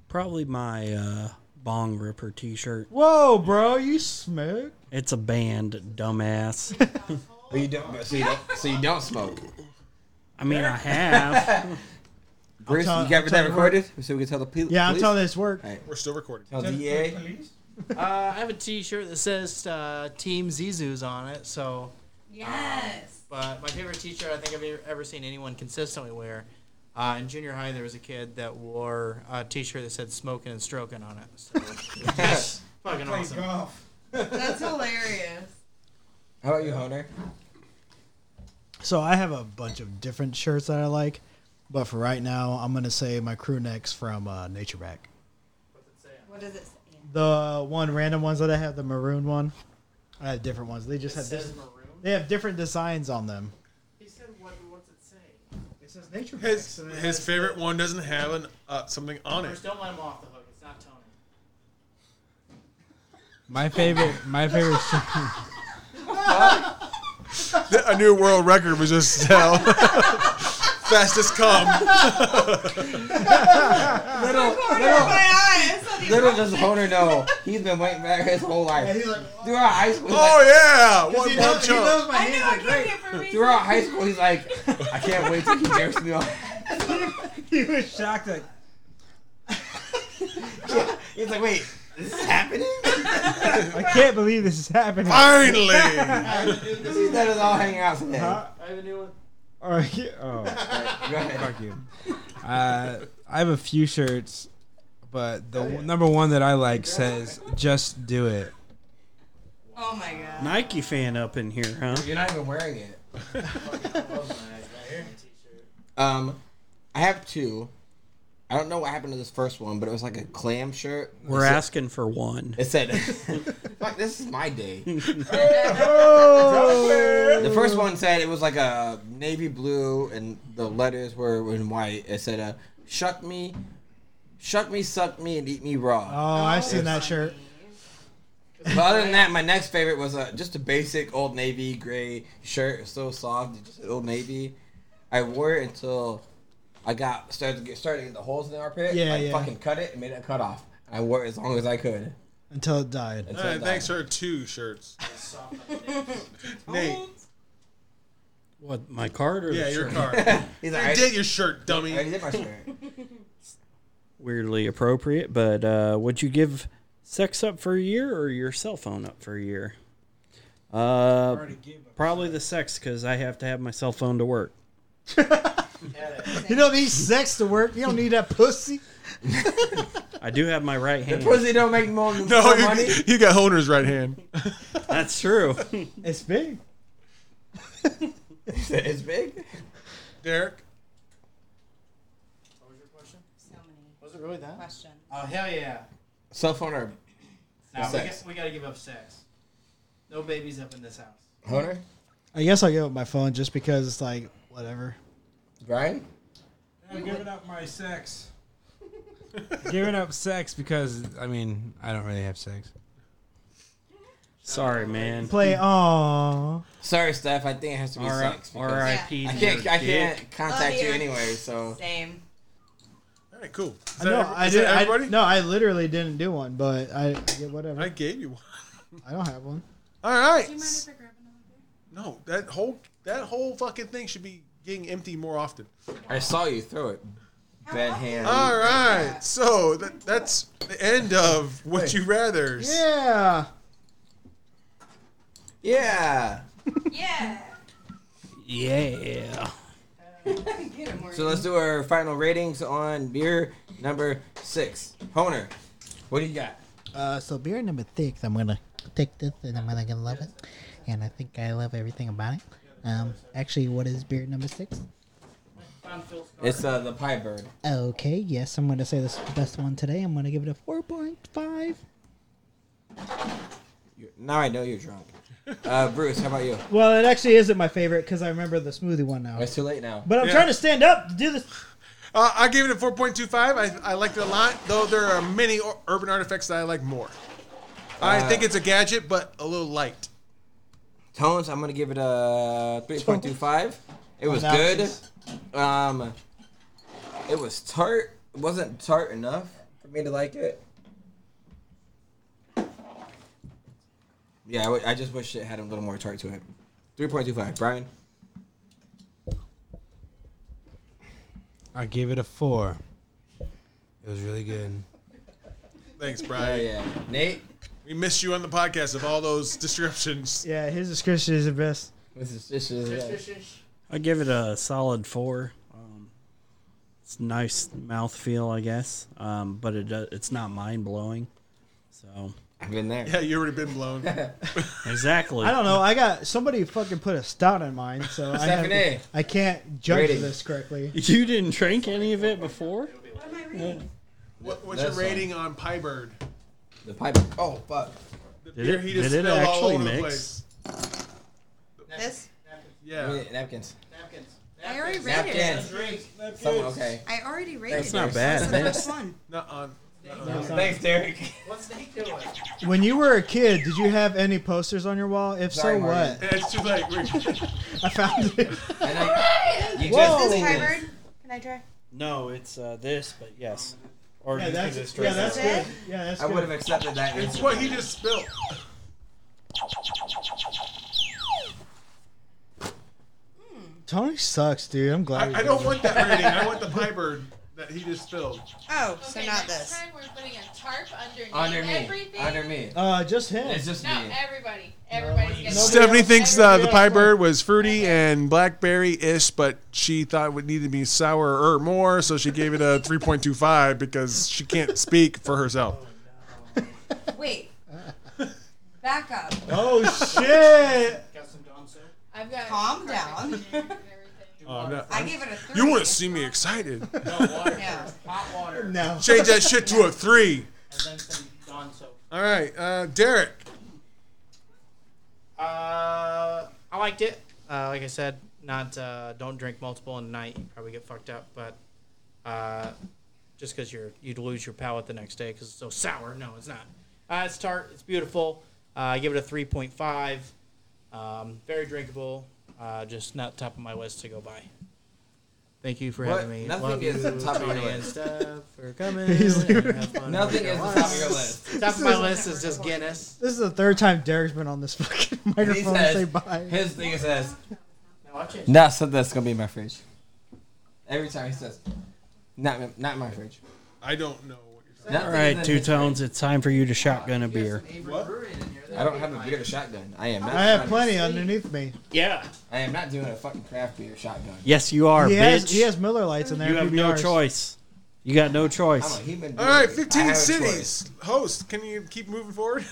S6: Probably my uh, Bong Ripper T-shirt.
S3: whoa, bro, you smoke?
S6: It's a band, dumbass. [LAUGHS]
S1: But you don't. but So you don't. So you don't smoke.
S6: I mean, I have.
S1: Bruce,
S3: tell-
S1: you got
S3: I'm
S1: that
S3: telling you
S1: recorded? So we can tell the people.
S3: Yeah, I'm telling this work.
S2: We're still recording.
S1: Tell E DA.
S7: Uh, I have a T-shirt that says uh, Team Zizou's on it. So,
S8: Yes.
S7: but my favorite T-shirt I think I've e-, ever- ever seen anyone consistently wear. Uh, in junior high, there was a kid that wore a T-shirt that said "Smoking and Stroking" on it. So, yes, fucking
S15: Play
S7: awesome.
S15: golf.
S8: [LAUGHS]
S1: [LAUGHS]
S8: That's hilarious.
S1: How about you, Hunter?
S3: So I have a bunch of different shirts that I like, but for right now, I'm gonna say my crew necks from uh, Nature Back.
S8: What does it say?
S3: The one random ones that I have, the maroon one. I have different ones. They just have dis- they have different designs on them.
S14: He said, "What? What's it say?"
S15: It says nature.
S2: His his favorite one doesn't have an uh, something on it.
S7: First, don't let him off the hook. It's not Tony. [LAUGHS]
S5: My favorite, my favorite,
S2: a new world record was just [LAUGHS] hell. Fastest come. [LAUGHS]
S1: little, little, little does Honer know he's been waiting back his whole life. Throughout high school. he's
S2: Oh,
S1: like-
S2: yeah, Because one he knows- pump he chunk. knows
S16: my hands like
S1: Throughout high school, he's like, I can't wait till he jerks me off.
S16: [LAUGHS] he was shocked. Like, [LAUGHS]
S1: He's like, wait, this is happening?
S16: I can't believe this is happening.
S2: Finally!
S1: [LAUGHS]
S16: [LAUGHS]
S1: He's let us all hang out today.
S16: Huh?
S7: I have a new one.
S5: All right, [LAUGHS] yeah, oh.
S1: Go ahead.
S5: Fuck you. Uh, I have a few shirts, but the
S6: Oh,
S5: w- number one that I like says "Just Do It."
S8: Oh my god.
S6: Nike fan up in here, huh?
S1: You're not even wearing it.
S6: [LAUGHS]
S1: um, I have two. I don't know what happened to this first one, but it was like a clam shirt.
S6: We're
S1: It said-
S6: asking for one.
S1: It said,
S6: [LAUGHS]
S1: "Fuck, this is my day."
S16: Oh.
S1: The first one said it was like a navy blue, and the letters were in white. It said, uh, "Shuck me, shuck me, suck me, and eat me raw."
S3: Oh, I've seen that shirt.
S1: But other than that, my next favorite was uh, just a basic Old Navy gray shirt. It was so soft, it just Old Navy. I wore it until I got started to get started to get the holes in the armpit.
S3: Yeah,
S1: I
S3: yeah.
S1: fucking cut it and made it cut off. I wore it as long as I could.
S3: Until it died.
S1: Until
S2: All right,
S1: it
S2: thanks for two
S8: [LAUGHS]
S2: shirts. Nate.
S6: What, my card or
S2: Yeah,
S6: the
S2: your
S6: shirt? [LAUGHS]
S2: card. You
S1: He's like, I-
S2: did your shirt, dummy.
S1: I did my shirt.
S6: Weirdly appropriate, but uh, would you give sex up for a year or your cell phone up for a year? Uh, probably the sex because I have to have my cell phone to work.
S3: [LAUGHS] You don't need sex to work. You don't need that pussy.
S6: I do have my right hand.
S1: don't make more than
S2: No, you, you got Honer's right hand.
S6: That's
S1: [LAUGHS]
S6: true.
S3: [LAUGHS]
S6: [LAUGHS]
S3: It's big.
S1: [LAUGHS] it's big.
S2: Derek.
S7: What was your question?
S8: So many
S7: Was it really that?
S8: questions.
S7: Oh hell yeah!
S1: Cell phone or
S7: Now we,
S1: sex?
S7: got, we gotta give up sex. No babies up in this house.
S1: Hunter,
S3: I guess I'll give up my phone just because it's like, whatever.
S1: Brian.
S17: I'm giving up my sex.
S5: Giving up sex because I mean I don't really have sex.
S6: Sorry,
S1: [LAUGHS]
S6: man.
S3: Play, aw.
S1: Sorry, Steph. I think it has to be
S6: R-
S1: sex. because
S6: R.I.P.
S1: I
S6: to
S1: can't.
S6: your
S1: I can't
S6: dick.
S1: contact
S8: Love
S1: you
S8: you.
S1: anyway. So
S8: Same.
S2: All right, cool. Is
S3: I
S2: that
S3: know,
S2: every-
S3: I
S2: is that
S3: did. I,
S2: everybody?
S3: no, I literally didn't do one, but I yeah, whatever.
S2: I
S3: I,
S2: gave you one.
S3: don't have one.
S2: All right. No, that whole that whole fucking thing should be getting empty more often.
S1: I saw you throw it. Bad hand.
S2: All right. So that, that's the end of what you rather's.
S3: Yeah.
S1: Yeah.
S8: Yeah.
S6: Yeah.
S8: Get him,
S1: So
S8: Morgan.
S1: let's do our final ratings on beer number six. Honer, what do you got?
S14: Uh, so beer number six, I'm gonna take this and I'm gonna love it, and I think I love everything about it. Um, actually, what is beer number six?
S1: It's uh, the pie bird.
S14: Okay, yes, I'm gonna say this is the best one today. I'm gonna give it a four point five.
S1: You're- Now I know you're drunk. Uh, Bruce, how about you?
S3: Well, it actually isn't my favorite because I remember the smoothie one now.
S1: It's too late now.
S3: But I'm
S2: Yeah.
S3: trying to stand up to do this.
S2: Uh, I gave it a 4.25. I, I liked it a lot, though there are many ur- urban artifacts that I like more. I
S1: Uh,
S2: think it's a gadget, but a little light.
S1: Tones, I'm gonna give it a 3.25. It was good. Um, it was tart. It wasn't tart enough for me to like it. Yeah, I w- I just wish it had a little more tart to it. 3.25. Brian,
S5: I gave it a four. It was really good.
S2: Thanks, Brian.
S1: Yeah, Nate,
S2: we missed you on the podcast of all those descriptions.
S3: [LAUGHS] Yeah, his description is the best.
S1: this is this is
S6: I give it a solid four. Um, it's nice mouthfeel, I guess, um, but it do- it's not mind blowing. So
S1: I've been there.
S2: Yeah, you already been blown.
S6: [LAUGHS] exactly.
S3: I don't know. I got somebody fucking put a stout in mine, so I have,
S1: Stephanie.
S3: I can't judge
S1: Rating.
S2: [LAUGHS]
S3: this correctly.
S6: You didn't drink any of it before.
S2: What, what's
S1: That's uh,
S2: your rating on Pie Bird?
S1: The pipe. Oh fuck.
S2: The
S6: Did
S2: beer
S6: it-
S2: he just
S6: did it
S2: spilled all
S6: actually
S2: over the
S6: mix?
S2: place.
S8: This?
S2: Yeah.
S1: Napkins.
S7: Napkins.
S8: I already
S7: Napkins.
S8: rated it.
S1: Napkins. Someone, okay.
S8: I already rated
S1: That's
S8: it.
S1: not
S8: This is
S1: bad,
S8: the first one.
S2: Not on.
S18: Thanks, Derek. What's Nate doing?
S3: When you were a kid, did you have any posters on your wall? If
S18: Sorry,
S3: so,
S18: Marty.
S3: what?
S2: It's too late. [LAUGHS]
S1: [LAUGHS]
S3: I found it.
S8: You
S3: Whoa.
S8: just this hybrid? Can I try?
S6: No, it's uh, this, but yes. Or
S3: Yeah,
S6: you can
S3: that's-
S6: just
S3: yeah,
S6: drink
S3: that's
S6: it.
S3: good. Yeah, that's I good. would've accepted that
S2: It's
S3: answer.
S2: what he just
S3: [LAUGHS]
S2: spilled.
S3: Tony sucks, dude. I'm glad.
S2: I, I don't want that rating. I want the pie bird that he just spilled.
S8: Oh, so not
S19: next
S8: this.
S19: time we're putting a tarp underneath,
S1: Under me.
S19: everything.
S1: Under me.
S3: Uh, just him.
S1: It's just
S19: no,
S1: me.
S19: everybody. Everybody's getting
S2: Stephanie thinks uh,
S19: Everybody.
S2: the pie bird was fruity and blackberry ish, but she thought it needed to be sour or more, so she gave it a 3.25 because she can't speak for herself.
S3: [LAUGHS]
S8: Wait. Back up.
S2: Oh,
S3: shit!
S18: Got some Dom soap?
S19: I've got
S8: Calm down.
S19: [LAUGHS]
S2: Oh, no.
S8: I gave it a three.
S2: You want to see me excited?
S8: Yeah.
S18: Hot water.
S3: No.
S2: Change that shit to a three.
S18: And then some Dawn soap.
S2: All right, uh, Derek.
S7: Uh, I liked it. Uh, like I said, not uh, don't drink multiple in the night. You probably get fucked up, but uh, just because you're you'd lose your palate the next day because it's so sour. No, it's not. Uh, it's tart. It's beautiful. Uh, I give it a three point five. Um, very drinkable. Uh, just not top of my list to go by. Thank you for
S1: What?
S7: having me.
S1: Nothing
S7: Love
S1: is
S7: you,
S1: the top of your
S7: Tony and
S1: list.
S7: Steph,
S1: [LAUGHS]
S7: for coming.
S3: He's
S7: and
S3: leaving.
S7: have fun
S1: Nothing
S7: with
S1: is the
S7: your
S1: top of your
S7: lives.
S1: list.
S7: Top of my list
S3: [LAUGHS]
S7: is just Guinness.
S3: This is the third time Derek's been on this fucking [LAUGHS]
S1: And
S3: microphone.
S1: says-
S3: say bye.
S1: His thing says,
S7: watch it.
S1: "Not something that's gonna be in my fridge." Every time he says, "Not, in- not in my fridge."
S2: I don't know what
S1: you're talking
S6: All right, two tones. It's time for you to shotgun a beer.
S1: I don't have a beer to shotgun. I am. Not
S3: I have
S1: shotgun.
S3: plenty underneath me.
S7: Yeah.
S1: I am not doing a fucking craft beer shotgun.
S6: Yes, you are,
S3: he, Has,
S6: bitch.
S3: he has Miller Lights in there.
S6: you have no
S3: PBRs.
S6: choice. You got no choice.
S1: I'm a human
S2: All right,
S1: being. I
S2: 15
S1: have a
S2: cities. Host, can you keep moving
S3: [LAUGHS]
S2: forward?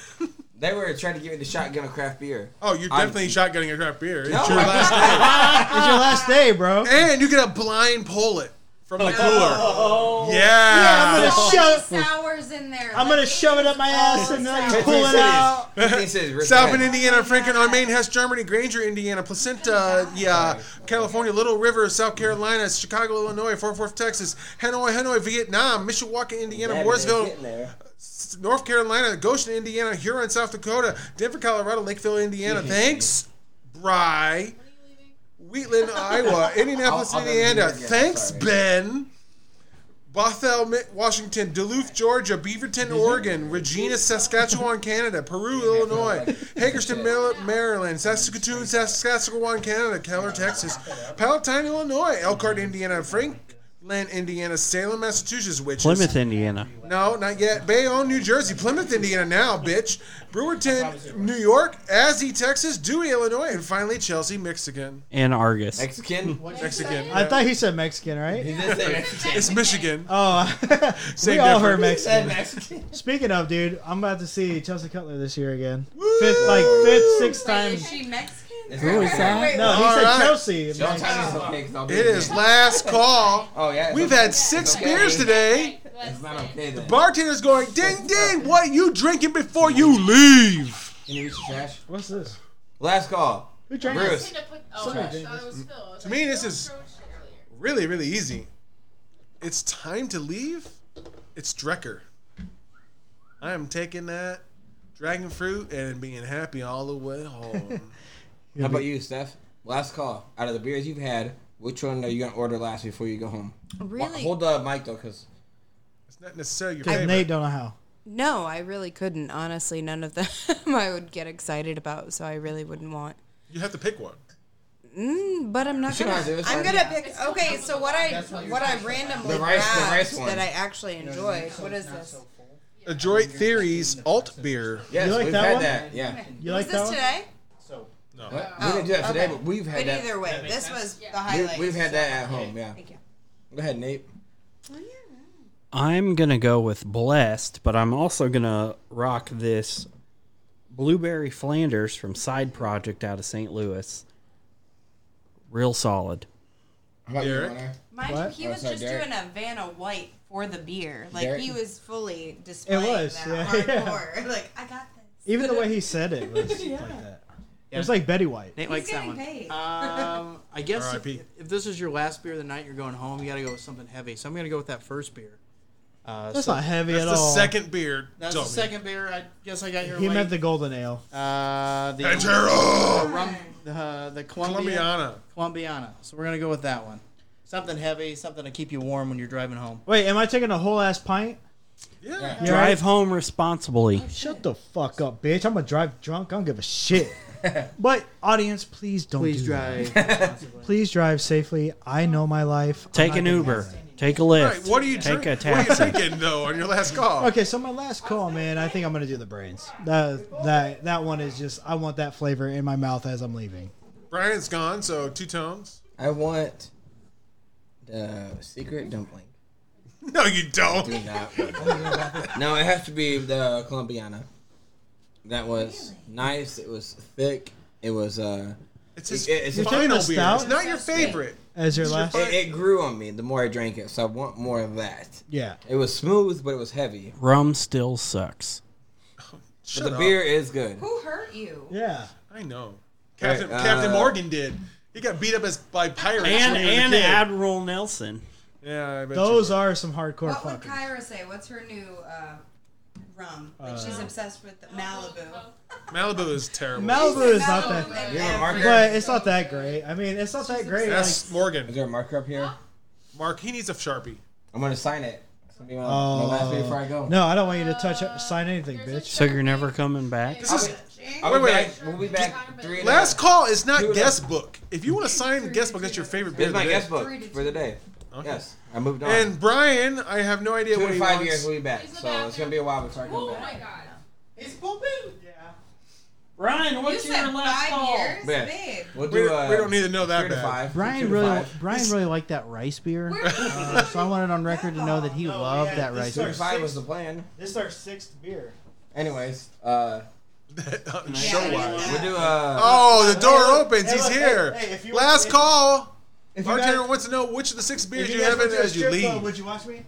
S1: They were trying to get me to shotgun a craft beer.
S2: Oh, you're
S1: I'm-
S2: definitely shotgunning a craft beer. It's
S1: No.
S2: your last day.
S3: it's your last day, bro.
S2: And you get a blind pull it from the cooler.
S3: Oh.
S2: Yeah.
S3: Yeah, I'm gonna shove-
S1: Oh.
S8: Sours in there.
S3: I'm gonna shove it up my ass and then you pull it out.
S2: [LAUGHS] Southern Indiana, Franklin, Maine, Hess, Germany, Granger, Indiana, Placenta, yeah, California, Little River, South Carolina, Chicago, Illinois, Fort Worth, Texas, Hanoi, Hanoi, Vietnam, Mishawaka, Indiana, Mooresville, S- North Carolina, Goshen, Indiana, Huron, South Dakota, Denver, Colorado, Lakeville, Indiana.
S1: Mm-hmm.
S2: Thanks, Bry.
S1: [LAUGHS]
S2: Wheatland, Iowa, Indianapolis,
S1: I'll- I'll go to
S2: Indiana.
S1: New York again,
S2: Thanks,
S1: sorry.
S2: Ben. Bothell, Mi- Washington, Duluth, Georgia,
S1: Mm-hmm.
S2: Beaverton, Oregon, Regina,
S1: [LAUGHS]
S2: Saskatchewan, Canada, Peru, Illinois, Hagerstown, Mil- Maryland, Saskatoon, Saskatchewan, Canada, Keller, Texas, Palatine, Illinois, Elkhart, Indiana, Franklin, Indiana, Salem, Massachusetts, which
S6: Plymouth, Indiana.
S2: no, not yet. Bayonne, New Jersey, Plymouth, Indiana now, bitch. Brewerton, New York, Azzy, Texas, Dewey, Illinois, and finally Chelsea, Mexican.
S6: And Argus.
S1: Mexican.
S2: Mexican.
S3: I thought he said Mexican, right?
S2: It's Michigan.
S3: Oh, [LAUGHS] we
S2: Same
S3: all heard
S2: difference.
S3: Mexican.
S2: Said
S3: [LAUGHS] Speaking of, dude, I'm about to see Chelsea Cutler this year again. Fifth, like fifth, sixth time.
S8: Is she Mexican?
S3: Who is that?
S8: Wait,
S3: No, he
S2: All
S3: said
S2: right.
S3: Chelsea.
S2: Don't
S3: Mexican.
S2: tell me it's
S1: okay, 'cause I'll
S2: It
S1: be
S2: is
S1: again.
S2: last call.
S1: [LAUGHS] Oh yeah. it's
S2: We've
S1: okay.
S2: had six
S1: It's okay.
S2: beers today.
S1: It's not okay then.
S2: Bartender's going, ding, ding, what you drinking before you leave?
S1: Can you reach the trash?
S3: What's this?
S1: Last call.
S3: Who drank
S1: Bruce.
S8: oh,
S2: To me, this is really, really easy. It's time to leave. It's Drecker. I am taking that dragon fruit and being happy all the way
S3: [LAUGHS]
S2: home.
S1: How about you, Steph? Last call. Out of the beers you've had, which one are you gonna order last before you go home?
S8: Really?
S1: Wa- Hold the mic though, cause
S2: it's not necessarily your
S3: Because
S2: favorite.
S3: Nate don't know how.
S8: No, I really couldn't. Honestly, none of them [LAUGHS] I would get excited about, so I really wouldn't want.
S2: You have to pick one.
S8: Mm, but I'm not
S1: You should
S8: gonna.
S1: not do this,
S8: I'm
S1: right?
S8: gonna pick. Okay, so what I what I randomly
S1: The rice- the
S8: grabbed
S1: rice one.
S8: that I actually enjoyed. What is this?
S2: Adroit Theories alt beer.
S1: Yes,
S3: You like
S1: we've
S3: that
S1: had
S3: one?
S1: that. Yeah.
S3: You
S8: was
S3: like that
S8: this
S3: one?
S8: today? oh,
S2: No.
S1: What? we didn't do that today, but we've had
S8: But
S1: that.
S8: either way, this was the highlight.
S1: We, we've had that at home. Yeah.
S8: Thank you.
S1: Go ahead, Nate.
S6: I'm gonna go with blessed, but I'm also gonna rock this blueberry Flanders from Side Project out of St. Louis. Real solid.
S1: How about
S2: Derek?
S1: you, Connor?
S8: Mine,
S6: What?
S8: he
S6: Oh,
S8: was
S6: sorry,
S8: just
S6: Derek.
S8: doing a Vanna White for the beer. Like
S3: Derek?
S8: he was fully displaying
S3: was,
S8: that
S3: [LAUGHS] yeah,
S8: hardcore. [LAUGHS] Like I got this.
S3: Even the way he said it
S8: [LAUGHS]
S3: was
S8: Yeah.
S3: like that. It was like Betty White.
S7: Nate likes that
S8: getting
S7: one.
S8: paid.
S7: Um, I guess if,
S2: R.I.P..
S7: if this is your last beer of the night, you're going home. You got to go with something heavy. So I'm going to go with that first beer. Uh,
S3: That's not heavy
S2: That's
S3: at
S2: the
S3: all.
S2: second beer.
S7: That's
S2: Tell
S7: the
S2: me.
S7: second beer. I guess I got your.
S3: He
S7: late.
S3: meant the golden ale.
S7: Uh, the
S3: Pantera!
S7: the rum, the, uh, the Columbia-
S2: Colombiana.
S7: Colombiana. So we're gonna go with that one. Something heavy, something to keep you warm when you're driving home.
S3: Wait, am I taking a whole ass pint?
S2: Yeah.
S3: You're
S6: Drive
S3: right.
S6: home responsibly.
S3: Shut the fuck up, bitch. I'm gonna drive drunk. I don't give a shit. but audience, please don't.
S20: Please
S3: do
S20: drive
S3: that. please drive safely. I know my life. I'm
S6: Take
S3: not
S6: an
S3: gonna-
S6: Uber. Take a
S2: All
S6: Lyft.
S2: right, what are you
S6: Take
S2: drink-
S6: a taxi.
S2: What are you drinking though on your last call?
S3: Okay, so my last call, man. I think I'm gonna do the brains. That that that one is just. I want that flavor in my mouth as I'm leaving.
S2: Brian's gone, so two tones.
S1: I want the secret dumpling.
S2: No, you don't.
S1: Do not want no, it has to be the Colombiana. That was nice. It was thick. It was uh.
S2: It's his final beer. It's not your favorite.
S3: As your
S1: It's
S3: last-
S1: it, it grew on me the more I drank it, so I want more of that.
S3: Yeah.
S1: it was smooth, but it was heavy.
S6: Rum still sucks.
S1: But the beer is good.
S8: Who hurt you?
S3: Yeah.
S2: I know. Captain,
S1: Right,
S2: Captain
S1: uh,
S2: Morgan did. He got beat up as by pirates.
S6: And-
S2: when he was a
S6: and
S2: kid.
S6: Admiral Nelson.
S2: Yeah, I bet
S3: Those are some hardcore
S8: [LAUGHS] What would
S3: fuckers.
S8: Kyra say? What's her new uh, rum? Like she's
S2: Uh,
S8: obsessed with the Malibu.
S2: you- Malibu is terrible.
S3: Malibu is not that,
S2: You want a marker?
S3: but it's not that great. I mean, it's not that great.
S2: That's
S3: like-
S2: Morgan. Is
S1: there a marker up here?
S2: Mark, he needs a sharpie.
S1: I'm gonna sign it. Somebody want
S3: Oh.
S1: to last me before I go.
S3: No, I don't want you to touch sign anything, bitch.
S6: So you're never coming back?
S2: This is,
S1: I'll
S2: wait,
S1: be
S2: wait,
S1: back-
S2: wait.
S1: We'll be back. Three
S2: Last call is not
S1: Two of
S2: guest book. If you want to sign guest book, that's your favorite beer.
S1: It's my
S2: today.
S1: guest book for the day. Yes, I moved on.
S2: And Brian, I have no idea
S1: Two
S2: what
S1: to
S2: he
S1: five
S2: wants.
S1: years, we'll be back. So it's gonna be a while before I come
S7: Oh
S1: back.
S14: god.
S7: Is pooping?
S14: Yeah.
S6: Ryan,
S14: what's
S7: You said
S14: your last
S7: five
S14: call?
S7: years?
S1: Yeah.
S7: Babe.
S1: We'll
S2: We-
S1: do. Uh,
S2: we don't need to know that
S1: three
S2: bad.
S1: five. Two
S20: Brian
S1: to
S20: really,
S1: five.
S20: Brian really liked that rice beer, uh, so I wanted on record to know that he
S1: Oh,
S20: loved that rice
S1: Two to
S20: beer.
S1: five was the plan.
S3: This is our sixth beer.
S1: Anyways,
S2: [LAUGHS]
S1: uh,
S2: show wise.
S1: we'll do. Uh,
S2: Oh, the door
S3: Hey, look,
S2: opens.
S3: hey,
S2: He's
S3: look, hey,
S2: here.
S3: hey, if you-
S2: Last
S3: if-
S2: call.
S3: if you
S2: Bartender
S3: guys-
S2: wants to know which of the six beers
S3: If
S2: you,
S3: guys
S2: have in
S3: went to a
S2: as you
S3: strip club,
S2: leave.
S3: would you watch me?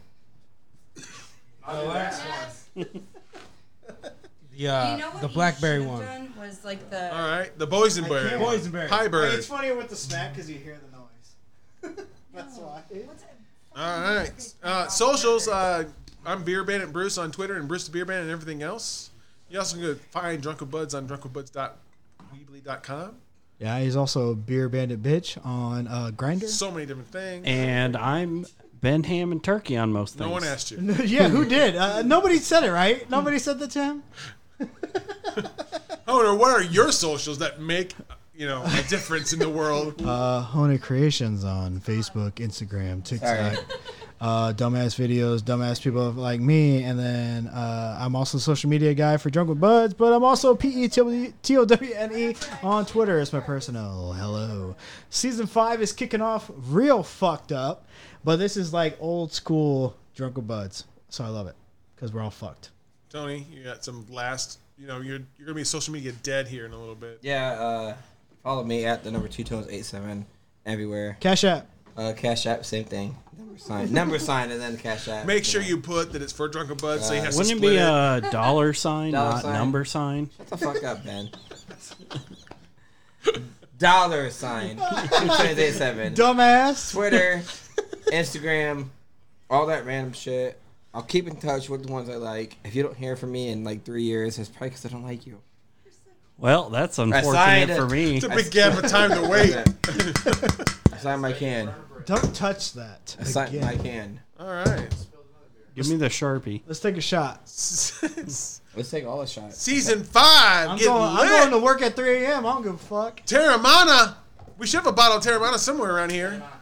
S5: Yeah,
S8: you know what
S5: the
S8: you
S5: blackberry
S8: should've
S5: one.
S8: done was like the.
S2: All right, the boysenberry.
S3: can't. Boysenberry.
S2: Highberry.
S3: Hey, it's funnier with the snack because you hear the noise. [LAUGHS] That's why.
S2: All right. Uh, socials. Uh, I'm Beer Bandit Bruce on Twitter and Bruce the Beer Bandit and everything else. You also can go find Drunk with Buds on drunkwithbuds.weebly.com.
S3: Yeah, he's also a beer bandit bitch on uh, Grinder.
S2: So many different things.
S6: And I'm Ben Ham and Turkey on most things.
S2: no one asked you.
S3: [LAUGHS] yeah, who did? Uh, nobody said it, right? Nobody said that to
S2: [LAUGHS]
S3: him.
S2: However, what are your socials that make you know a difference in the world?
S3: [LAUGHS] Uh, Hona Creations on Facebook, Instagram, TikTok.
S2: Sorry.
S3: Uh, dumbass videos, dumbass people like me, and then uh, I'm also a social media guy for Drunk with Buds, but I'm also P E T O W N E on Twitter. It's my personal. Hello. Season five is kicking off real fucked up, but this is like old school Drunk with Buds, so I love it because we're all fucked.
S2: Tony, you got some last. You know, you're you're gonna be social media dead here in a little bit.
S1: Yeah, uh, follow me at the number two tones eight seven everywhere.
S3: Cash App.
S1: Uh, cash app, same thing. Number sign, number sign, and then cash app.
S2: Make sure you put that it's for Drunken Bud, so you
S1: Uh,
S2: have to
S6: Wouldn't it
S2: split
S6: be
S2: it.
S6: a dollar sign,
S1: Dollar
S6: not
S1: sign.
S6: number sign?
S1: Shut the fuck up, Ben. Dollar sign. Two tones eight seven.
S3: Dumbass. [LAUGHS]
S1: Twitter, Instagram, all that random shit. I'll keep in touch with the ones I like. If you don't hear from me in like three years, it's probably because I don't like you.
S6: Well, that's unfortunate
S1: signed
S6: for
S1: it.
S6: me.
S1: It's a big gap of time to wait. [LAUGHS] I sign my can.
S3: Don't touch that.
S1: I sign
S3: again.
S1: my can.
S2: All right.
S6: Give me the Sharpie.
S3: Let's take a shot. [LAUGHS]
S1: Let's take all the shots.
S2: Season five.
S3: I'm
S2: getting
S3: going, I'm
S2: lit.
S3: going to work at 3 a.m. I don't give a fuck.
S2: Terramana. We should have a bottle of Terramana somewhere around here.
S8: [LAUGHS]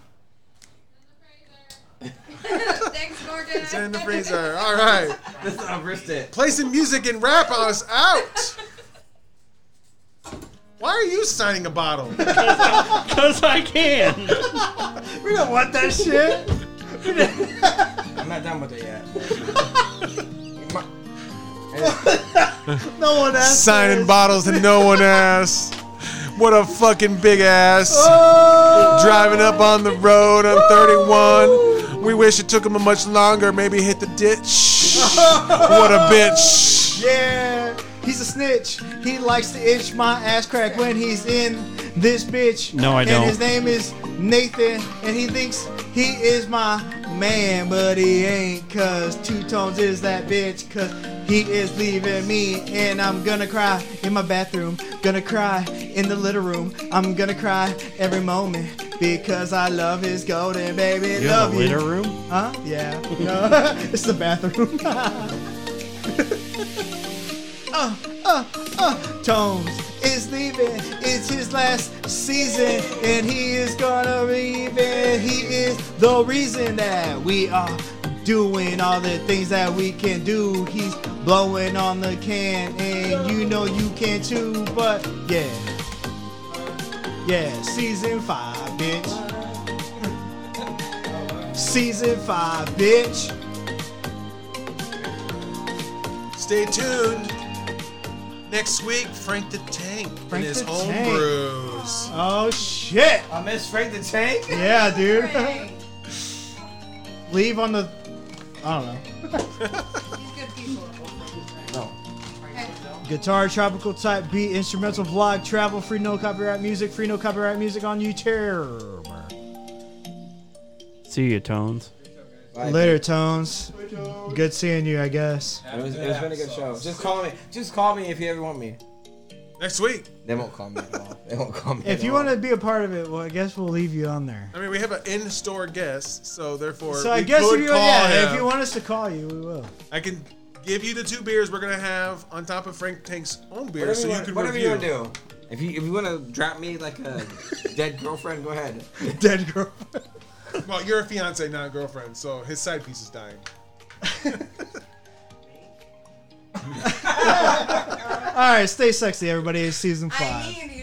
S8: Thanks, Morgan.
S2: It's in the
S1: [LAUGHS]
S2: freezer. All right.
S1: That's not wrist it.
S2: Play some music and wrap us out. Why are you signing a
S6: [LAUGHS]
S2: bottle?
S6: Because I can.
S3: [LAUGHS] we don't want that shit.
S1: I'm not done with it yet.
S3: no one asked.
S2: Signing bottles and no one asked. What a fucking big ass.
S14: Oh.
S2: Driving up on the road on 31. We wish it took him much longer. Maybe hit the ditch. [LAUGHS] what a bitch.
S3: Yeah, he's a snitch. He likes to itch my ass crack when he's in this bitch.
S6: No, I
S3: and
S6: don't.
S3: His name is Nathan, and he thinks he is my
S14: man, but he ain't. Cause Two Tones is that bitch. Cause he is leaving me. And I'm gonna cry in my bathroom. Gonna cry in the little room. I'm gonna cry every moment. Because I love his golden baby.
S3: You
S14: love
S3: have a litter room?
S14: Huh? Yeah. No, [LAUGHS] it's the bathroom. [LAUGHS] uh, uh, uh. Tones is leaving. It's his last season, and he is gonna leave it. He is the reason that we are doing all the things that we can do. He's blowing on the can, and you know you can too. But yeah, yeah, season five, bitch. Season five, bitch.
S2: Stay tuned. Next week, Frank the Tank
S14: Frank
S2: and his
S14: the Tank.
S2: homebrews.
S14: Oh shit!
S21: I miss Frank the Tank. [LAUGHS]
S14: Yeah, dude. [LAUGHS] Leave on the. I don't know. Guitar tropical type beat instrumental vlog travel free no copyright music free no copyright music on YouTube.
S3: See you, Tones.
S14: Later tones. Good seeing you, I guess.
S1: It was, it's been a good show. Just call me. Just call me if you ever want me.
S2: Next week.
S1: They won't call me at all. They won't call me.
S14: If you want to be a part of it, well, I guess we'll leave you on there.
S2: I mean, we have an in-store guest, so therefore,
S14: So I
S2: we
S14: guess
S2: could
S14: if you,
S2: call
S14: yeah,
S2: him.
S14: if you want us to call you, we will.
S2: I can give you the two beers we're gonna have on top of Frank Tank's own beer,
S1: Whatever
S2: so
S1: you
S2: you
S1: want-
S2: can
S1: whatever you
S2: review.
S1: wanna do. If you if you want to drop me
S2: [LAUGHS]
S1: like a dead girlfriend, go ahead.
S14: Dead girl.
S2: well, you're a fiance, not a girlfriend, so his side piece is dying.
S14: All right, stay sexy, everybody. It's season five.
S8: I need you.